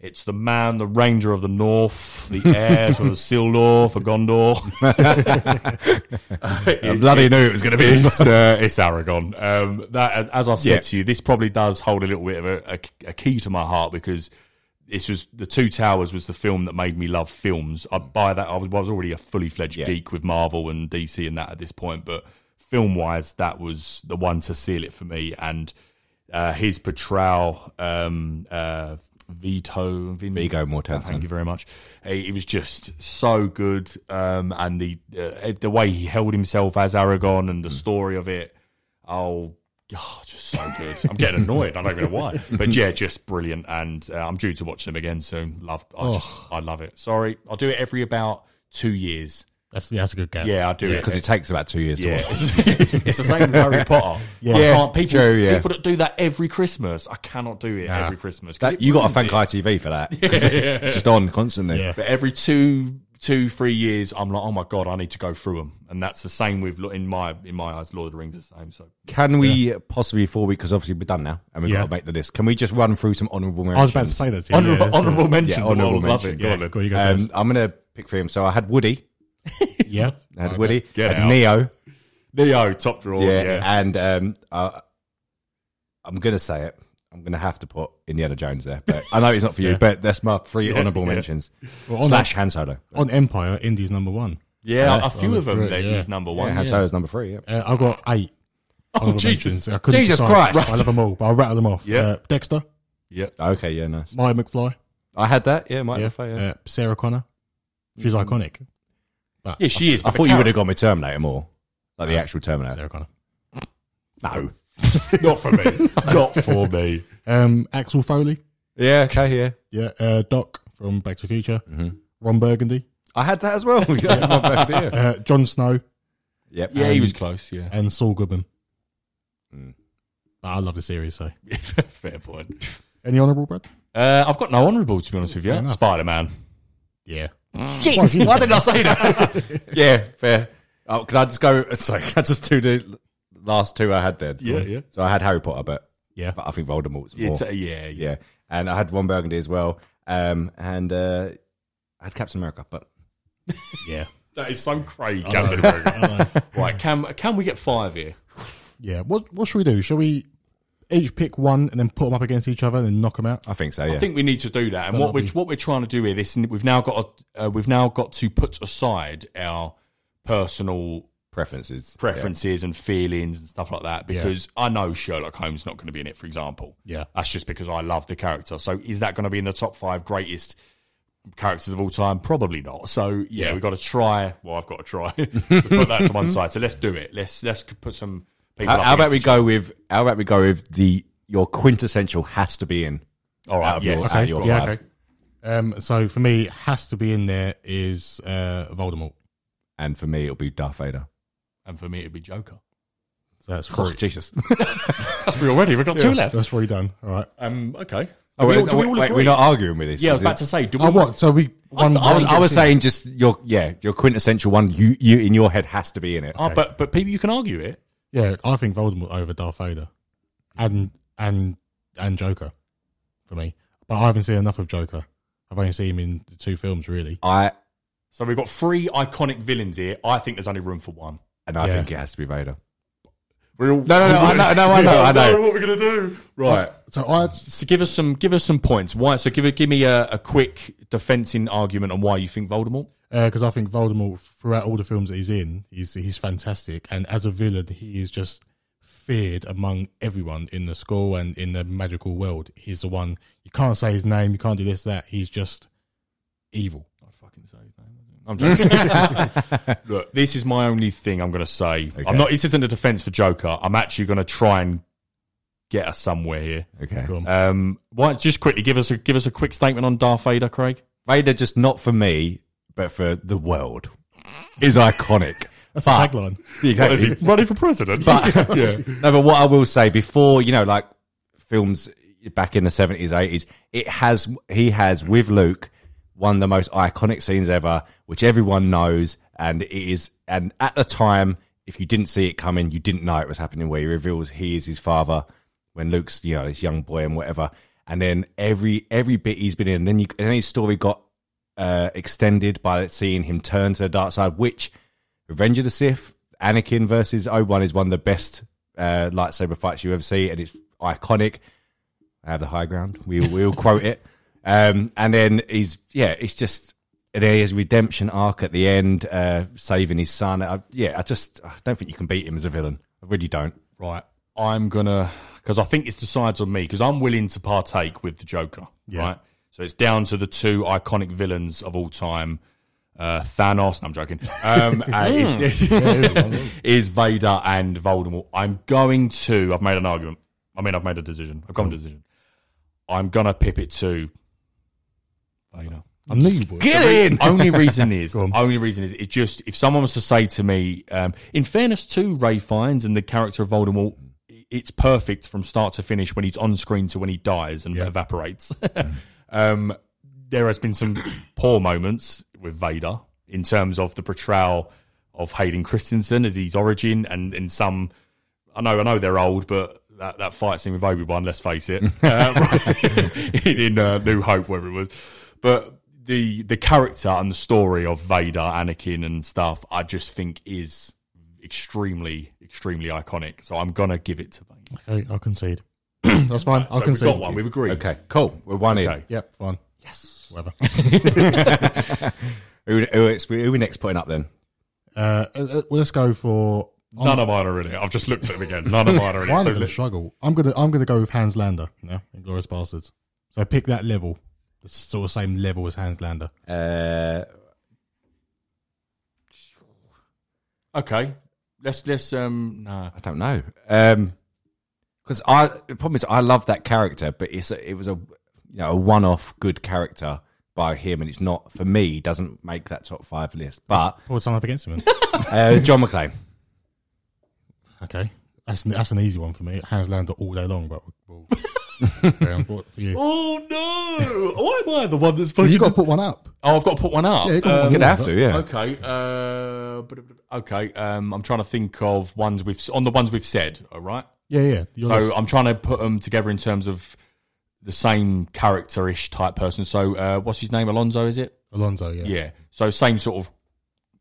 S5: it's the man, the Ranger of the North, the heir to the Sildor for Gondor.
S7: I bloody knew it was going to be this.
S5: It's, uh, it's Aragon. Um, that, as I've said
S7: Yeah.
S5: to you, this probably does hold a little bit of a, a- a key to my heart because this was the Two Towers was the film that made me love films. I, by that, I was, I was already a fully fledged
S7: Yeah.
S5: geek with Marvel and DC and that at this point, but film wise, that was the one to seal it for me. And uh, his portrayal, um, uh, Vito, Vin- Oh,
S7: Viggo Mortensen.
S5: Thank you very much. He, he was just so good, um, and the uh, the way he held himself as Aragon and the
S7: Hmm.
S5: story of it. Oh, God, just so good. I'm getting annoyed. I don't know why, but yeah, just brilliant. And uh, I'm due to watch them again soon. Love, I, just,
S7: Oh.
S5: I love it. Sorry, I'll do it every about two years.
S6: That's yeah, that's a good game.
S5: Yeah, I do it
S7: Because it takes about two years to
S5: yeah,
S7: watch.
S5: it's, it's the same with Harry Potter.
S7: Yeah.
S5: I can't, people,
S7: True, yeah.
S5: people that do that every Christmas, I cannot do it every Christmas. 'cause
S7: That,
S5: it
S7: you got to
S5: ruins
S7: thank
S5: it.
S7: ITV for that. 'cause It's just on constantly.
S6: Yeah.
S5: But every two, two, three years, I'm like, oh my god, I need to go through them, and that's the same with in my in my eyes, Lord of the Rings is the same. So
S7: Can we possibly before we? Because obviously we're done now, and we've
S6: Yeah.
S7: got to make the list. Can we just run through some honourable mentions?
S6: I was about to say that. To you.
S5: honorable,
S6: yeah, that's
S5: honorable mentions,
S7: Yeah,
S5: of all,
S7: honourable
S5: love
S7: mentions.
S5: it. Go on,
S6: good.
S5: Luke.
S6: Go, on, you go
S7: Um,
S6: first.
S7: I'm gonna pick for him. So I had Woody.
S6: Yeah,
S7: I had Woody.
S5: Get
S7: I had
S5: out.
S7: Neo.
S5: Neo, top drawer.
S7: Yeah.
S5: Yeah,
S7: And um, I I'm gonna say it. I'm gonna have to put Indiana Jones there. But I know it's not for you.
S6: Yeah.
S7: But that's my three honourable
S5: yeah.
S7: mentions.
S6: Well, on
S7: Slash Han Solo.
S6: on Empire, Indy's number one.
S5: yeah,
S7: Yeah.
S5: a few of them.
S6: Right,
S5: That
S6: yeah.
S5: is number
S7: Yeah,
S5: one.
S7: Han Solo's number three. Yeah.
S6: Uh, I've got eight. honorable
S5: Jesus.
S6: mentions. I couldn't
S7: Jesus
S6: decide.
S7: Christ.
S6: I love them all, but I'll rattle them off.
S5: Yeah.
S6: Uh, Dexter,
S7: Okay. Yeah. Nice.
S6: Maya McFly,
S7: I had that. Yeah. Might
S6: yeah.
S7: have yeah.
S6: Uh, Sarah Connor. She's iconic.
S5: Yeah, she is.
S7: I
S5: but
S7: thought
S5: the
S7: you would have gone with Terminator more, like the actual Terminator.
S6: Sarah Connor.
S7: No.
S5: character- not for me. not for me.
S6: Um, Axel Foley,
S7: Yeah. Okay. Yeah.
S6: yeah. Uh, Doc from Back to the Future. Ron Burgundy,
S7: I had that as well. Yeah, my bad idea.
S6: uh, Jon Snow,
S7: Yep.
S5: Yeah, he
S6: Um,
S5: was close. Yeah,
S6: and Saul Goodman. But I love the series, so.
S5: fair point.
S6: Any honourable, Brad?
S5: Uh, I've got no honourable to be honest with you. Spider Man.
S6: Yeah.
S7: Why did I say that? yeah, fair. Oh, can I just go? Sorry, can I just do the last two I had then?
S5: Yeah, yeah.
S7: So I had Harry Potter, but
S6: Yeah.
S7: but I think Voldemort's more.
S5: It's, uh, yeah, yeah.
S7: yeah, and I had Ron Burgundy as well, um, and uh, I had Captain America, but
S6: Yeah.
S5: That is so crazy. Captain America. right, can can we get five here?
S6: Yeah. What, what should we do? Shall we each pick one and then put them up against each other and then knock them out?
S7: I think so. Yeah,
S5: I think we need to do that. And what we're what we're trying to do here, this, and we've now got a, uh, we've now got to put aside our personal
S7: preferences.
S5: preferences and feelings and stuff like that because I know Sherlock Holmes not going to be in it, for example.
S6: Yeah.
S5: that's just because I love the character. So is that going to be in the top five greatest? Characters of all time, probably not. So yeah, we've got to try. Well, I've got to try to put that to one side. So let's do it. Let's let's put some people.
S7: How,
S5: up
S7: how about
S5: against
S7: we
S5: each
S7: go with? How about we go with the your quintessential has to be in.
S5: All right,
S7: out of
S5: yes.
S7: your,
S5: Okay,
S7: out of your
S6: yeah,
S7: five.
S6: okay. Um, so for me, has to be in there is uh, Voldemort.
S7: and for me it'll be Darth Vader.
S5: and for me it'd be Joker.
S6: So that's three.
S7: Oh, Jesus.
S5: That's three already. We've got two left.
S6: That's three done. All right.
S5: Um, okay.
S7: Oh,
S5: Do we
S7: wait,
S5: all- do we all
S7: wait,
S5: agree?
S7: we're not arguing with this.
S5: Yeah, I was
S7: is
S5: about
S7: it?
S5: to say. Do we?
S6: Oh, what? So we one.
S5: thought
S7: I was, I was
S6: Yeah.
S7: saying just your yeah your quintessential one you you in your head has to be in it.
S5: Oh, but but people, you can argue it.
S6: Yeah, I think Voldemort over Darth Vader, and and and Joker, for me. But I haven't seen enough of Joker. I've only seen him in the two films really.
S7: I
S5: So we've got three iconic villains here. I think there's only room for one.
S7: and I
S6: Yeah.
S7: think it has to be Vader.
S5: We're all,
S7: No, no, no, I know, no, I know, I know.
S5: what we're gonna do. Right.
S6: So I
S5: So give us some give us some points. Why? So give a- give me a, a quick defending argument on why you think Voldemort.
S6: because Uh, I think Voldemort throughout all the films that he's in, he's he's fantastic, and as a villain, he is just feared among everyone in the school and in the magical world. He's the one you can't say his name, you can't do this that. He's just evil.
S5: I'm joking. Look, this is my only thing I'm going to say. I'm not. This isn't a defense for Joker. I'm actually going to try and get us somewhere here.
S7: Okay,
S6: on.
S5: Um, why? Just quickly give us a give us a quick statement on Darth Vader, Craig.
S7: Vader just not for me, but for the world is iconic.
S6: That's the tagline.
S7: exactly.
S5: running for president?
S7: But no, but what I will say before you know, like films back in the seventies, eighties, it has he has with Luke one of the most iconic scenes ever, which everyone knows, and it is, and at the time. if you didn't see it coming, you didn't know it was happening, where he reveals he is his father when Luke's, you know, this young boy and whatever. And then every every bit he's been in, and then you, and then his story got uh, extended by seeing him turn to the dark side, which Revenge of the Sith, Anakin versus Obi-Wan is one of the best uh, lightsaber fights you ever see, and it's iconic. I have the high ground. We will quote it. Um, and then he's yeah, it's just and then his redemption arc at the end, uh, saving his son. I, yeah, I just I don't think you can beat him as a villain. I really don't.
S5: Right. I'm gonna because I think it's decides on me because I'm willing to partake with the Joker.
S6: Yeah.
S5: Right. So it's down to the two iconic villains of all time, uh, Thanos. No, I'm joking. Um, uh, is, is Vader and Voldemort. I'm going to. I've made an argument. I mean, I've made a decision. I've come to a decision. I'm gonna pip it to Vader.
S6: I knew you would.
S5: Get in. Only reason is
S6: on.
S5: only reason is it just if someone was to say to me, um, in fairness to Ray Fiennes and the character of Voldemort, i- it's perfect from start to finish when he's on screen to when he dies and evaporates. um, there has been some poor moments with Vader in terms of the portrayal of Hayden Christensen as his origin and in some. I know, I know they're old, but that, that fight scene with Obi Wan, let's face it, uh, in uh, New Hope, wherever it was. But the the character and the story of Vader, Anakin, and stuff, I just think is extremely, extremely iconic. So I'm gonna give it to Vader.
S6: Okay, I'll concede. That's fine. I'll
S5: So we've
S6: concede.
S5: got one. We've agreed.
S7: Okay, cool. We're one
S5: Okay.
S7: in.
S6: Yep, fine. Yes. Whatever.
S7: Who, who, it's- who we next putting up then?
S6: uh, uh, uh, well, let's go for.
S5: None of mine are in it. I've just looked at them again. None of mine are in it.
S6: I'm
S5: So
S6: going to
S5: let's-
S6: struggle. I'm going to I'm going to go with Hans Lander. Yeah, Inglorious Bastards. So pick that level, the sort of same level as Hans Lander.
S7: Uh,
S5: okay. Let's let's um nah.
S7: I don't know. Um 'cause because I the problem is I love that character, but it's a, it was a you know a one off good character by him, and it's not for me. Doesn't make that top five list. But
S6: Put someone up against him. then.
S7: uh, John McClane.
S6: okay, that's an, that's an easy one for me. Hans Lander all day long, but we'll, Yeah, what for you.
S5: Oh no! Why am I the one that's
S6: Well,
S5: fucking?
S6: you got to put one up.
S5: oh, I've got to put one up.
S6: Yeah, you got to put
S5: Um,
S6: one
S7: Gonna
S6: up.
S7: have to, yeah.
S5: Okay. Uh, but- but- okay. Um, I'm trying to think of ones we've on the ones we've said. All right.
S6: Yeah, yeah. You're
S5: So
S6: lost.
S5: I'm trying to put them together in terms of the same character-ish type person. So uh, what's his name? Alonso, is it?
S6: Alonso, yeah.
S5: Yeah. So same sort of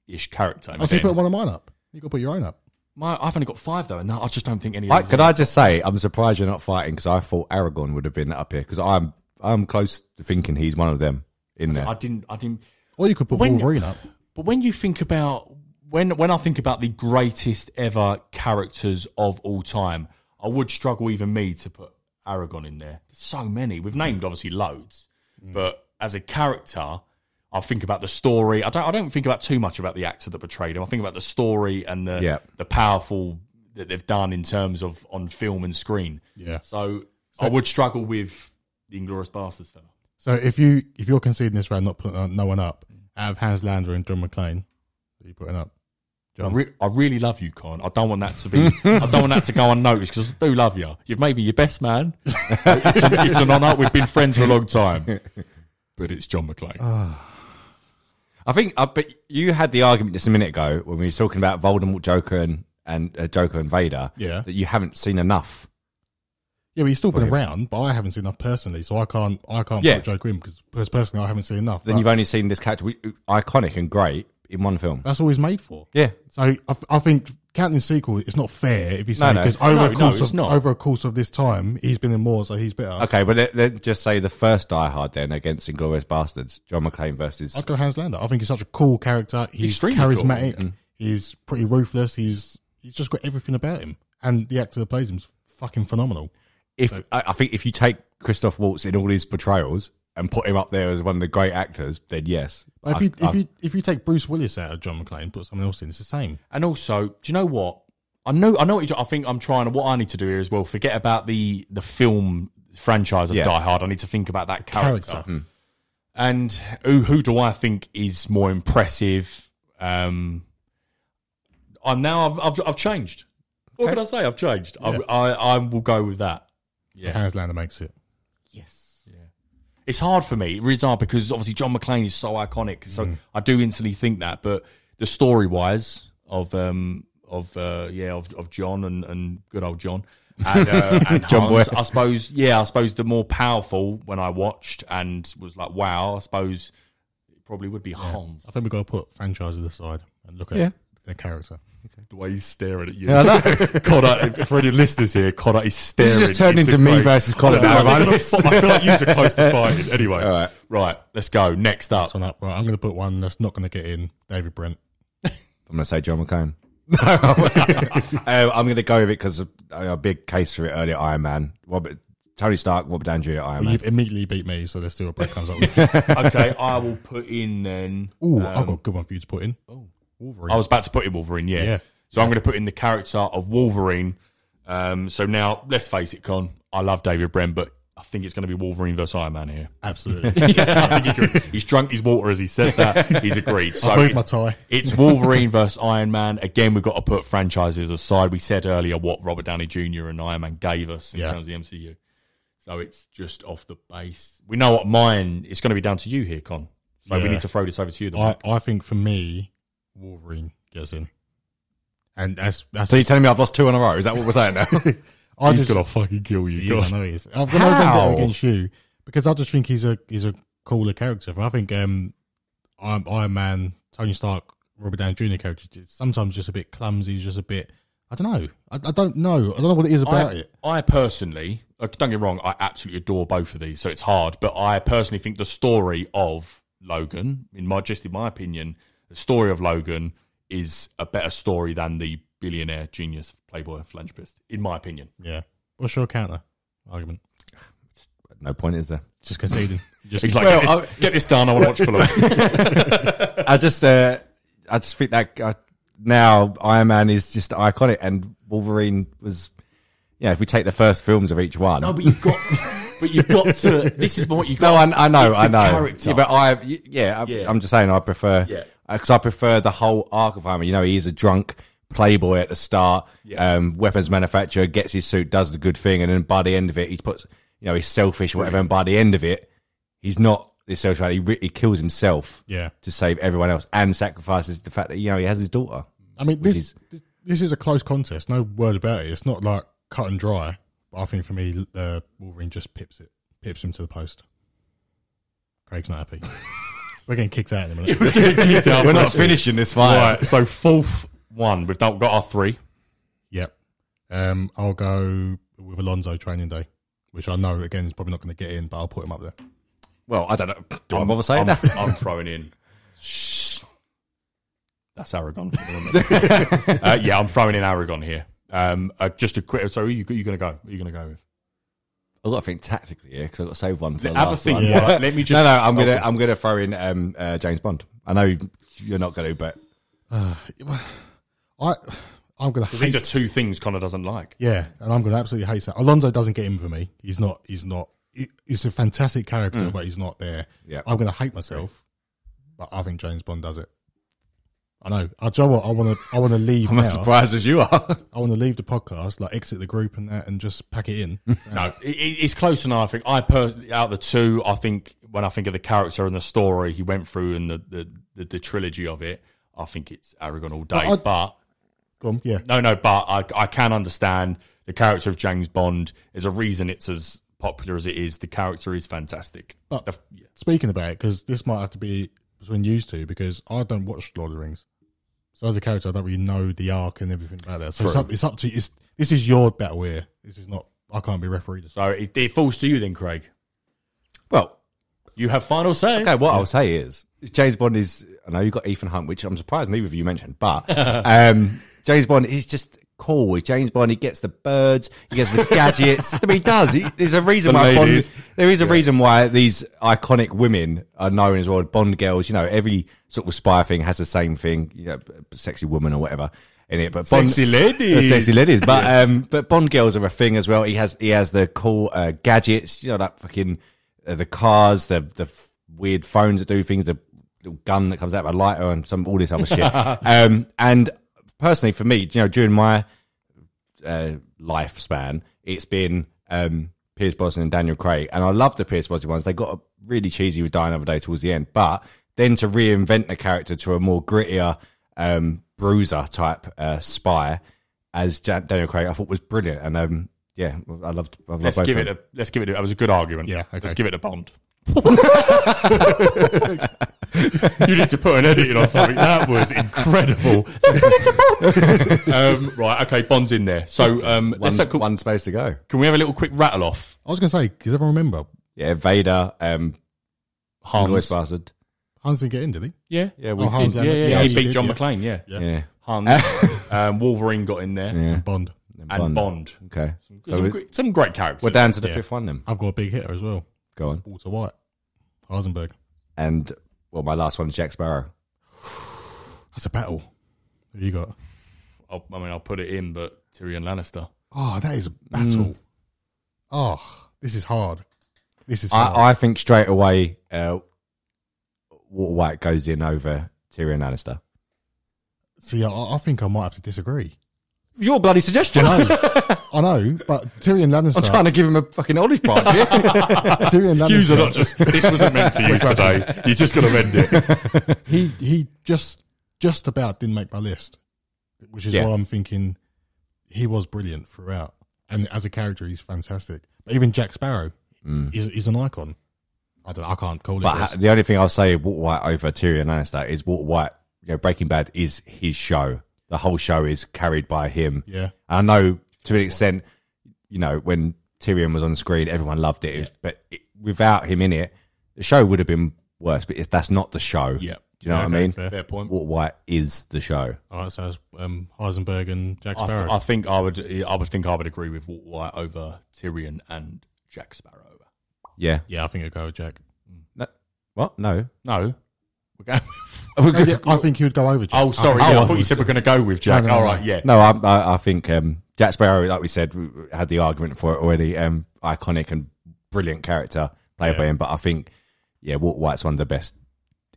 S5: ish character.
S6: I think put one of mine up. You got to put your own up.
S5: My, I've only got five though, and I just don't think any. of
S7: I,
S5: those
S7: could
S5: are-
S7: I just say I'm surprised you're not fighting because I thought Aragon would have been up here because I'm I'm close to thinking he's one of them in there.
S5: I didn't. I didn't.
S6: Or you could put
S5: When-
S6: Wolverine up.
S5: But when you think about when when I think about the greatest ever characters of all time, I would struggle even me to put Aragon in there. There's so many. We've named obviously loads, but as a character, I think about the story. I don't I don't think about too much about the actor that portrayed him. I think about the story and the
S7: Yeah.
S5: the powerful that they've done in terms of on film and screen.
S6: Yeah.
S5: So, I would struggle with the Inglorious Bastards fella.
S6: So if you if you're conceding this round, not putting uh, no one up, out of Hans Lander and John McClane, who are you putting up?
S5: I, re- I really love you, Con. I don't want that to be. I don't want that to go unnoticed because I do love you. You've made me your best man. it's, an, it's an honour. We've been friends for a long time. But it's John McClane.
S7: I think, uh, but you had the argument just a minute ago when we were talking about Voldemort, Joker, and and uh, Joker and Vader.
S6: Yeah.
S7: that you haven't seen enough.
S6: Yeah, but he's still been around, but I haven't seen enough personally, so I can't I can't
S7: Yeah.
S6: put Joe Grimm because personally I haven't seen enough.
S7: Then
S6: but
S7: you've only seen this character we- iconic and great in one film.
S6: that's all he's made for.
S7: Yeah,
S6: So I, f- I think counting sequel, it's not fair if you say
S7: no.
S6: because over
S5: No,
S6: a
S5: no,
S6: course
S5: it's
S6: of
S5: not.
S6: over a course of this time he's been in more, so he's better.
S7: okay, but let, let just say the first Die Hard then against Inglorious Bastards, John McClane versus.
S6: I'd go Hans Lander. I think he's such a cool character. He's
S5: Extremely
S6: charismatic. He's pretty ruthless. He's he's just got everything about him, and the actor that plays him's fucking phenomenal.
S7: If I, I think if you take Christoph Waltz in all his portrayals and put him up there as one of the great actors, then yes,
S6: But if
S7: I-
S6: you if
S7: I-
S6: you if you take Bruce Willis out of John McClane, put someone else in, it's the same.
S5: And also, do you know what? I know, I know what you, I think I'm trying. What I need to do here as well. Forget about the the film franchise of
S7: Yeah. Hmm.
S5: Die Hard. I need to think about that character.
S6: Character.
S5: And who who do I think is more impressive? Um, I'm now. I've I've, I've changed. What
S7: Okay.
S5: can I say? I've changed. I, I I will go with that.
S6: So Hans Lander makes it.
S5: It's hard for me. It really is hard because obviously John McClane Mm. is so iconic. So I do instantly think that, but the story wise of um of uh, yeah of, of John and, and good old John and, uh, and
S7: John
S5: Hans.
S7: Boy.
S5: I suppose yeah, I suppose the more powerful when I watched and was like, wow, I suppose it probably would be Hans.
S6: I think we've got to put franchise to the side and look at
S7: Yeah.
S6: their character.
S5: The way he's staring at you, Connor. For any listeners here, Connor is staring.
S7: just turned into me
S5: great-
S7: versus Connor
S5: I feel
S7: now,
S5: like-
S7: right?
S5: I feel like you're close to fighting. Anyway,
S7: All right.
S5: right, let's go. Next up,
S6: That's one up. Right, I'm going to put one that's not going to get in. David Brent.
S7: I'm going to say John McCone. No, uh, I'm going to go with it because a big case for it earlier. Iron Man, Robert, Tony Stark, Robert Downey Jr. Iron Man.
S6: You've immediately beat me, so let's see what Brent comes up with.
S5: okay, I will put in then.
S6: Ooh,
S7: Um,
S6: I've got a good one for you to put in. Oh, Wolverine.
S5: I was about to put in Wolverine, yeah.
S6: Yeah.
S5: So I'm going to put in the character of Wolverine. Um, so now, let's face it, Con. I love David Brent, but I think it's going to be Wolverine versus Iron Man here.
S6: Absolutely.
S5: I think he's, he's drunk his water as he said that. He's agreed. So
S6: I moved my
S5: it-
S6: tie.
S5: it's Wolverine versus Iron Man. Again, we've got to put franchises aside. We said earlier what Robert Downey Jr. and Iron Man gave us in
S6: Yeah.
S5: terms of the MCU. So it's just off the base. We know what mine. It's going to be down to you here, Con. So we
S6: Yeah.
S5: need to throw this over to you. Then.
S6: I, I think for me, Wolverine gets in. And that's that's
S7: So you're telling me I've lost two in a row? Is that what we're saying now?
S6: I
S5: he's
S6: just-
S5: going to fucking kill you.
S6: He
S5: Con.
S6: is, I know he is. I've got no vendetta
S7: How?
S6: against you because I just think he's a he's a cooler character. I think um, Iron, Iron Man, Tony Stark, Robert Downey Jr. characters just- sometimes just a bit clumsy, just a bit. I don't know. I, I don't know. I don't know what it is about
S5: I,
S6: it.
S5: I personally, uh, don't get wrong, I absolutely adore both of these, so it's hard. But I personally think the story of Logan, in my just in my opinion, the story of Logan is a better story than the billionaire genius playboy philanthropist, in my opinion.
S6: Yeah. What's your counter argument?
S7: no point, is there?
S6: Just conceding. just
S5: He's like,
S7: Well,
S5: get, this, get this done. I want to watch Fulham.
S7: I just, uh, I just think that uh, now Iron Man is just iconic, and Wolverine was. Yeah, if we take the first films of each one. No,
S5: but you've got, but you've got to. This is what you got.
S7: I, I know,
S5: It's the
S7: I know.
S5: character.
S7: Yeah, but I, y- yeah, I,
S5: Yeah.
S7: I'm just saying, I prefer
S5: Yeah.
S7: because I prefer the whole arc of Iron Man. You know, he is a drunk playboy at the start,
S5: Yeah.
S7: um, weapons manufacturer, gets his suit, does the good thing, and then by the end of it, he puts, you know, he's selfish, or whatever. And by the end of it, he's not this selfish. He, re- he kills himself,
S6: Yeah.
S7: to save everyone else, and sacrifices the fact that you know he has his daughter.
S6: I mean, this
S7: is-
S6: this- this is a close contest. No word about it. It's not like cut and dry. But I think for me, uh, Wolverine just pips it, pips him to the post. Craig's not happy. We're getting kicked out in a minute.
S7: We're not finishing this fight.
S5: Right, so fourth one. We've now got our three.
S6: Yep. Um, I'll go with Alonso training day, which I know again is probably not going to get in, but I'll put him up there.
S7: Well, I don't know. Do I bother saying
S5: I'm,
S7: that?
S5: I'm throwing in. That's Aragon. For the moment. uh, yeah, I'm throwing in Aragon here. Um, uh, just a quick. So, who you, you going to go? Who you going to go with?
S7: I've got to think tactically here because I've got to save one for the
S5: Have a
S7: last
S5: think,
S7: one.
S5: Warwick. Let me just- Oh,
S7: No, no, I'm gonna,
S5: Okay.
S7: I'm gonna throw in um, uh, James Bond. I know you're not gonna, but
S6: Uh, I, I'm going to
S5: Because these
S6: hate.
S5: are two things Connor doesn't like.
S6: yeah, and I'm going to absolutely hate that. Alonso doesn't get in for me. He's not. He's not. he- He's a fantastic character, but he's not there.
S7: Yeah.
S6: I'm going to hate myself, but I think James Bond does it. I know. I do you know what I want to. I want to leave.
S7: I'm
S6: now.
S7: as surprised as you are.
S6: I want to leave the podcast, like exit the group and that, and just pack it in.
S5: No, it, it- it's close enough. I think I per, out of the two, I think when I think of the character and the story he went through and the the, the, the trilogy of it, I think it's Aragon all day.
S6: I-
S5: but
S6: Go on. Yeah.
S5: No, no, but I, I can understand the character of James Bond. There's a reason it's as popular as it is. The character is fantastic.
S6: But-
S5: The f- yeah.
S6: speaking about it, because this might have to be between you two, because I don't watch Lord of the Rings. So as a character, I don't really know the arc and everything like that. So it's up, it's up to you. It's, this is your battle here. This is not. I can't be referee.
S5: So it, it falls to you then, Craig.
S7: well,
S5: You have final say.
S7: okay. What I'll say is James Bond is. I know you got Ethan Hunt, which I'm surprised neither of you mentioned, but um, James Bond is just cool. With James Bond, he gets the birds, he gets the gadgets. I mean, he does. He, there's a reason
S5: The
S7: why
S5: ladies.
S7: Bond. There is a reason why these iconic women are known as well Bond girls. You know, every sort of spy thing has the same thing. You know, b- sexy woman or whatever in it. But Bond,
S5: Sexy ladies.
S7: Yeah, sexy ladies. But um, but Bond girls are a thing as well. He has he has the cool uh, gadgets. You know, that fucking uh, the cars, the the f- weird phones that do things, the little gun that comes out of a lighter, and some all this other shit. Um, and personally, for me, you know, during my uh, lifespan, it's been um, Pierce Brosnan and Daniel Craig, and I love the Pierce Brosnan ones. They got really cheesy with Die Another Day towards the end, but then to reinvent the character to a more grittier um, bruiser type uh, spy as Ja- Daniel Craig, I thought was brilliant. And um, yeah, I loved. I loved
S5: Let's
S7: both
S5: give
S7: of
S5: it
S7: them.
S5: a. Let's give it. A, that was a good argument.
S6: Yeah, okay.
S5: Let's give it a Bond. you need to put an edit in on something. That was incredible. Let's give it a Bond. um, right. Okay. Bond's in there. So um,
S7: one,
S5: let's, can,
S7: one space to go.
S5: can we have a little quick rattle off?
S6: I was going to say, does everyone remember?
S7: Yeah, Vader, um, Hans
S5: Hans.
S7: bastard.
S6: Hans didn't get in, did he?
S5: Yeah.
S7: Yeah,
S6: Oh, Hans
S5: Yeah.
S6: Zimmer.
S5: Yeah.
S6: Yeah,
S5: He
S6: he
S5: beat
S6: did,
S5: John
S6: yeah.
S5: McClane. Yeah.
S7: yeah, yeah.
S5: Hans. um, Wolverine got in there.
S7: yeah.
S6: Bond.
S5: And Bond.
S7: Okay, so
S5: Some,
S7: we,
S5: gr- some great characters.
S7: we're down to the
S6: Yeah.
S7: fifth one then.
S6: I've got a big hitter as well.
S7: Go on.
S6: Walter White. Heisenberg.
S7: And well, my last one is Jack Sparrow.
S6: That's a battle. Who you got?
S5: I'll, I mean, I'll put it in, but Tyrion Lannister.
S6: Oh, that is a battle. Oh, this is hard. This is hard.
S7: I, I think straight away, uh, Walter White goes in over Tyrion Lannister.
S6: See, I, I think I might have to disagree.
S7: Your bloody suggestion.
S6: I know, I know, but Tyrion Lannister.
S7: I'm trying to give him a fucking olive branch. here.
S6: Tyrion
S5: Hughes are
S6: Lannister.
S5: not just. This wasn't meant for you today. You just got to end it.
S6: he he just just about didn't make my list, which is
S7: Yeah.
S6: why I'm thinking he was brilliant throughout, and as a character, he's fantastic. But even Jack Sparrow
S5: Mm.
S6: is is an icon. I don't. I can't call it.
S7: but
S6: this.
S7: ha- the only thing I'll say Walter White over Tyrion Lannister is Walter White. You know, Breaking Bad is his show. The whole show is carried by him.
S6: yeah,
S7: I know to an extent, you know, when Tyrion was on screen, everyone loved it. It was- but it, without him in it, the show would have been worse. But if that's not the show,
S5: Yeah.
S7: do you know what
S6: Okay,
S7: I mean?
S6: fair.
S5: Fair point.
S7: Walter White is the show.
S6: all right. So it's, um, Heisenberg and Jack
S5: I, th-
S6: Sparrow.
S5: I think I would. I would think I would agree with Walter White over Tyrion and Jack Sparrow.
S7: Yeah.
S6: yeah, I think I'd go with Jack.
S7: No, what? No.
S5: No, we're going.
S6: Yeah, I think he would go over. Jack.
S5: oh, sorry.
S6: think
S5: yeah,
S6: he
S5: I thought you
S6: would.
S5: said we're going to go with Jack.
S6: No, no, no,
S5: All right.
S6: no.
S5: Yeah.
S7: No, I, I, I think um, Jack Sparrow, like we said, we had the argument for it already. Um, iconic and brilliant character played by him. But I think, yeah, Walter White's one of the best,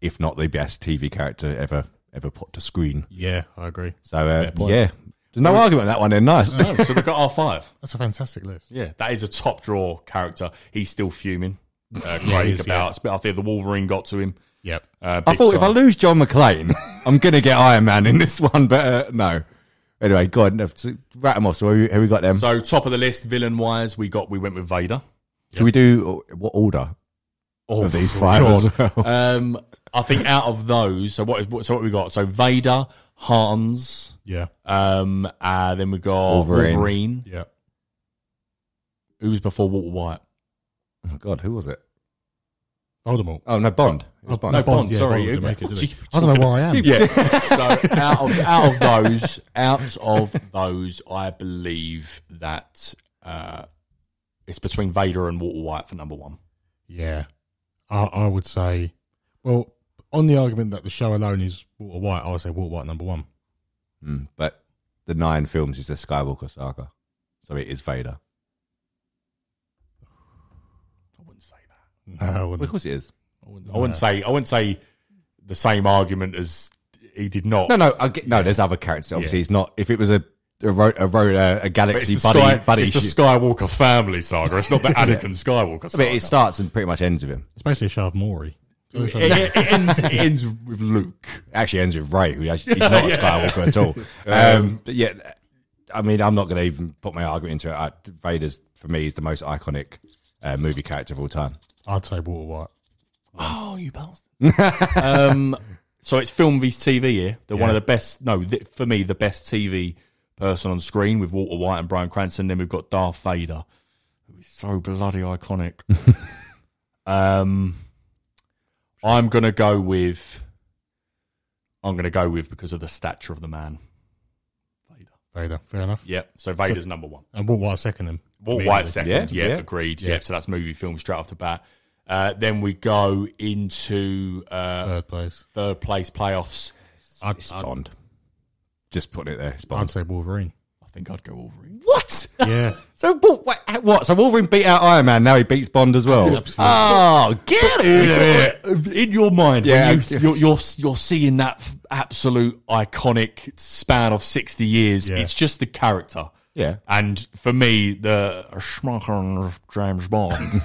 S7: if not the best TV character ever ever put to screen.
S6: Yeah, I agree.
S7: So, uh,
S5: point.
S7: yeah. There's no argument on that one then. Nice.
S5: No, so we've got our five.
S6: That's a fantastic list.
S5: Yeah, that is a top draw character. He's still fuming. Uh, Craig
S6: he is,
S5: about. I think the Wolverine got to him.
S6: Yep.
S5: Uh,
S7: I
S5: big
S7: thought if I
S5: time.
S7: lose John McClane, I'm going to get Iron Man in this one, but uh, no. Anyway, go on. so Rat them off. So, who who we got them?
S5: so top of the list, villain wise, we got we went with Vader.
S7: Should we do uh, what order?
S5: All
S7: of Oh, these five.
S5: Um, I think out of those, so what is what, so what we got? So Vader, Hans,
S6: Yeah.
S5: um, uh, then we got
S7: Wolverine.
S5: Wolverine.
S6: Yeah.
S5: Who was before Walter White?
S7: Oh, God, who was it?
S6: Voldemort.
S7: Oh no, Bond. It was
S6: Oh,
S7: Bond.
S6: no,
S5: No, Bond.
S6: Bond, yeah,
S5: sorry,
S6: Bond
S5: you.
S6: didn't make it, did
S5: What
S6: he?
S5: are you
S6: I don't know why I am.
S5: Yeah. so out of out of those, out of those, I believe that uh, it's between Vader and Walter White for number one.
S6: Yeah, I, I would say. Well, on the argument that the show alone is Walter White, I would say Walter White number one.
S7: Mm, but the nine films is the Skywalker saga, so it is Vader.
S5: I wouldn't say that.
S6: No, I
S7: Well, of
S6: wouldn't.
S7: course it is.
S5: I wouldn't, I wouldn't say. I wouldn't say the same argument as he did not.
S7: No, no, I get, no. There's other characters. Obviously,
S5: Yeah.
S7: it's not. If it was a a, ro- a, ro- a, a
S5: But
S7: galaxy
S5: it's, the,
S7: buddy
S5: Sky,
S7: buddy,
S5: it's the
S7: shit-
S5: Skywalker family saga. It's not the Anakin Skywalker
S7: but
S5: saga.
S7: it starts and pretty much ends with him.
S6: It's basically a show of Maury.
S7: Oh,
S5: it, it- it ends, it ends with Luke.
S7: It actually ends with Ray, who actually, he's not a Skywalker at all. Um, but yeah, I mean, I'm not going to even put my argument into it. I, Vader's for me is the most iconic uh, movie character of all time.
S6: I'd say Walter White.
S5: Oh, you bastard. um, so it's film vs TV here. They're one of the best, no, th- for me, the best TV person on screen with Walter White and Brian Cranston. Then we've got Darth Vader, who is so bloody iconic. um, I'm going to go with, I'm going to go with because of the stature of the man. Vader.
S6: Vader, fair enough.
S5: Yep. So Vader's number one.
S6: And Walter White second him.
S5: Walt
S6: immediately.
S5: White second.
S7: Yeah,
S5: Yeah,
S7: yeah.
S5: agreed. Yep. So that's movie film straight off the bat. Uh, then we go into uh,
S6: third place.
S5: third place playoffs.
S6: I'd,
S7: It's
S6: I'd,
S7: Bond. Just putting it there. It's
S6: I'd
S7: Bond.
S6: say Wolverine.
S5: I think I'd go Wolverine.
S7: What?
S6: Yeah,
S7: So what, what? what? So Wolverine beat out Iron Man. Now he beats Bond as well. Oh, get it!
S5: In your mind,
S7: Yeah.
S5: when you, you're, you're you're seeing that f- absolute iconic span of sixty years.
S6: Yeah.
S5: It's just the character,
S7: Yeah.
S5: and for me, the Schmacher James Bond.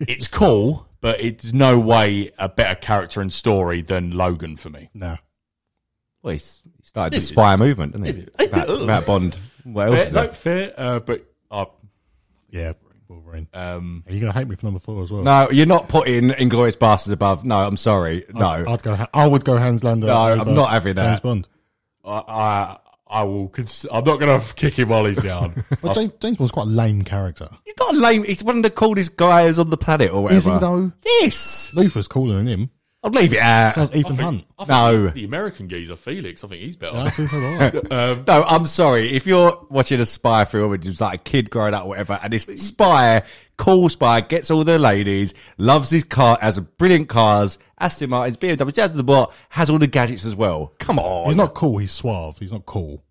S5: it's cool, but it's no way a better character and story than Logan for me.
S6: no.
S7: Well, he's, he started the
S5: Yeah.
S7: spy movement, didn't he?
S5: Yeah.
S7: About, about Bond. What else?
S5: Fair,
S7: Is
S5: no,
S7: there?
S5: fair, uh, but uh,
S6: Yeah, Wolverine. Um, Are you going to hate me for number four as well?
S7: No, you're not putting Inglorious Bastards above. No, I'm sorry. No,
S6: I'd, I'd go. I would go Hans Landa.
S7: No, I'm
S6: over
S7: not having
S6: James
S7: that.
S6: Bond.
S5: I, I, I will. Cons- I'm not going to kick him while he's down.
S6: Well, James, James Bond's quite a lame character.
S7: he's not lame. He's one of the coolest guys on the planet, or whatever.
S6: Is he though?
S7: Yes,
S6: Luther's cooler than him.
S7: I'd leave it out.
S6: Sounds Ethan Hunt.
S7: No,
S5: the American geezer Felix, I think he's better.
S6: Yeah, that's also all right.
S7: no, I'm sorry. If you're watching a spy film and it's like a kid growing up, or whatever, and this spy, cool spy, gets all the ladies, loves his car, has a brilliant cars, Aston Martins, BMW, jazz the bot, has all the gadgets as well. Come on,
S6: He's not cool. He's suave. He's not cool.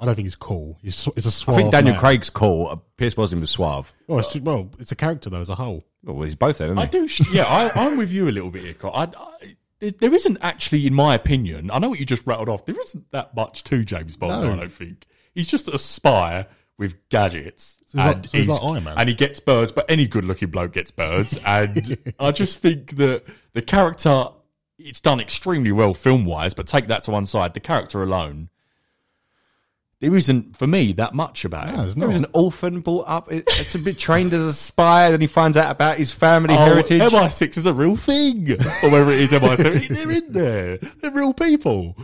S6: I don't think he's cool. He's su- it's a
S7: I
S6: suave.
S7: think Daniel
S6: man.
S7: Craig's cool. Uh, Pierce Brosnan was suave.
S6: Well it's, ju- well, it's a character though as a whole.
S7: Well, he's both then, isn't he?
S5: I do. sh- Yeah, I, I'm with you a little bit here, Carl. I, I, there- there isn't actually, in my opinion, I know what you just rattled off. There isn't that much to James Bond.
S6: No.
S5: I don't think he's just a spy with gadgets,
S6: So he's like- so he's like Iron Man.
S5: and he gets birds. But any good-looking bloke gets birds, and I just think that the character it's done extremely well film-wise. But take that to one side, the character alone. There isn't for me that much about
S6: No,
S5: it.
S6: there's
S7: He was
S6: not.
S7: an orphan brought up. it- It's a bit trained as a spy, and then he finds out about his family
S5: Oh,
S7: heritage.
S5: MI6 is a real thing, or whether it is MI7. they're in there. They're real people.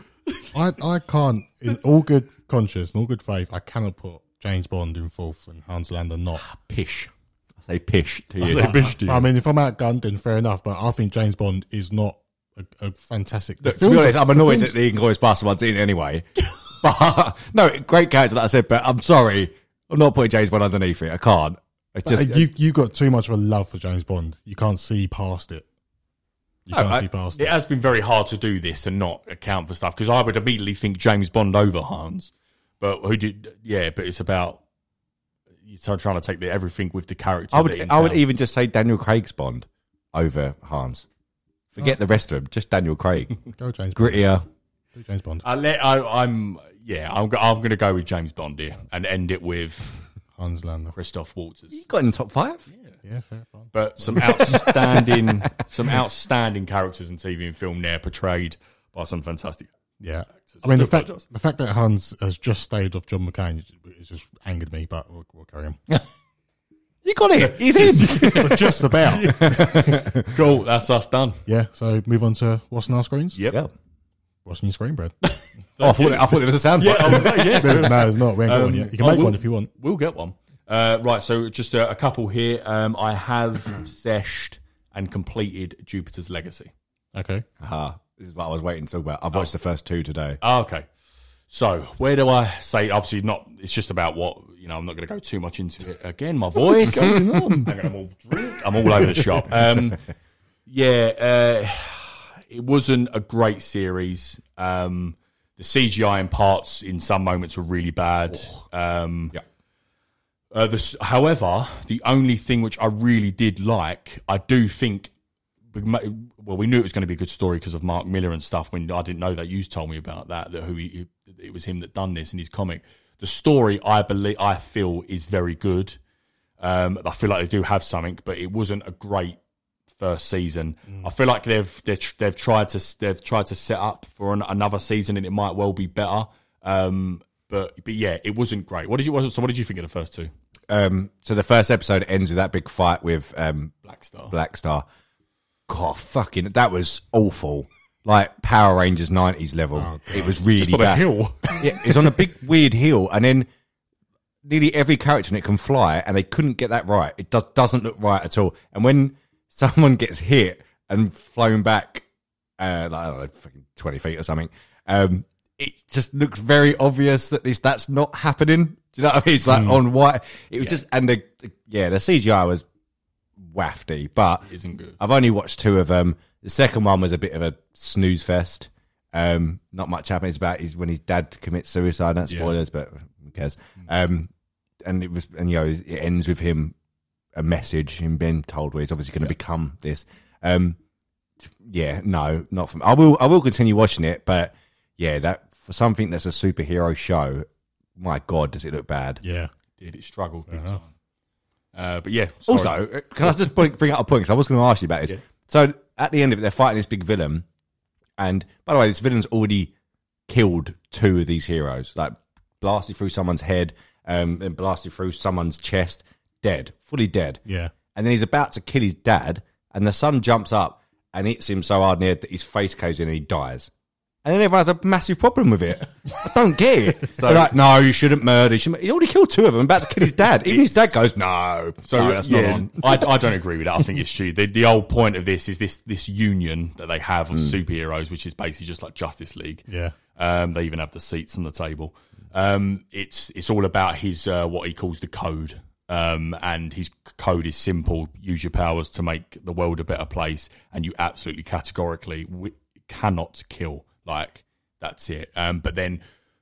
S6: I, I can't, in all good conscience and all good faith, I cannot put James Bond in fourth and Hans Landa not.
S7: Pish. I say pish to
S5: They
S7: you.
S5: bitched you.
S6: I mean, if I'm outgunned, then fair enough. But I think James Bond is not a, a fantastic. the
S7: Look, to be
S6: films
S7: honest,
S6: are-
S7: I'm
S6: the
S7: annoyed
S6: films-
S7: that the Inglorious Bastard one's in anyway. But no, great character, like I said. But I'm sorry, I'm not putting James Bond underneath it. I can't. I
S6: But
S7: just
S6: Uh, you you got too much of a love for James Bond. You can't see past it. You
S7: No,
S6: can't
S7: I-
S6: see past
S5: it
S6: it.
S5: has been very hard to do this and not account for stuff because I would immediately think James Bond over Hans. But who did? Yeah, but it's about you're try- trying to take the, everything with the character.
S7: I
S5: that
S7: would.
S5: it
S7: I would
S5: entails.
S7: even just say Daniel Craig's Bond over Hans. Forget the rest of them. Just Daniel Craig,
S6: Go James Bond.
S7: grittier.
S6: Go James Bond.
S5: I let, I, I'm yeah. I'm, go- I'm going to go with James Bond here and end it with
S6: Hans Landa.
S5: Christoph Waltz.
S7: He got in the top five.
S6: Yeah, fair. Bond.
S5: but some outstanding some outstanding characters in TV and film there portrayed by some fantastic.
S6: Yeah. I mean, the
S5: do
S6: fact,
S5: apologise.
S6: the fact that Hans has just stayed off John McCain it just angered me, but we'll, we'll carry on.
S7: You got it. He's in.
S6: just about.
S5: Cool, that's us done.
S6: Yeah, so move on to what's on our screens?
S5: Yep.
S7: Yeah.
S6: What's on your screen, Brad?
S7: Oh, I thought, I thought there was a soundbite.
S5: Yeah, I'll- yeah.
S6: There's- no, it's not. We ain't got one yet. You can
S5: I
S6: make
S5: will-
S6: one if you want.
S5: We'll get one. Uh, right, so just a, a couple here. Um, I have seshed and completed Jupiter's Legacy.
S6: Okay.
S7: Ah, this is what I was waiting to talk about. I've watched the first two today.
S5: Ah, okay. So where do I say? Obviously, not. It's just about what you know. I'm not going to go too much into it again. My voice. Hang on, I'm all drink. I'm all over the shop. Um, yeah, uh, it wasn't a great series. Um, the CGI in parts in some moments were really bad. Um,
S7: Yeah.
S5: uh, the, s- however, the only thing which I really did like, I do think, we ma- well, we knew it was going to be a good story because of Mark Miller and stuff. When I didn't know that, you told me about that. That who he, it was him that done this in his comic. The story, I believe, I feel is very good. Um, I feel like they do have something, but it wasn't a great first season. I feel like they've they've tr- they've tried to they've tried to set up for an, another season, and it might well be better. Um, but but yeah, it wasn't great. What did you so what did you think of the first two?
S7: Um, so the first episode ends with that big fight with um,
S5: Black Star.
S7: Black Star. God, fucking, that was awful. Like Power Rangers '90s
S5: Oh,
S7: level. it was really
S5: Just on
S7: bad.
S5: a hill.
S7: yeah, it's on a big weird hill, and then nearly every character in it can fly, and they couldn't get that right. It does doesn't look right at all. And when someone gets hit and flown back, uh, like I don't know, fucking twenty feet or something, um, it just looks very obvious that this that's not happening. Do you know what I mean? It's like
S5: Hmm.
S7: on white. It was just and the yeah, the CGI was wafty, but
S5: isn't good.
S7: Mm. I've only watched two of them. The second one was a bit of a snooze fest. Um, not much happens about is when his dad commits suicide. Not spoilers, but who cares? Um, and it was, and you know, it ends with him a message, him being told where he's obviously going to become this. Um, yeah, no, not from. I will, I will continue watching it, but yeah, that for something that's a superhero show, my god, does it look bad?
S6: Yeah.
S5: Did it struggled big time. Uh, but yeah. sorry.
S7: Also, uh, can I just bring bring up a point? Because I was going to ask you about this. So at the end of it, they're fighting this big villain, and by the way, this villain's already killed two of these heroes, like blasted through someone's head um, and blasted through someone's chest, dead, fully dead.
S6: Yeah.
S7: And then he's about to kill his dad, and the son jumps up and hits him so hard in the head that his face caves in and he dies. And then everyone has a massive problem with it. I don't get it. so, They're like, no, you shouldn't murder. You shouldn't. He already killed two of them. About to kill his dad. Even his dad goes, no. So no, that's not on.
S5: I, I don't agree with that. I think it's stupid. The, the whole point of this is this this union that they have of superheroes, which is basically just like Justice League.
S6: Yeah.
S5: Um, they even have the seats on the table. Um, it's it's all about his uh, what he calls the code. Um, and his code is simple: use your powers to make the world a better place. And you absolutely categorically w- cannot kill. Like that's it. Um, but then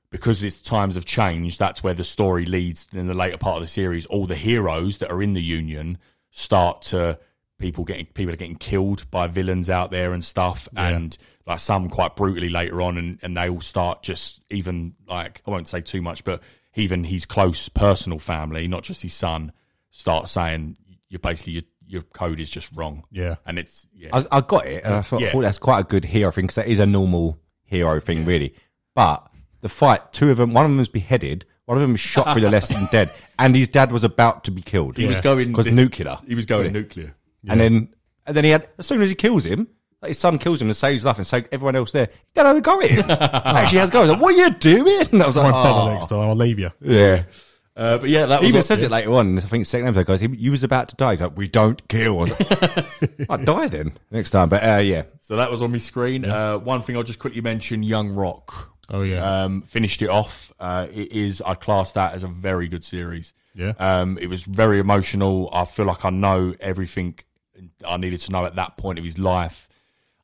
S5: because it's times have changed, that's where the story leads. In the later part of the series, all the heroes that are in the union start to people getting people are getting killed by villains out there and stuff, and like some quite brutally later on, and and they all start just even like I won't say too much, but even his close personal family, not just his son, start saying you're basically your your code is just wrong.
S6: Yeah.
S5: and it's yeah.
S7: I, I got it, and I thought,
S5: Yeah.
S7: thought that's quite a good hero thing because that is a normal hero thing, really. But the fight, two of them, one of them was beheaded, one of them was shot through the left and dead, and his dad was about to be killed.
S5: He was going
S7: because
S5: this-
S7: nuclear.
S5: He was going
S7: Really.
S5: nuclear.
S7: and then and then he had as soon as he kills him. like, His son kills him and saves his life and saves everyone else there. He don't have a go at him. Actually, has a go. He's like, what are you doing? And I was like,
S6: Won't bother
S7: "Oh."
S6: next time. I'll leave you.
S7: yeah.
S5: Uh, but yeah, that
S7: He
S5: was
S7: even
S5: what-
S7: says it later on. I think the second episode goes, "He- "You was about to die." He goes, "We don't kill." I was like, "I'd die then next time." But uh, yeah,
S5: So that was on my screen. Uh, one thing I'll just quickly mention: Young Rock.
S6: Oh, yeah.
S5: um, finished it off. Uh, it is I class that as a very good series.
S6: Yeah.
S5: um, it was very emotional. I feel like I know everything I needed to know at that point of his life.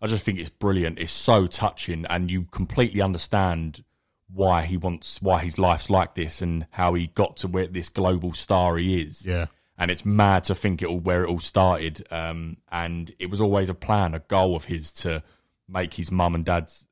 S5: I just think it's brilliant. It's so touching, and you completely understand why he wants, why his life's like this, and how he got to where this global star he is
S6: Yeah.
S5: and it's mad to think it all where it all started. Um, and it was always a plan, a goal of his to make his mum and dad's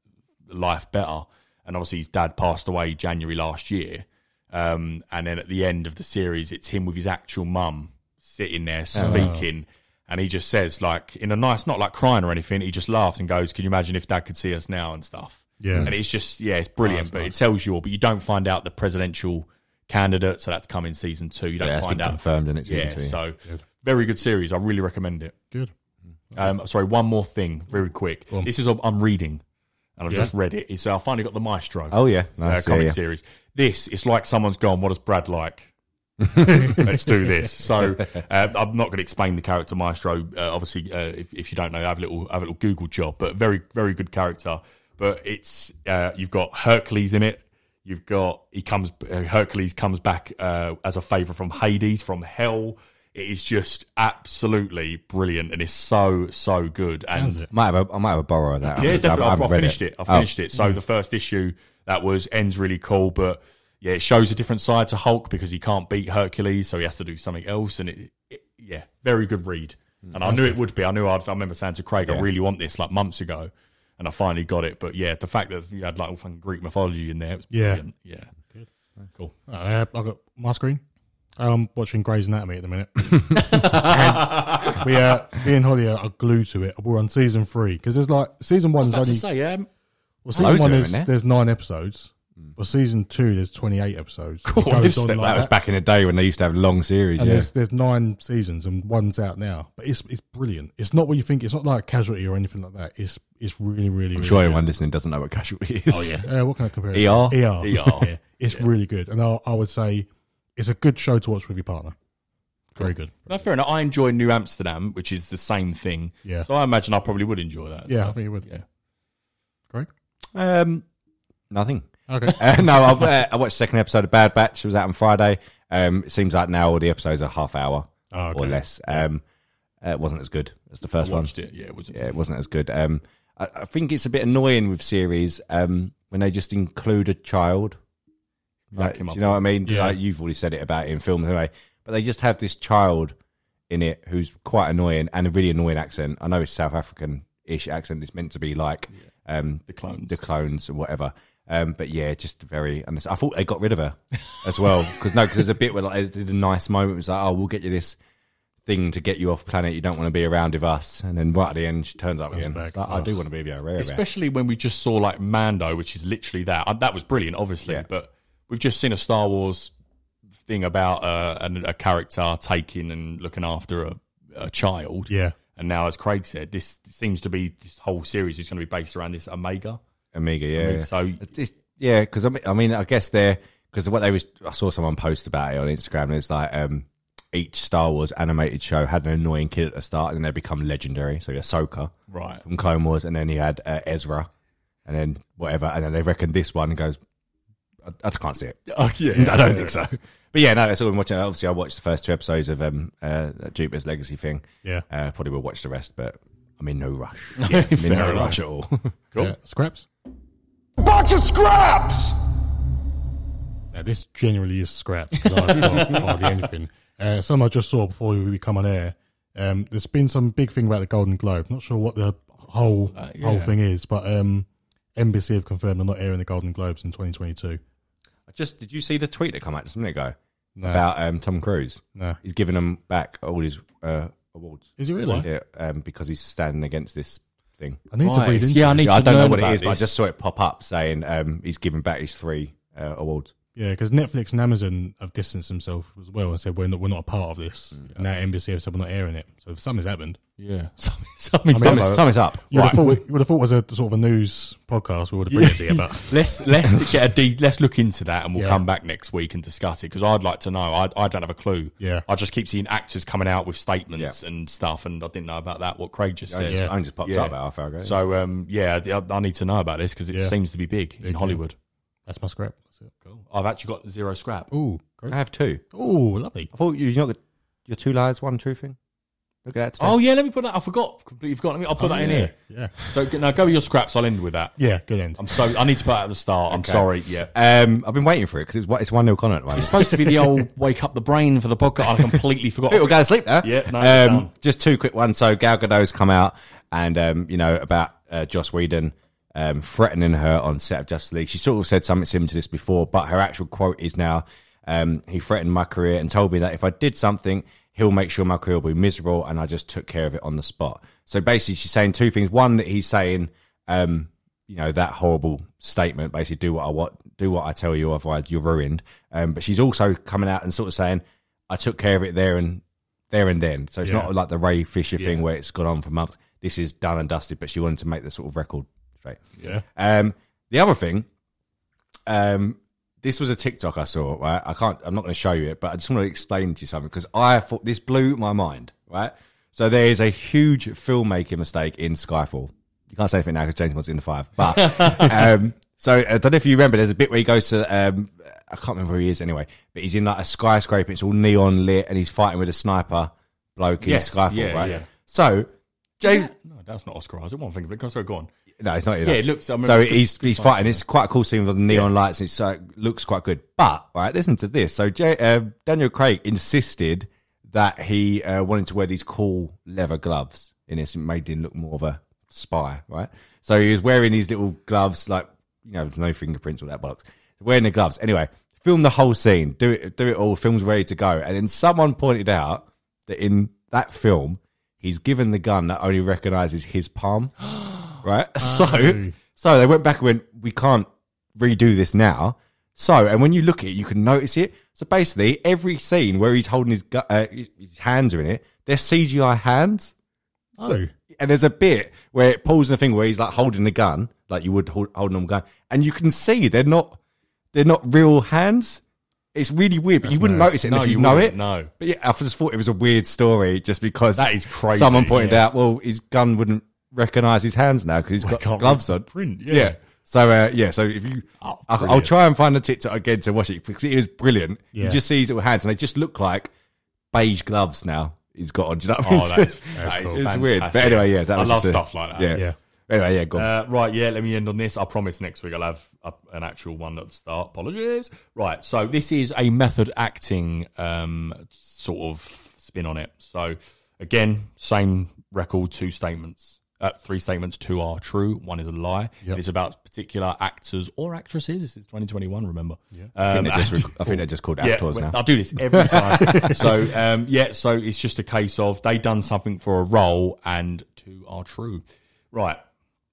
S5: life better. And obviously, his dad passed away January last year. Um, and then at the end of the series, it's him with his actual mum sitting
S7: Oh.
S5: there speaking. And he just says, like, in a nice, not like crying or anything, he just laughs and goes, Can you imagine if dad could see us now and stuff?
S6: Yeah.
S5: And it's just, yeah, it's brilliant,
S7: Oh,
S5: but it tells you all, but you don't find out the presidential candidate. So that's coming season two. You don't
S7: Yeah, it's
S5: find
S7: been
S5: out.
S7: confirmed, and it's
S5: yeah,
S7: season two.
S5: so very good series. I really recommend it.
S6: Good.
S5: Um, sorry, one more thing, very quick. This is I'm reading, and I've just read it. It's I finally got the Maestro.
S7: Oh, yeah.
S5: It's, uh,
S7: Nice, yeah,
S5: comic
S7: yeah.
S5: series. This it's like someone's gone. What does Brad like? Let's do this. So uh, I'm not going to explain the character Maestro. Uh, obviously, uh, if, if you don't know, have a little have a little Google job. But very very good character. But it's uh, you've got Hercules in it. You've got he comes uh, Hercules comes back uh, as a favor from Hades from hell. It is just absolutely brilliant and it's so so good. And
S7: Might have a, I might have a borrow of that. I
S5: yeah,
S7: haven't- I
S5: definitely. I've,
S7: haven't
S5: I've
S7: read
S5: finished it. I
S7: Oh,
S5: finished it. So the first issue that was ends really cool, but yeah, it shows a different side to Hulk because he can't beat Hercules, so he has to do something else. And it, it yeah, very good read. And I knew it would be. I knew I'd, I remember saying to Craig, I really want this like months ago, and I finally got it. But yeah, the fact that you had like all fucking Greek mythology in there, it was
S6: Yeah.
S5: brilliant. Yeah, cool.
S6: Uh, I've got my screen. I'm watching Grey's Anatomy at the minute. and we, uh, me and Holly are glued to it. We're on season three because there's like season one's only.
S5: yeah,
S6: well, season
S7: Loads
S6: one
S7: of it,
S6: is
S7: isn't there? Mm.
S6: there's nine episodes. Well, season two there's 28 episodes. It
S5: Cool,
S6: goes
S5: they've
S6: on
S5: stepped
S7: Oh. that was back in the day when they used to have long series.
S6: And
S7: yeah.
S6: there's there's nine seasons and one's out now. But it's it's brilliant. It's not what you think. It's not like Casualty or anything like that. It's it's really
S7: I'm
S6: really. really
S7: sure
S6: good.
S7: everyone listening doesn't know what casualty is. Oh yeah,
S6: Uh, what can I compare? it
S7: ER?
S6: to? ER.
S5: ER.
S6: Yeah, it's really good, and I, I would say it's a good show to watch with your partner. Very good.
S5: no, fair enough. I enjoy New Amsterdam, which is the same thing.
S6: Yeah.
S5: so I imagine I probably would enjoy that.
S6: Yeah, I
S5: so,
S6: think you would.
S5: yeah.
S6: Great.
S7: Um, nothing.
S6: Okay.
S7: Uh, no, I've, uh, I watched the second episode of Bad Batch. It was out on Friday. Um, it seems like now all the episodes are half hour
S6: Oh, okay.
S7: or less. Um, uh, it wasn't as good as the first
S5: I
S7: one.
S5: watched it. Yeah, it was.
S7: Yeah, it wasn't as good. Um, I, I think it's a bit annoying with series um, when they just include a child. Like,
S5: him
S7: do
S5: up.
S7: you know what I mean?
S6: Yeah.
S7: Like, you've already said it about it in films anyway, but they just have this child in it who's quite annoying and a really annoying accent. I know it's South African ish accent. It's meant to be like um, the
S5: clones.
S7: the clones, or whatever. Um, but yeah, just very. And I thought they got rid of her as well because no, because there's a bit where like, they did a nice moment. It was like, oh, we'll get you this thing to get you off planet. You don't want to be around with us. And then right at the end, she turns up again.
S6: back.
S7: It's like, I do want to be with you. Rare, rare.
S5: Especially when we just saw like Mando, which is literally that. Uh, That was brilliant, obviously,
S7: Yeah.
S5: but we've just seen a Star Wars thing about uh, an, a character taking and looking after a, a child.
S6: Yeah.
S5: And now, as Craig said, this seems to be this whole series is going to be based around this Omega.
S7: Amiga, yeah.
S5: mean,
S7: yeah.
S5: so-
S7: It's- it's, yeah, because I mean, I mean, I guess they're because what they was I saw someone post about it on Instagram. And it's like um, each Star Wars animated show had an annoying kid at the start, and then they become legendary. So Ahsoka,
S5: Right.
S7: from Clone Wars, and then he had uh, Ezra, and then whatever, and then they reckon this one goes. I, I can't see it. Oh, I don't think so. But yeah, no, that's all I'm watching. Obviously, I watched the first two episodes of um, uh, Jupiter's Legacy thing.
S6: Yeah.
S7: uh, probably will watch the rest, but I'm in no rush. Yeah, I'm in
S5: Fair
S7: no
S5: enough.
S7: rush at all.
S5: Cool.
S6: Yeah, scraps.
S2: Bunch of scraps!
S6: Now, this generally is scraps. 'cause I've got hardly anything. Uh, some I just saw before we come on air. Um, there's been some big thing about the Golden Globe. Not sure what the whole
S7: Uh,
S6: whole thing is, but um, NBC have confirmed they're not airing the Golden Globes in 2022.
S7: I just did you see the tweet that come out just a minute ago about um, Tom Cruise?
S6: No.
S7: he's giving him back all his uh, awards.
S6: Is it really?
S7: Yeah, um, because he's standing against this thing.
S6: I need to read into
S5: Yeah, I
S6: it.
S5: need
S7: Yeah, I
S5: to
S7: don't know
S5: learn
S7: what it
S5: about
S7: is, but I
S5: this.
S7: just saw it pop up saying um, he's giving back his three uh, awards.
S6: Yeah, because Netflix and Amazon have distanced themselves as well and said we're not we're not a part of this.
S5: Mm.
S6: And Now NBC have said we're not airing it. So something's happened.
S5: Yeah. Something, something,
S7: Sum
S5: something.
S7: it, sum it up.
S6: You would,
S7: Right.
S6: have thought, you would have thought it was a sort of a news podcast. We would have brought it to you, but
S5: Let's let's get a de- let's look into that and we'll
S6: Yeah.
S5: come back next week and discuss it because I'd like to know. I, I don't have a clue.
S6: Yeah.
S5: I just keep seeing actors coming out with statements
S7: Yeah.
S5: and stuff, and I didn't know about that. What Craig just
S7: I
S5: said.
S7: just, I just popped up about half hour ago.
S5: So um, yeah, I, I need to know about this because it
S6: Yeah.
S5: seems to be big in Hollywood.
S6: that's my scrap. That's it. Cool.
S5: I've actually got zero scrap.
S6: Ooh,
S7: I have two.
S6: ooh, lovely.
S7: I thought you you're not your two lies, one true thing. Look at that. Today.
S5: Oh yeah, let me put that. I forgot completely. Forgot. Let me. I'll put that in
S6: Oh, yeah.
S5: here.
S6: Yeah,
S5: So g- now go with your scraps. I'll end with that.
S6: yeah, good end.
S5: I'm so. I need to put it at the start. I'm
S7: Okay.
S5: sorry. Yeah.
S7: Um, I've been waiting for it because it's one- it's one nil Connor at the moment.
S5: It's supposed to be the old wake up the brain for the podcast. I completely forgot.
S7: People go to sleep there.
S5: Yeah, no,
S7: um,
S5: done.
S7: just two quick ones. So Gal Gadot's come out and um, you know about uh, Joss Whedon um, threatening her on set of Justice League. She sort of said something similar to this before, but her actual quote is now: um, "He threatened my career and told me that if I did something, he'll make sure my career will be miserable, and I just took care of it on the spot." So basically, she's saying two things: one that he's saying. Um, you know that horrible statement basically do what i want do what i tell you otherwise you're ruined um, but she's also coming out and sort of saying i took care of it there and there and then. So it's not like the Ray Fisher thing where it's gone on for months. This is done and dusted, but she wanted to make the sort of record straight.
S6: Yeah.
S7: Um, the other thing, um, this was a TikTok I saw. Right, I can't. I'm not going to show you it, but I just want to explain to you something because I thought this blew my mind. Right, so there is a huge filmmaking mistake in Skyfall. You can't say anything now because James Bond's in the five. But um, so I don't know if you remember. There's a bit where he goes to. Um, I can't remember who he is anyway, but he's in like a skyscraper. It's all neon lit, and he's fighting with a sniper bloke in
S5: Yes,
S7: Skyfall.
S5: yeah,
S7: right.
S5: yeah.
S7: So James,
S5: No, that's not Oscar Isaac. One thing, but go- sorry, go on.
S7: no, it's not.
S5: Yeah, it looks- I remember
S7: so
S5: it's good-
S7: he's
S5: good
S7: he's
S5: fights,
S7: fighting. It's quite a cool scene with the neon lights. It's uh, looks quite good. But right, listen to this. So J, uh, Daniel Craig insisted that he uh, wanted to wear these cool leather gloves, and it's made him look more of a spy. Right. So he was wearing these little gloves, like you know, there's no fingerprints or that box. Wearing the gloves anyway. Film the whole scene. Do it. Do it all. Film's ready to go. And then someone pointed out that in that film, he's given the gun that only recognizes his palm right? So, so they went back and went, we can't redo this now. So, and when you look at it, you can notice it. So basically, every scene where he's holding his, gu- uh, his his hands are in it, they're CGI hands.
S6: Oh,
S7: And there's a bit where it pulls the thing where he's like holding a gun, like you would hold, hold a normal gun, and you can see they're not they're not real hands. It's really weird, but you wouldn't notice it
S5: No,
S7: unless you,
S5: you
S7: know
S5: wouldn't,
S7: it.
S5: no.
S7: but yeah, I just thought it was a weird story, just because
S5: That is crazy,
S7: Someone pointed
S5: yeah.
S7: out, well, his gun wouldn't recognize his hands now because he's got
S5: can't
S7: gloves
S5: read
S7: on.
S5: the print, yeah.
S7: So uh, yeah, so if you,
S5: Oh,
S7: I, I'll
S5: brilliant.
S7: try and find the TikTok again to watch it because it is brilliant.
S6: Yeah.
S7: You just see his little hands, and they just look like beige gloves now. He's got on. Do you know what I mean?
S5: Oh, that's,
S6: That's
S5: that is
S6: cool.
S7: It's weird. But
S5: fantastic.
S7: anyway, yeah, that
S5: I
S7: was
S5: love
S7: just a-
S5: stuff like that.
S7: Yeah.
S6: Yeah.
S7: Anyway, yeah, go on.
S5: Uh, right, yeah, let me end on this. I promise next week I'll have a, an actual one at the start. Apologies. Right, so this is a method acting um, sort of spin on it. So, again, same record, two statements. Uh, three statements, two are true, one is a lie. And It's about particular actors or actresses. This is 2021, remember? Um, Yeah.
S7: I think, they're just, rec- I think they're just called actors
S5: well,
S7: now.
S5: I do this every time. so um, yeah, so it's just a case of they done something for a role and two are true. Right,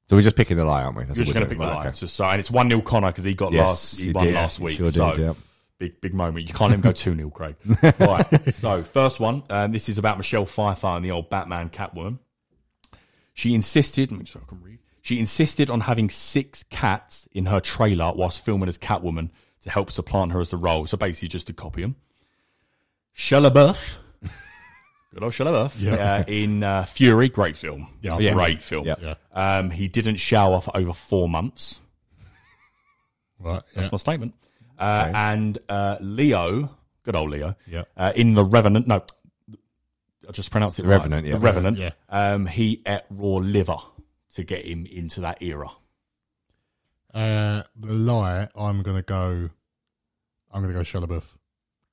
S7: So we're just picking the lie, aren't we? That's
S5: you're
S7: what we're
S5: just going to pick
S7: doing.
S5: the
S7: Right,
S5: line.
S7: okay.
S5: So, so- and it's one 0 Connor because he got
S7: Yes,
S5: last he
S7: you
S5: won
S7: did.
S5: last week.
S7: Sure did,
S5: so
S7: yep.
S5: big big moment. You can't even go two 0 Craig. Right. so first one. Um, this is about Michelle Pfeiffer and the old Batman Catwoman. She insisted. Let me just so I can read. She insisted on having six cats in her trailer whilst filming as Catwoman to help supplant her as the role. So basically, just to copy him. Shia LaBeouf. Good old Shia LaBeouf.
S6: Yeah.
S5: Uh, in uh, Fury, great film.
S6: Yeah.
S5: great film.
S7: Yeah.
S5: Um, he didn't shower for over four months.
S6: Right.
S5: That's my statement. Uh, And uh, Leo, good old Leo,
S6: Yeah.
S5: uh, in The Revenant, no, I just pronounced it
S7: The
S5: right.
S7: Revenant, yeah.
S5: The Revenant,
S6: Yeah.
S5: um, he ate raw liver to get him into that era.
S6: Uh, the lie, I'm gonna go. I'm gonna go Shia LaBeouf.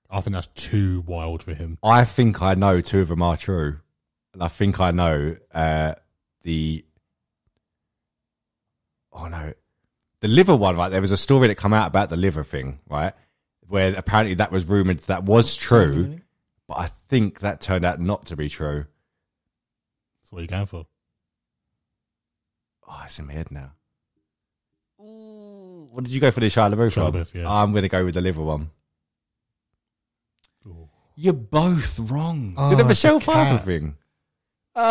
S6: I think that's too wild for him.
S7: I think I know two of them are true, and I think I know uh, the. Oh no, the liver one. Right, there was a story that come out about the liver thing, right? Where apparently that was rumored that was true,
S5: Mm-hmm.
S7: but I think that turned out not to be true.
S6: That's what you're going for.
S7: Oh, it's in my head now. Ooh, What did you go for the Shia LaBeouf?
S6: Shia
S7: one?
S6: LaBeouf, yeah.
S7: I'm going to go with the liver one.
S5: You're both wrong.
S6: Oh,
S7: Did the
S6: it's a
S7: Michelle Pfeiffer
S6: cat.
S7: thing?
S6: Oh.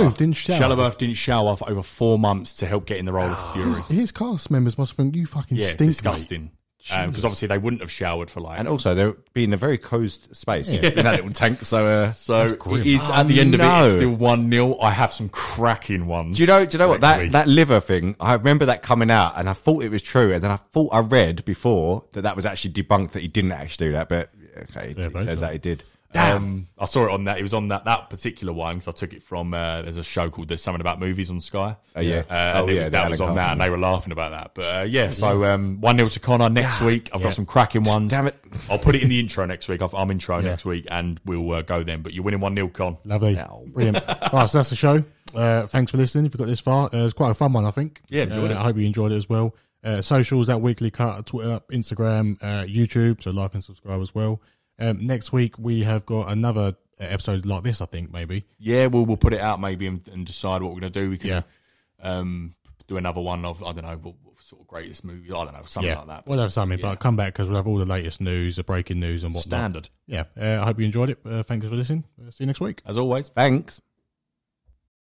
S6: Shia LaBeouf didn't shout.
S5: Oh. Shia LaBeouf didn't shower for over four months to help get in the role of Fury.
S6: His, his cast members must think you fucking
S5: Yeah,
S6: stink. mate."
S5: disgusting. Because obviously they wouldn't have showered for like
S7: And also, they're being in a very cosed space in that little tank. So, uh,
S5: So
S6: grim.
S5: it is
S7: Oh,
S5: at the end of it, it's
S7: no.
S5: still one 0 I have some cracking ones.
S7: Do you know? Do you know what
S5: next
S7: that
S5: week.
S7: that liver thing? I remember that coming out, and I thought it was true, and then I thought I read before that that was actually debunked that he didn't actually do that, but okay, it,
S6: Yeah,
S7: it
S6: both
S7: turns
S6: are.
S7: out he did.
S5: Um, I saw it on that. It was on that that particular one because I took it from. Uh, there's a show called "There's Something About Movies" on Sky.
S7: Oh, yeah.
S5: uh, and
S7: Oh,
S5: it
S7: yeah,
S5: was,
S7: the
S5: that
S7: Alan
S5: was on that,
S7: Carter
S5: and they were laughing about that. But uh, yeah, so um, one 0 to Connor next week. I've got some cracking ones.
S7: Damn it.
S5: I'll put it in the intro next week. I've, I'm intro next week, and we'll uh, go then. But you're winning one 0 Con.
S6: Lovely.
S7: Ow.
S6: Brilliant. right, so that's the show. Uh, thanks for listening. If you got this far, uh, it's quite a fun one, I think.
S5: Yeah, enjoyed
S6: Uh,
S5: it.
S6: I hope you enjoyed it as well. Uh, socials that weekly cut Twitter, Instagram, uh, YouTube. So like and subscribe as well. Um, next week we have got another uh, episode like this, I think maybe.
S5: Yeah, we'll we'll put it out maybe and, and decide what we're gonna do. We can
S6: Yeah.
S5: um, do another one of I don't know what, what sort of greatest movie. I don't know something like that.
S6: we'll have something,
S5: Yeah.
S6: but come back because we'll have all the latest news, the breaking news, and whatnot.
S5: Standard
S6: Yeah, uh, I hope you enjoyed it. Uh, thank you for listening. Uh, see you next week.
S5: as always.
S7: Thanks.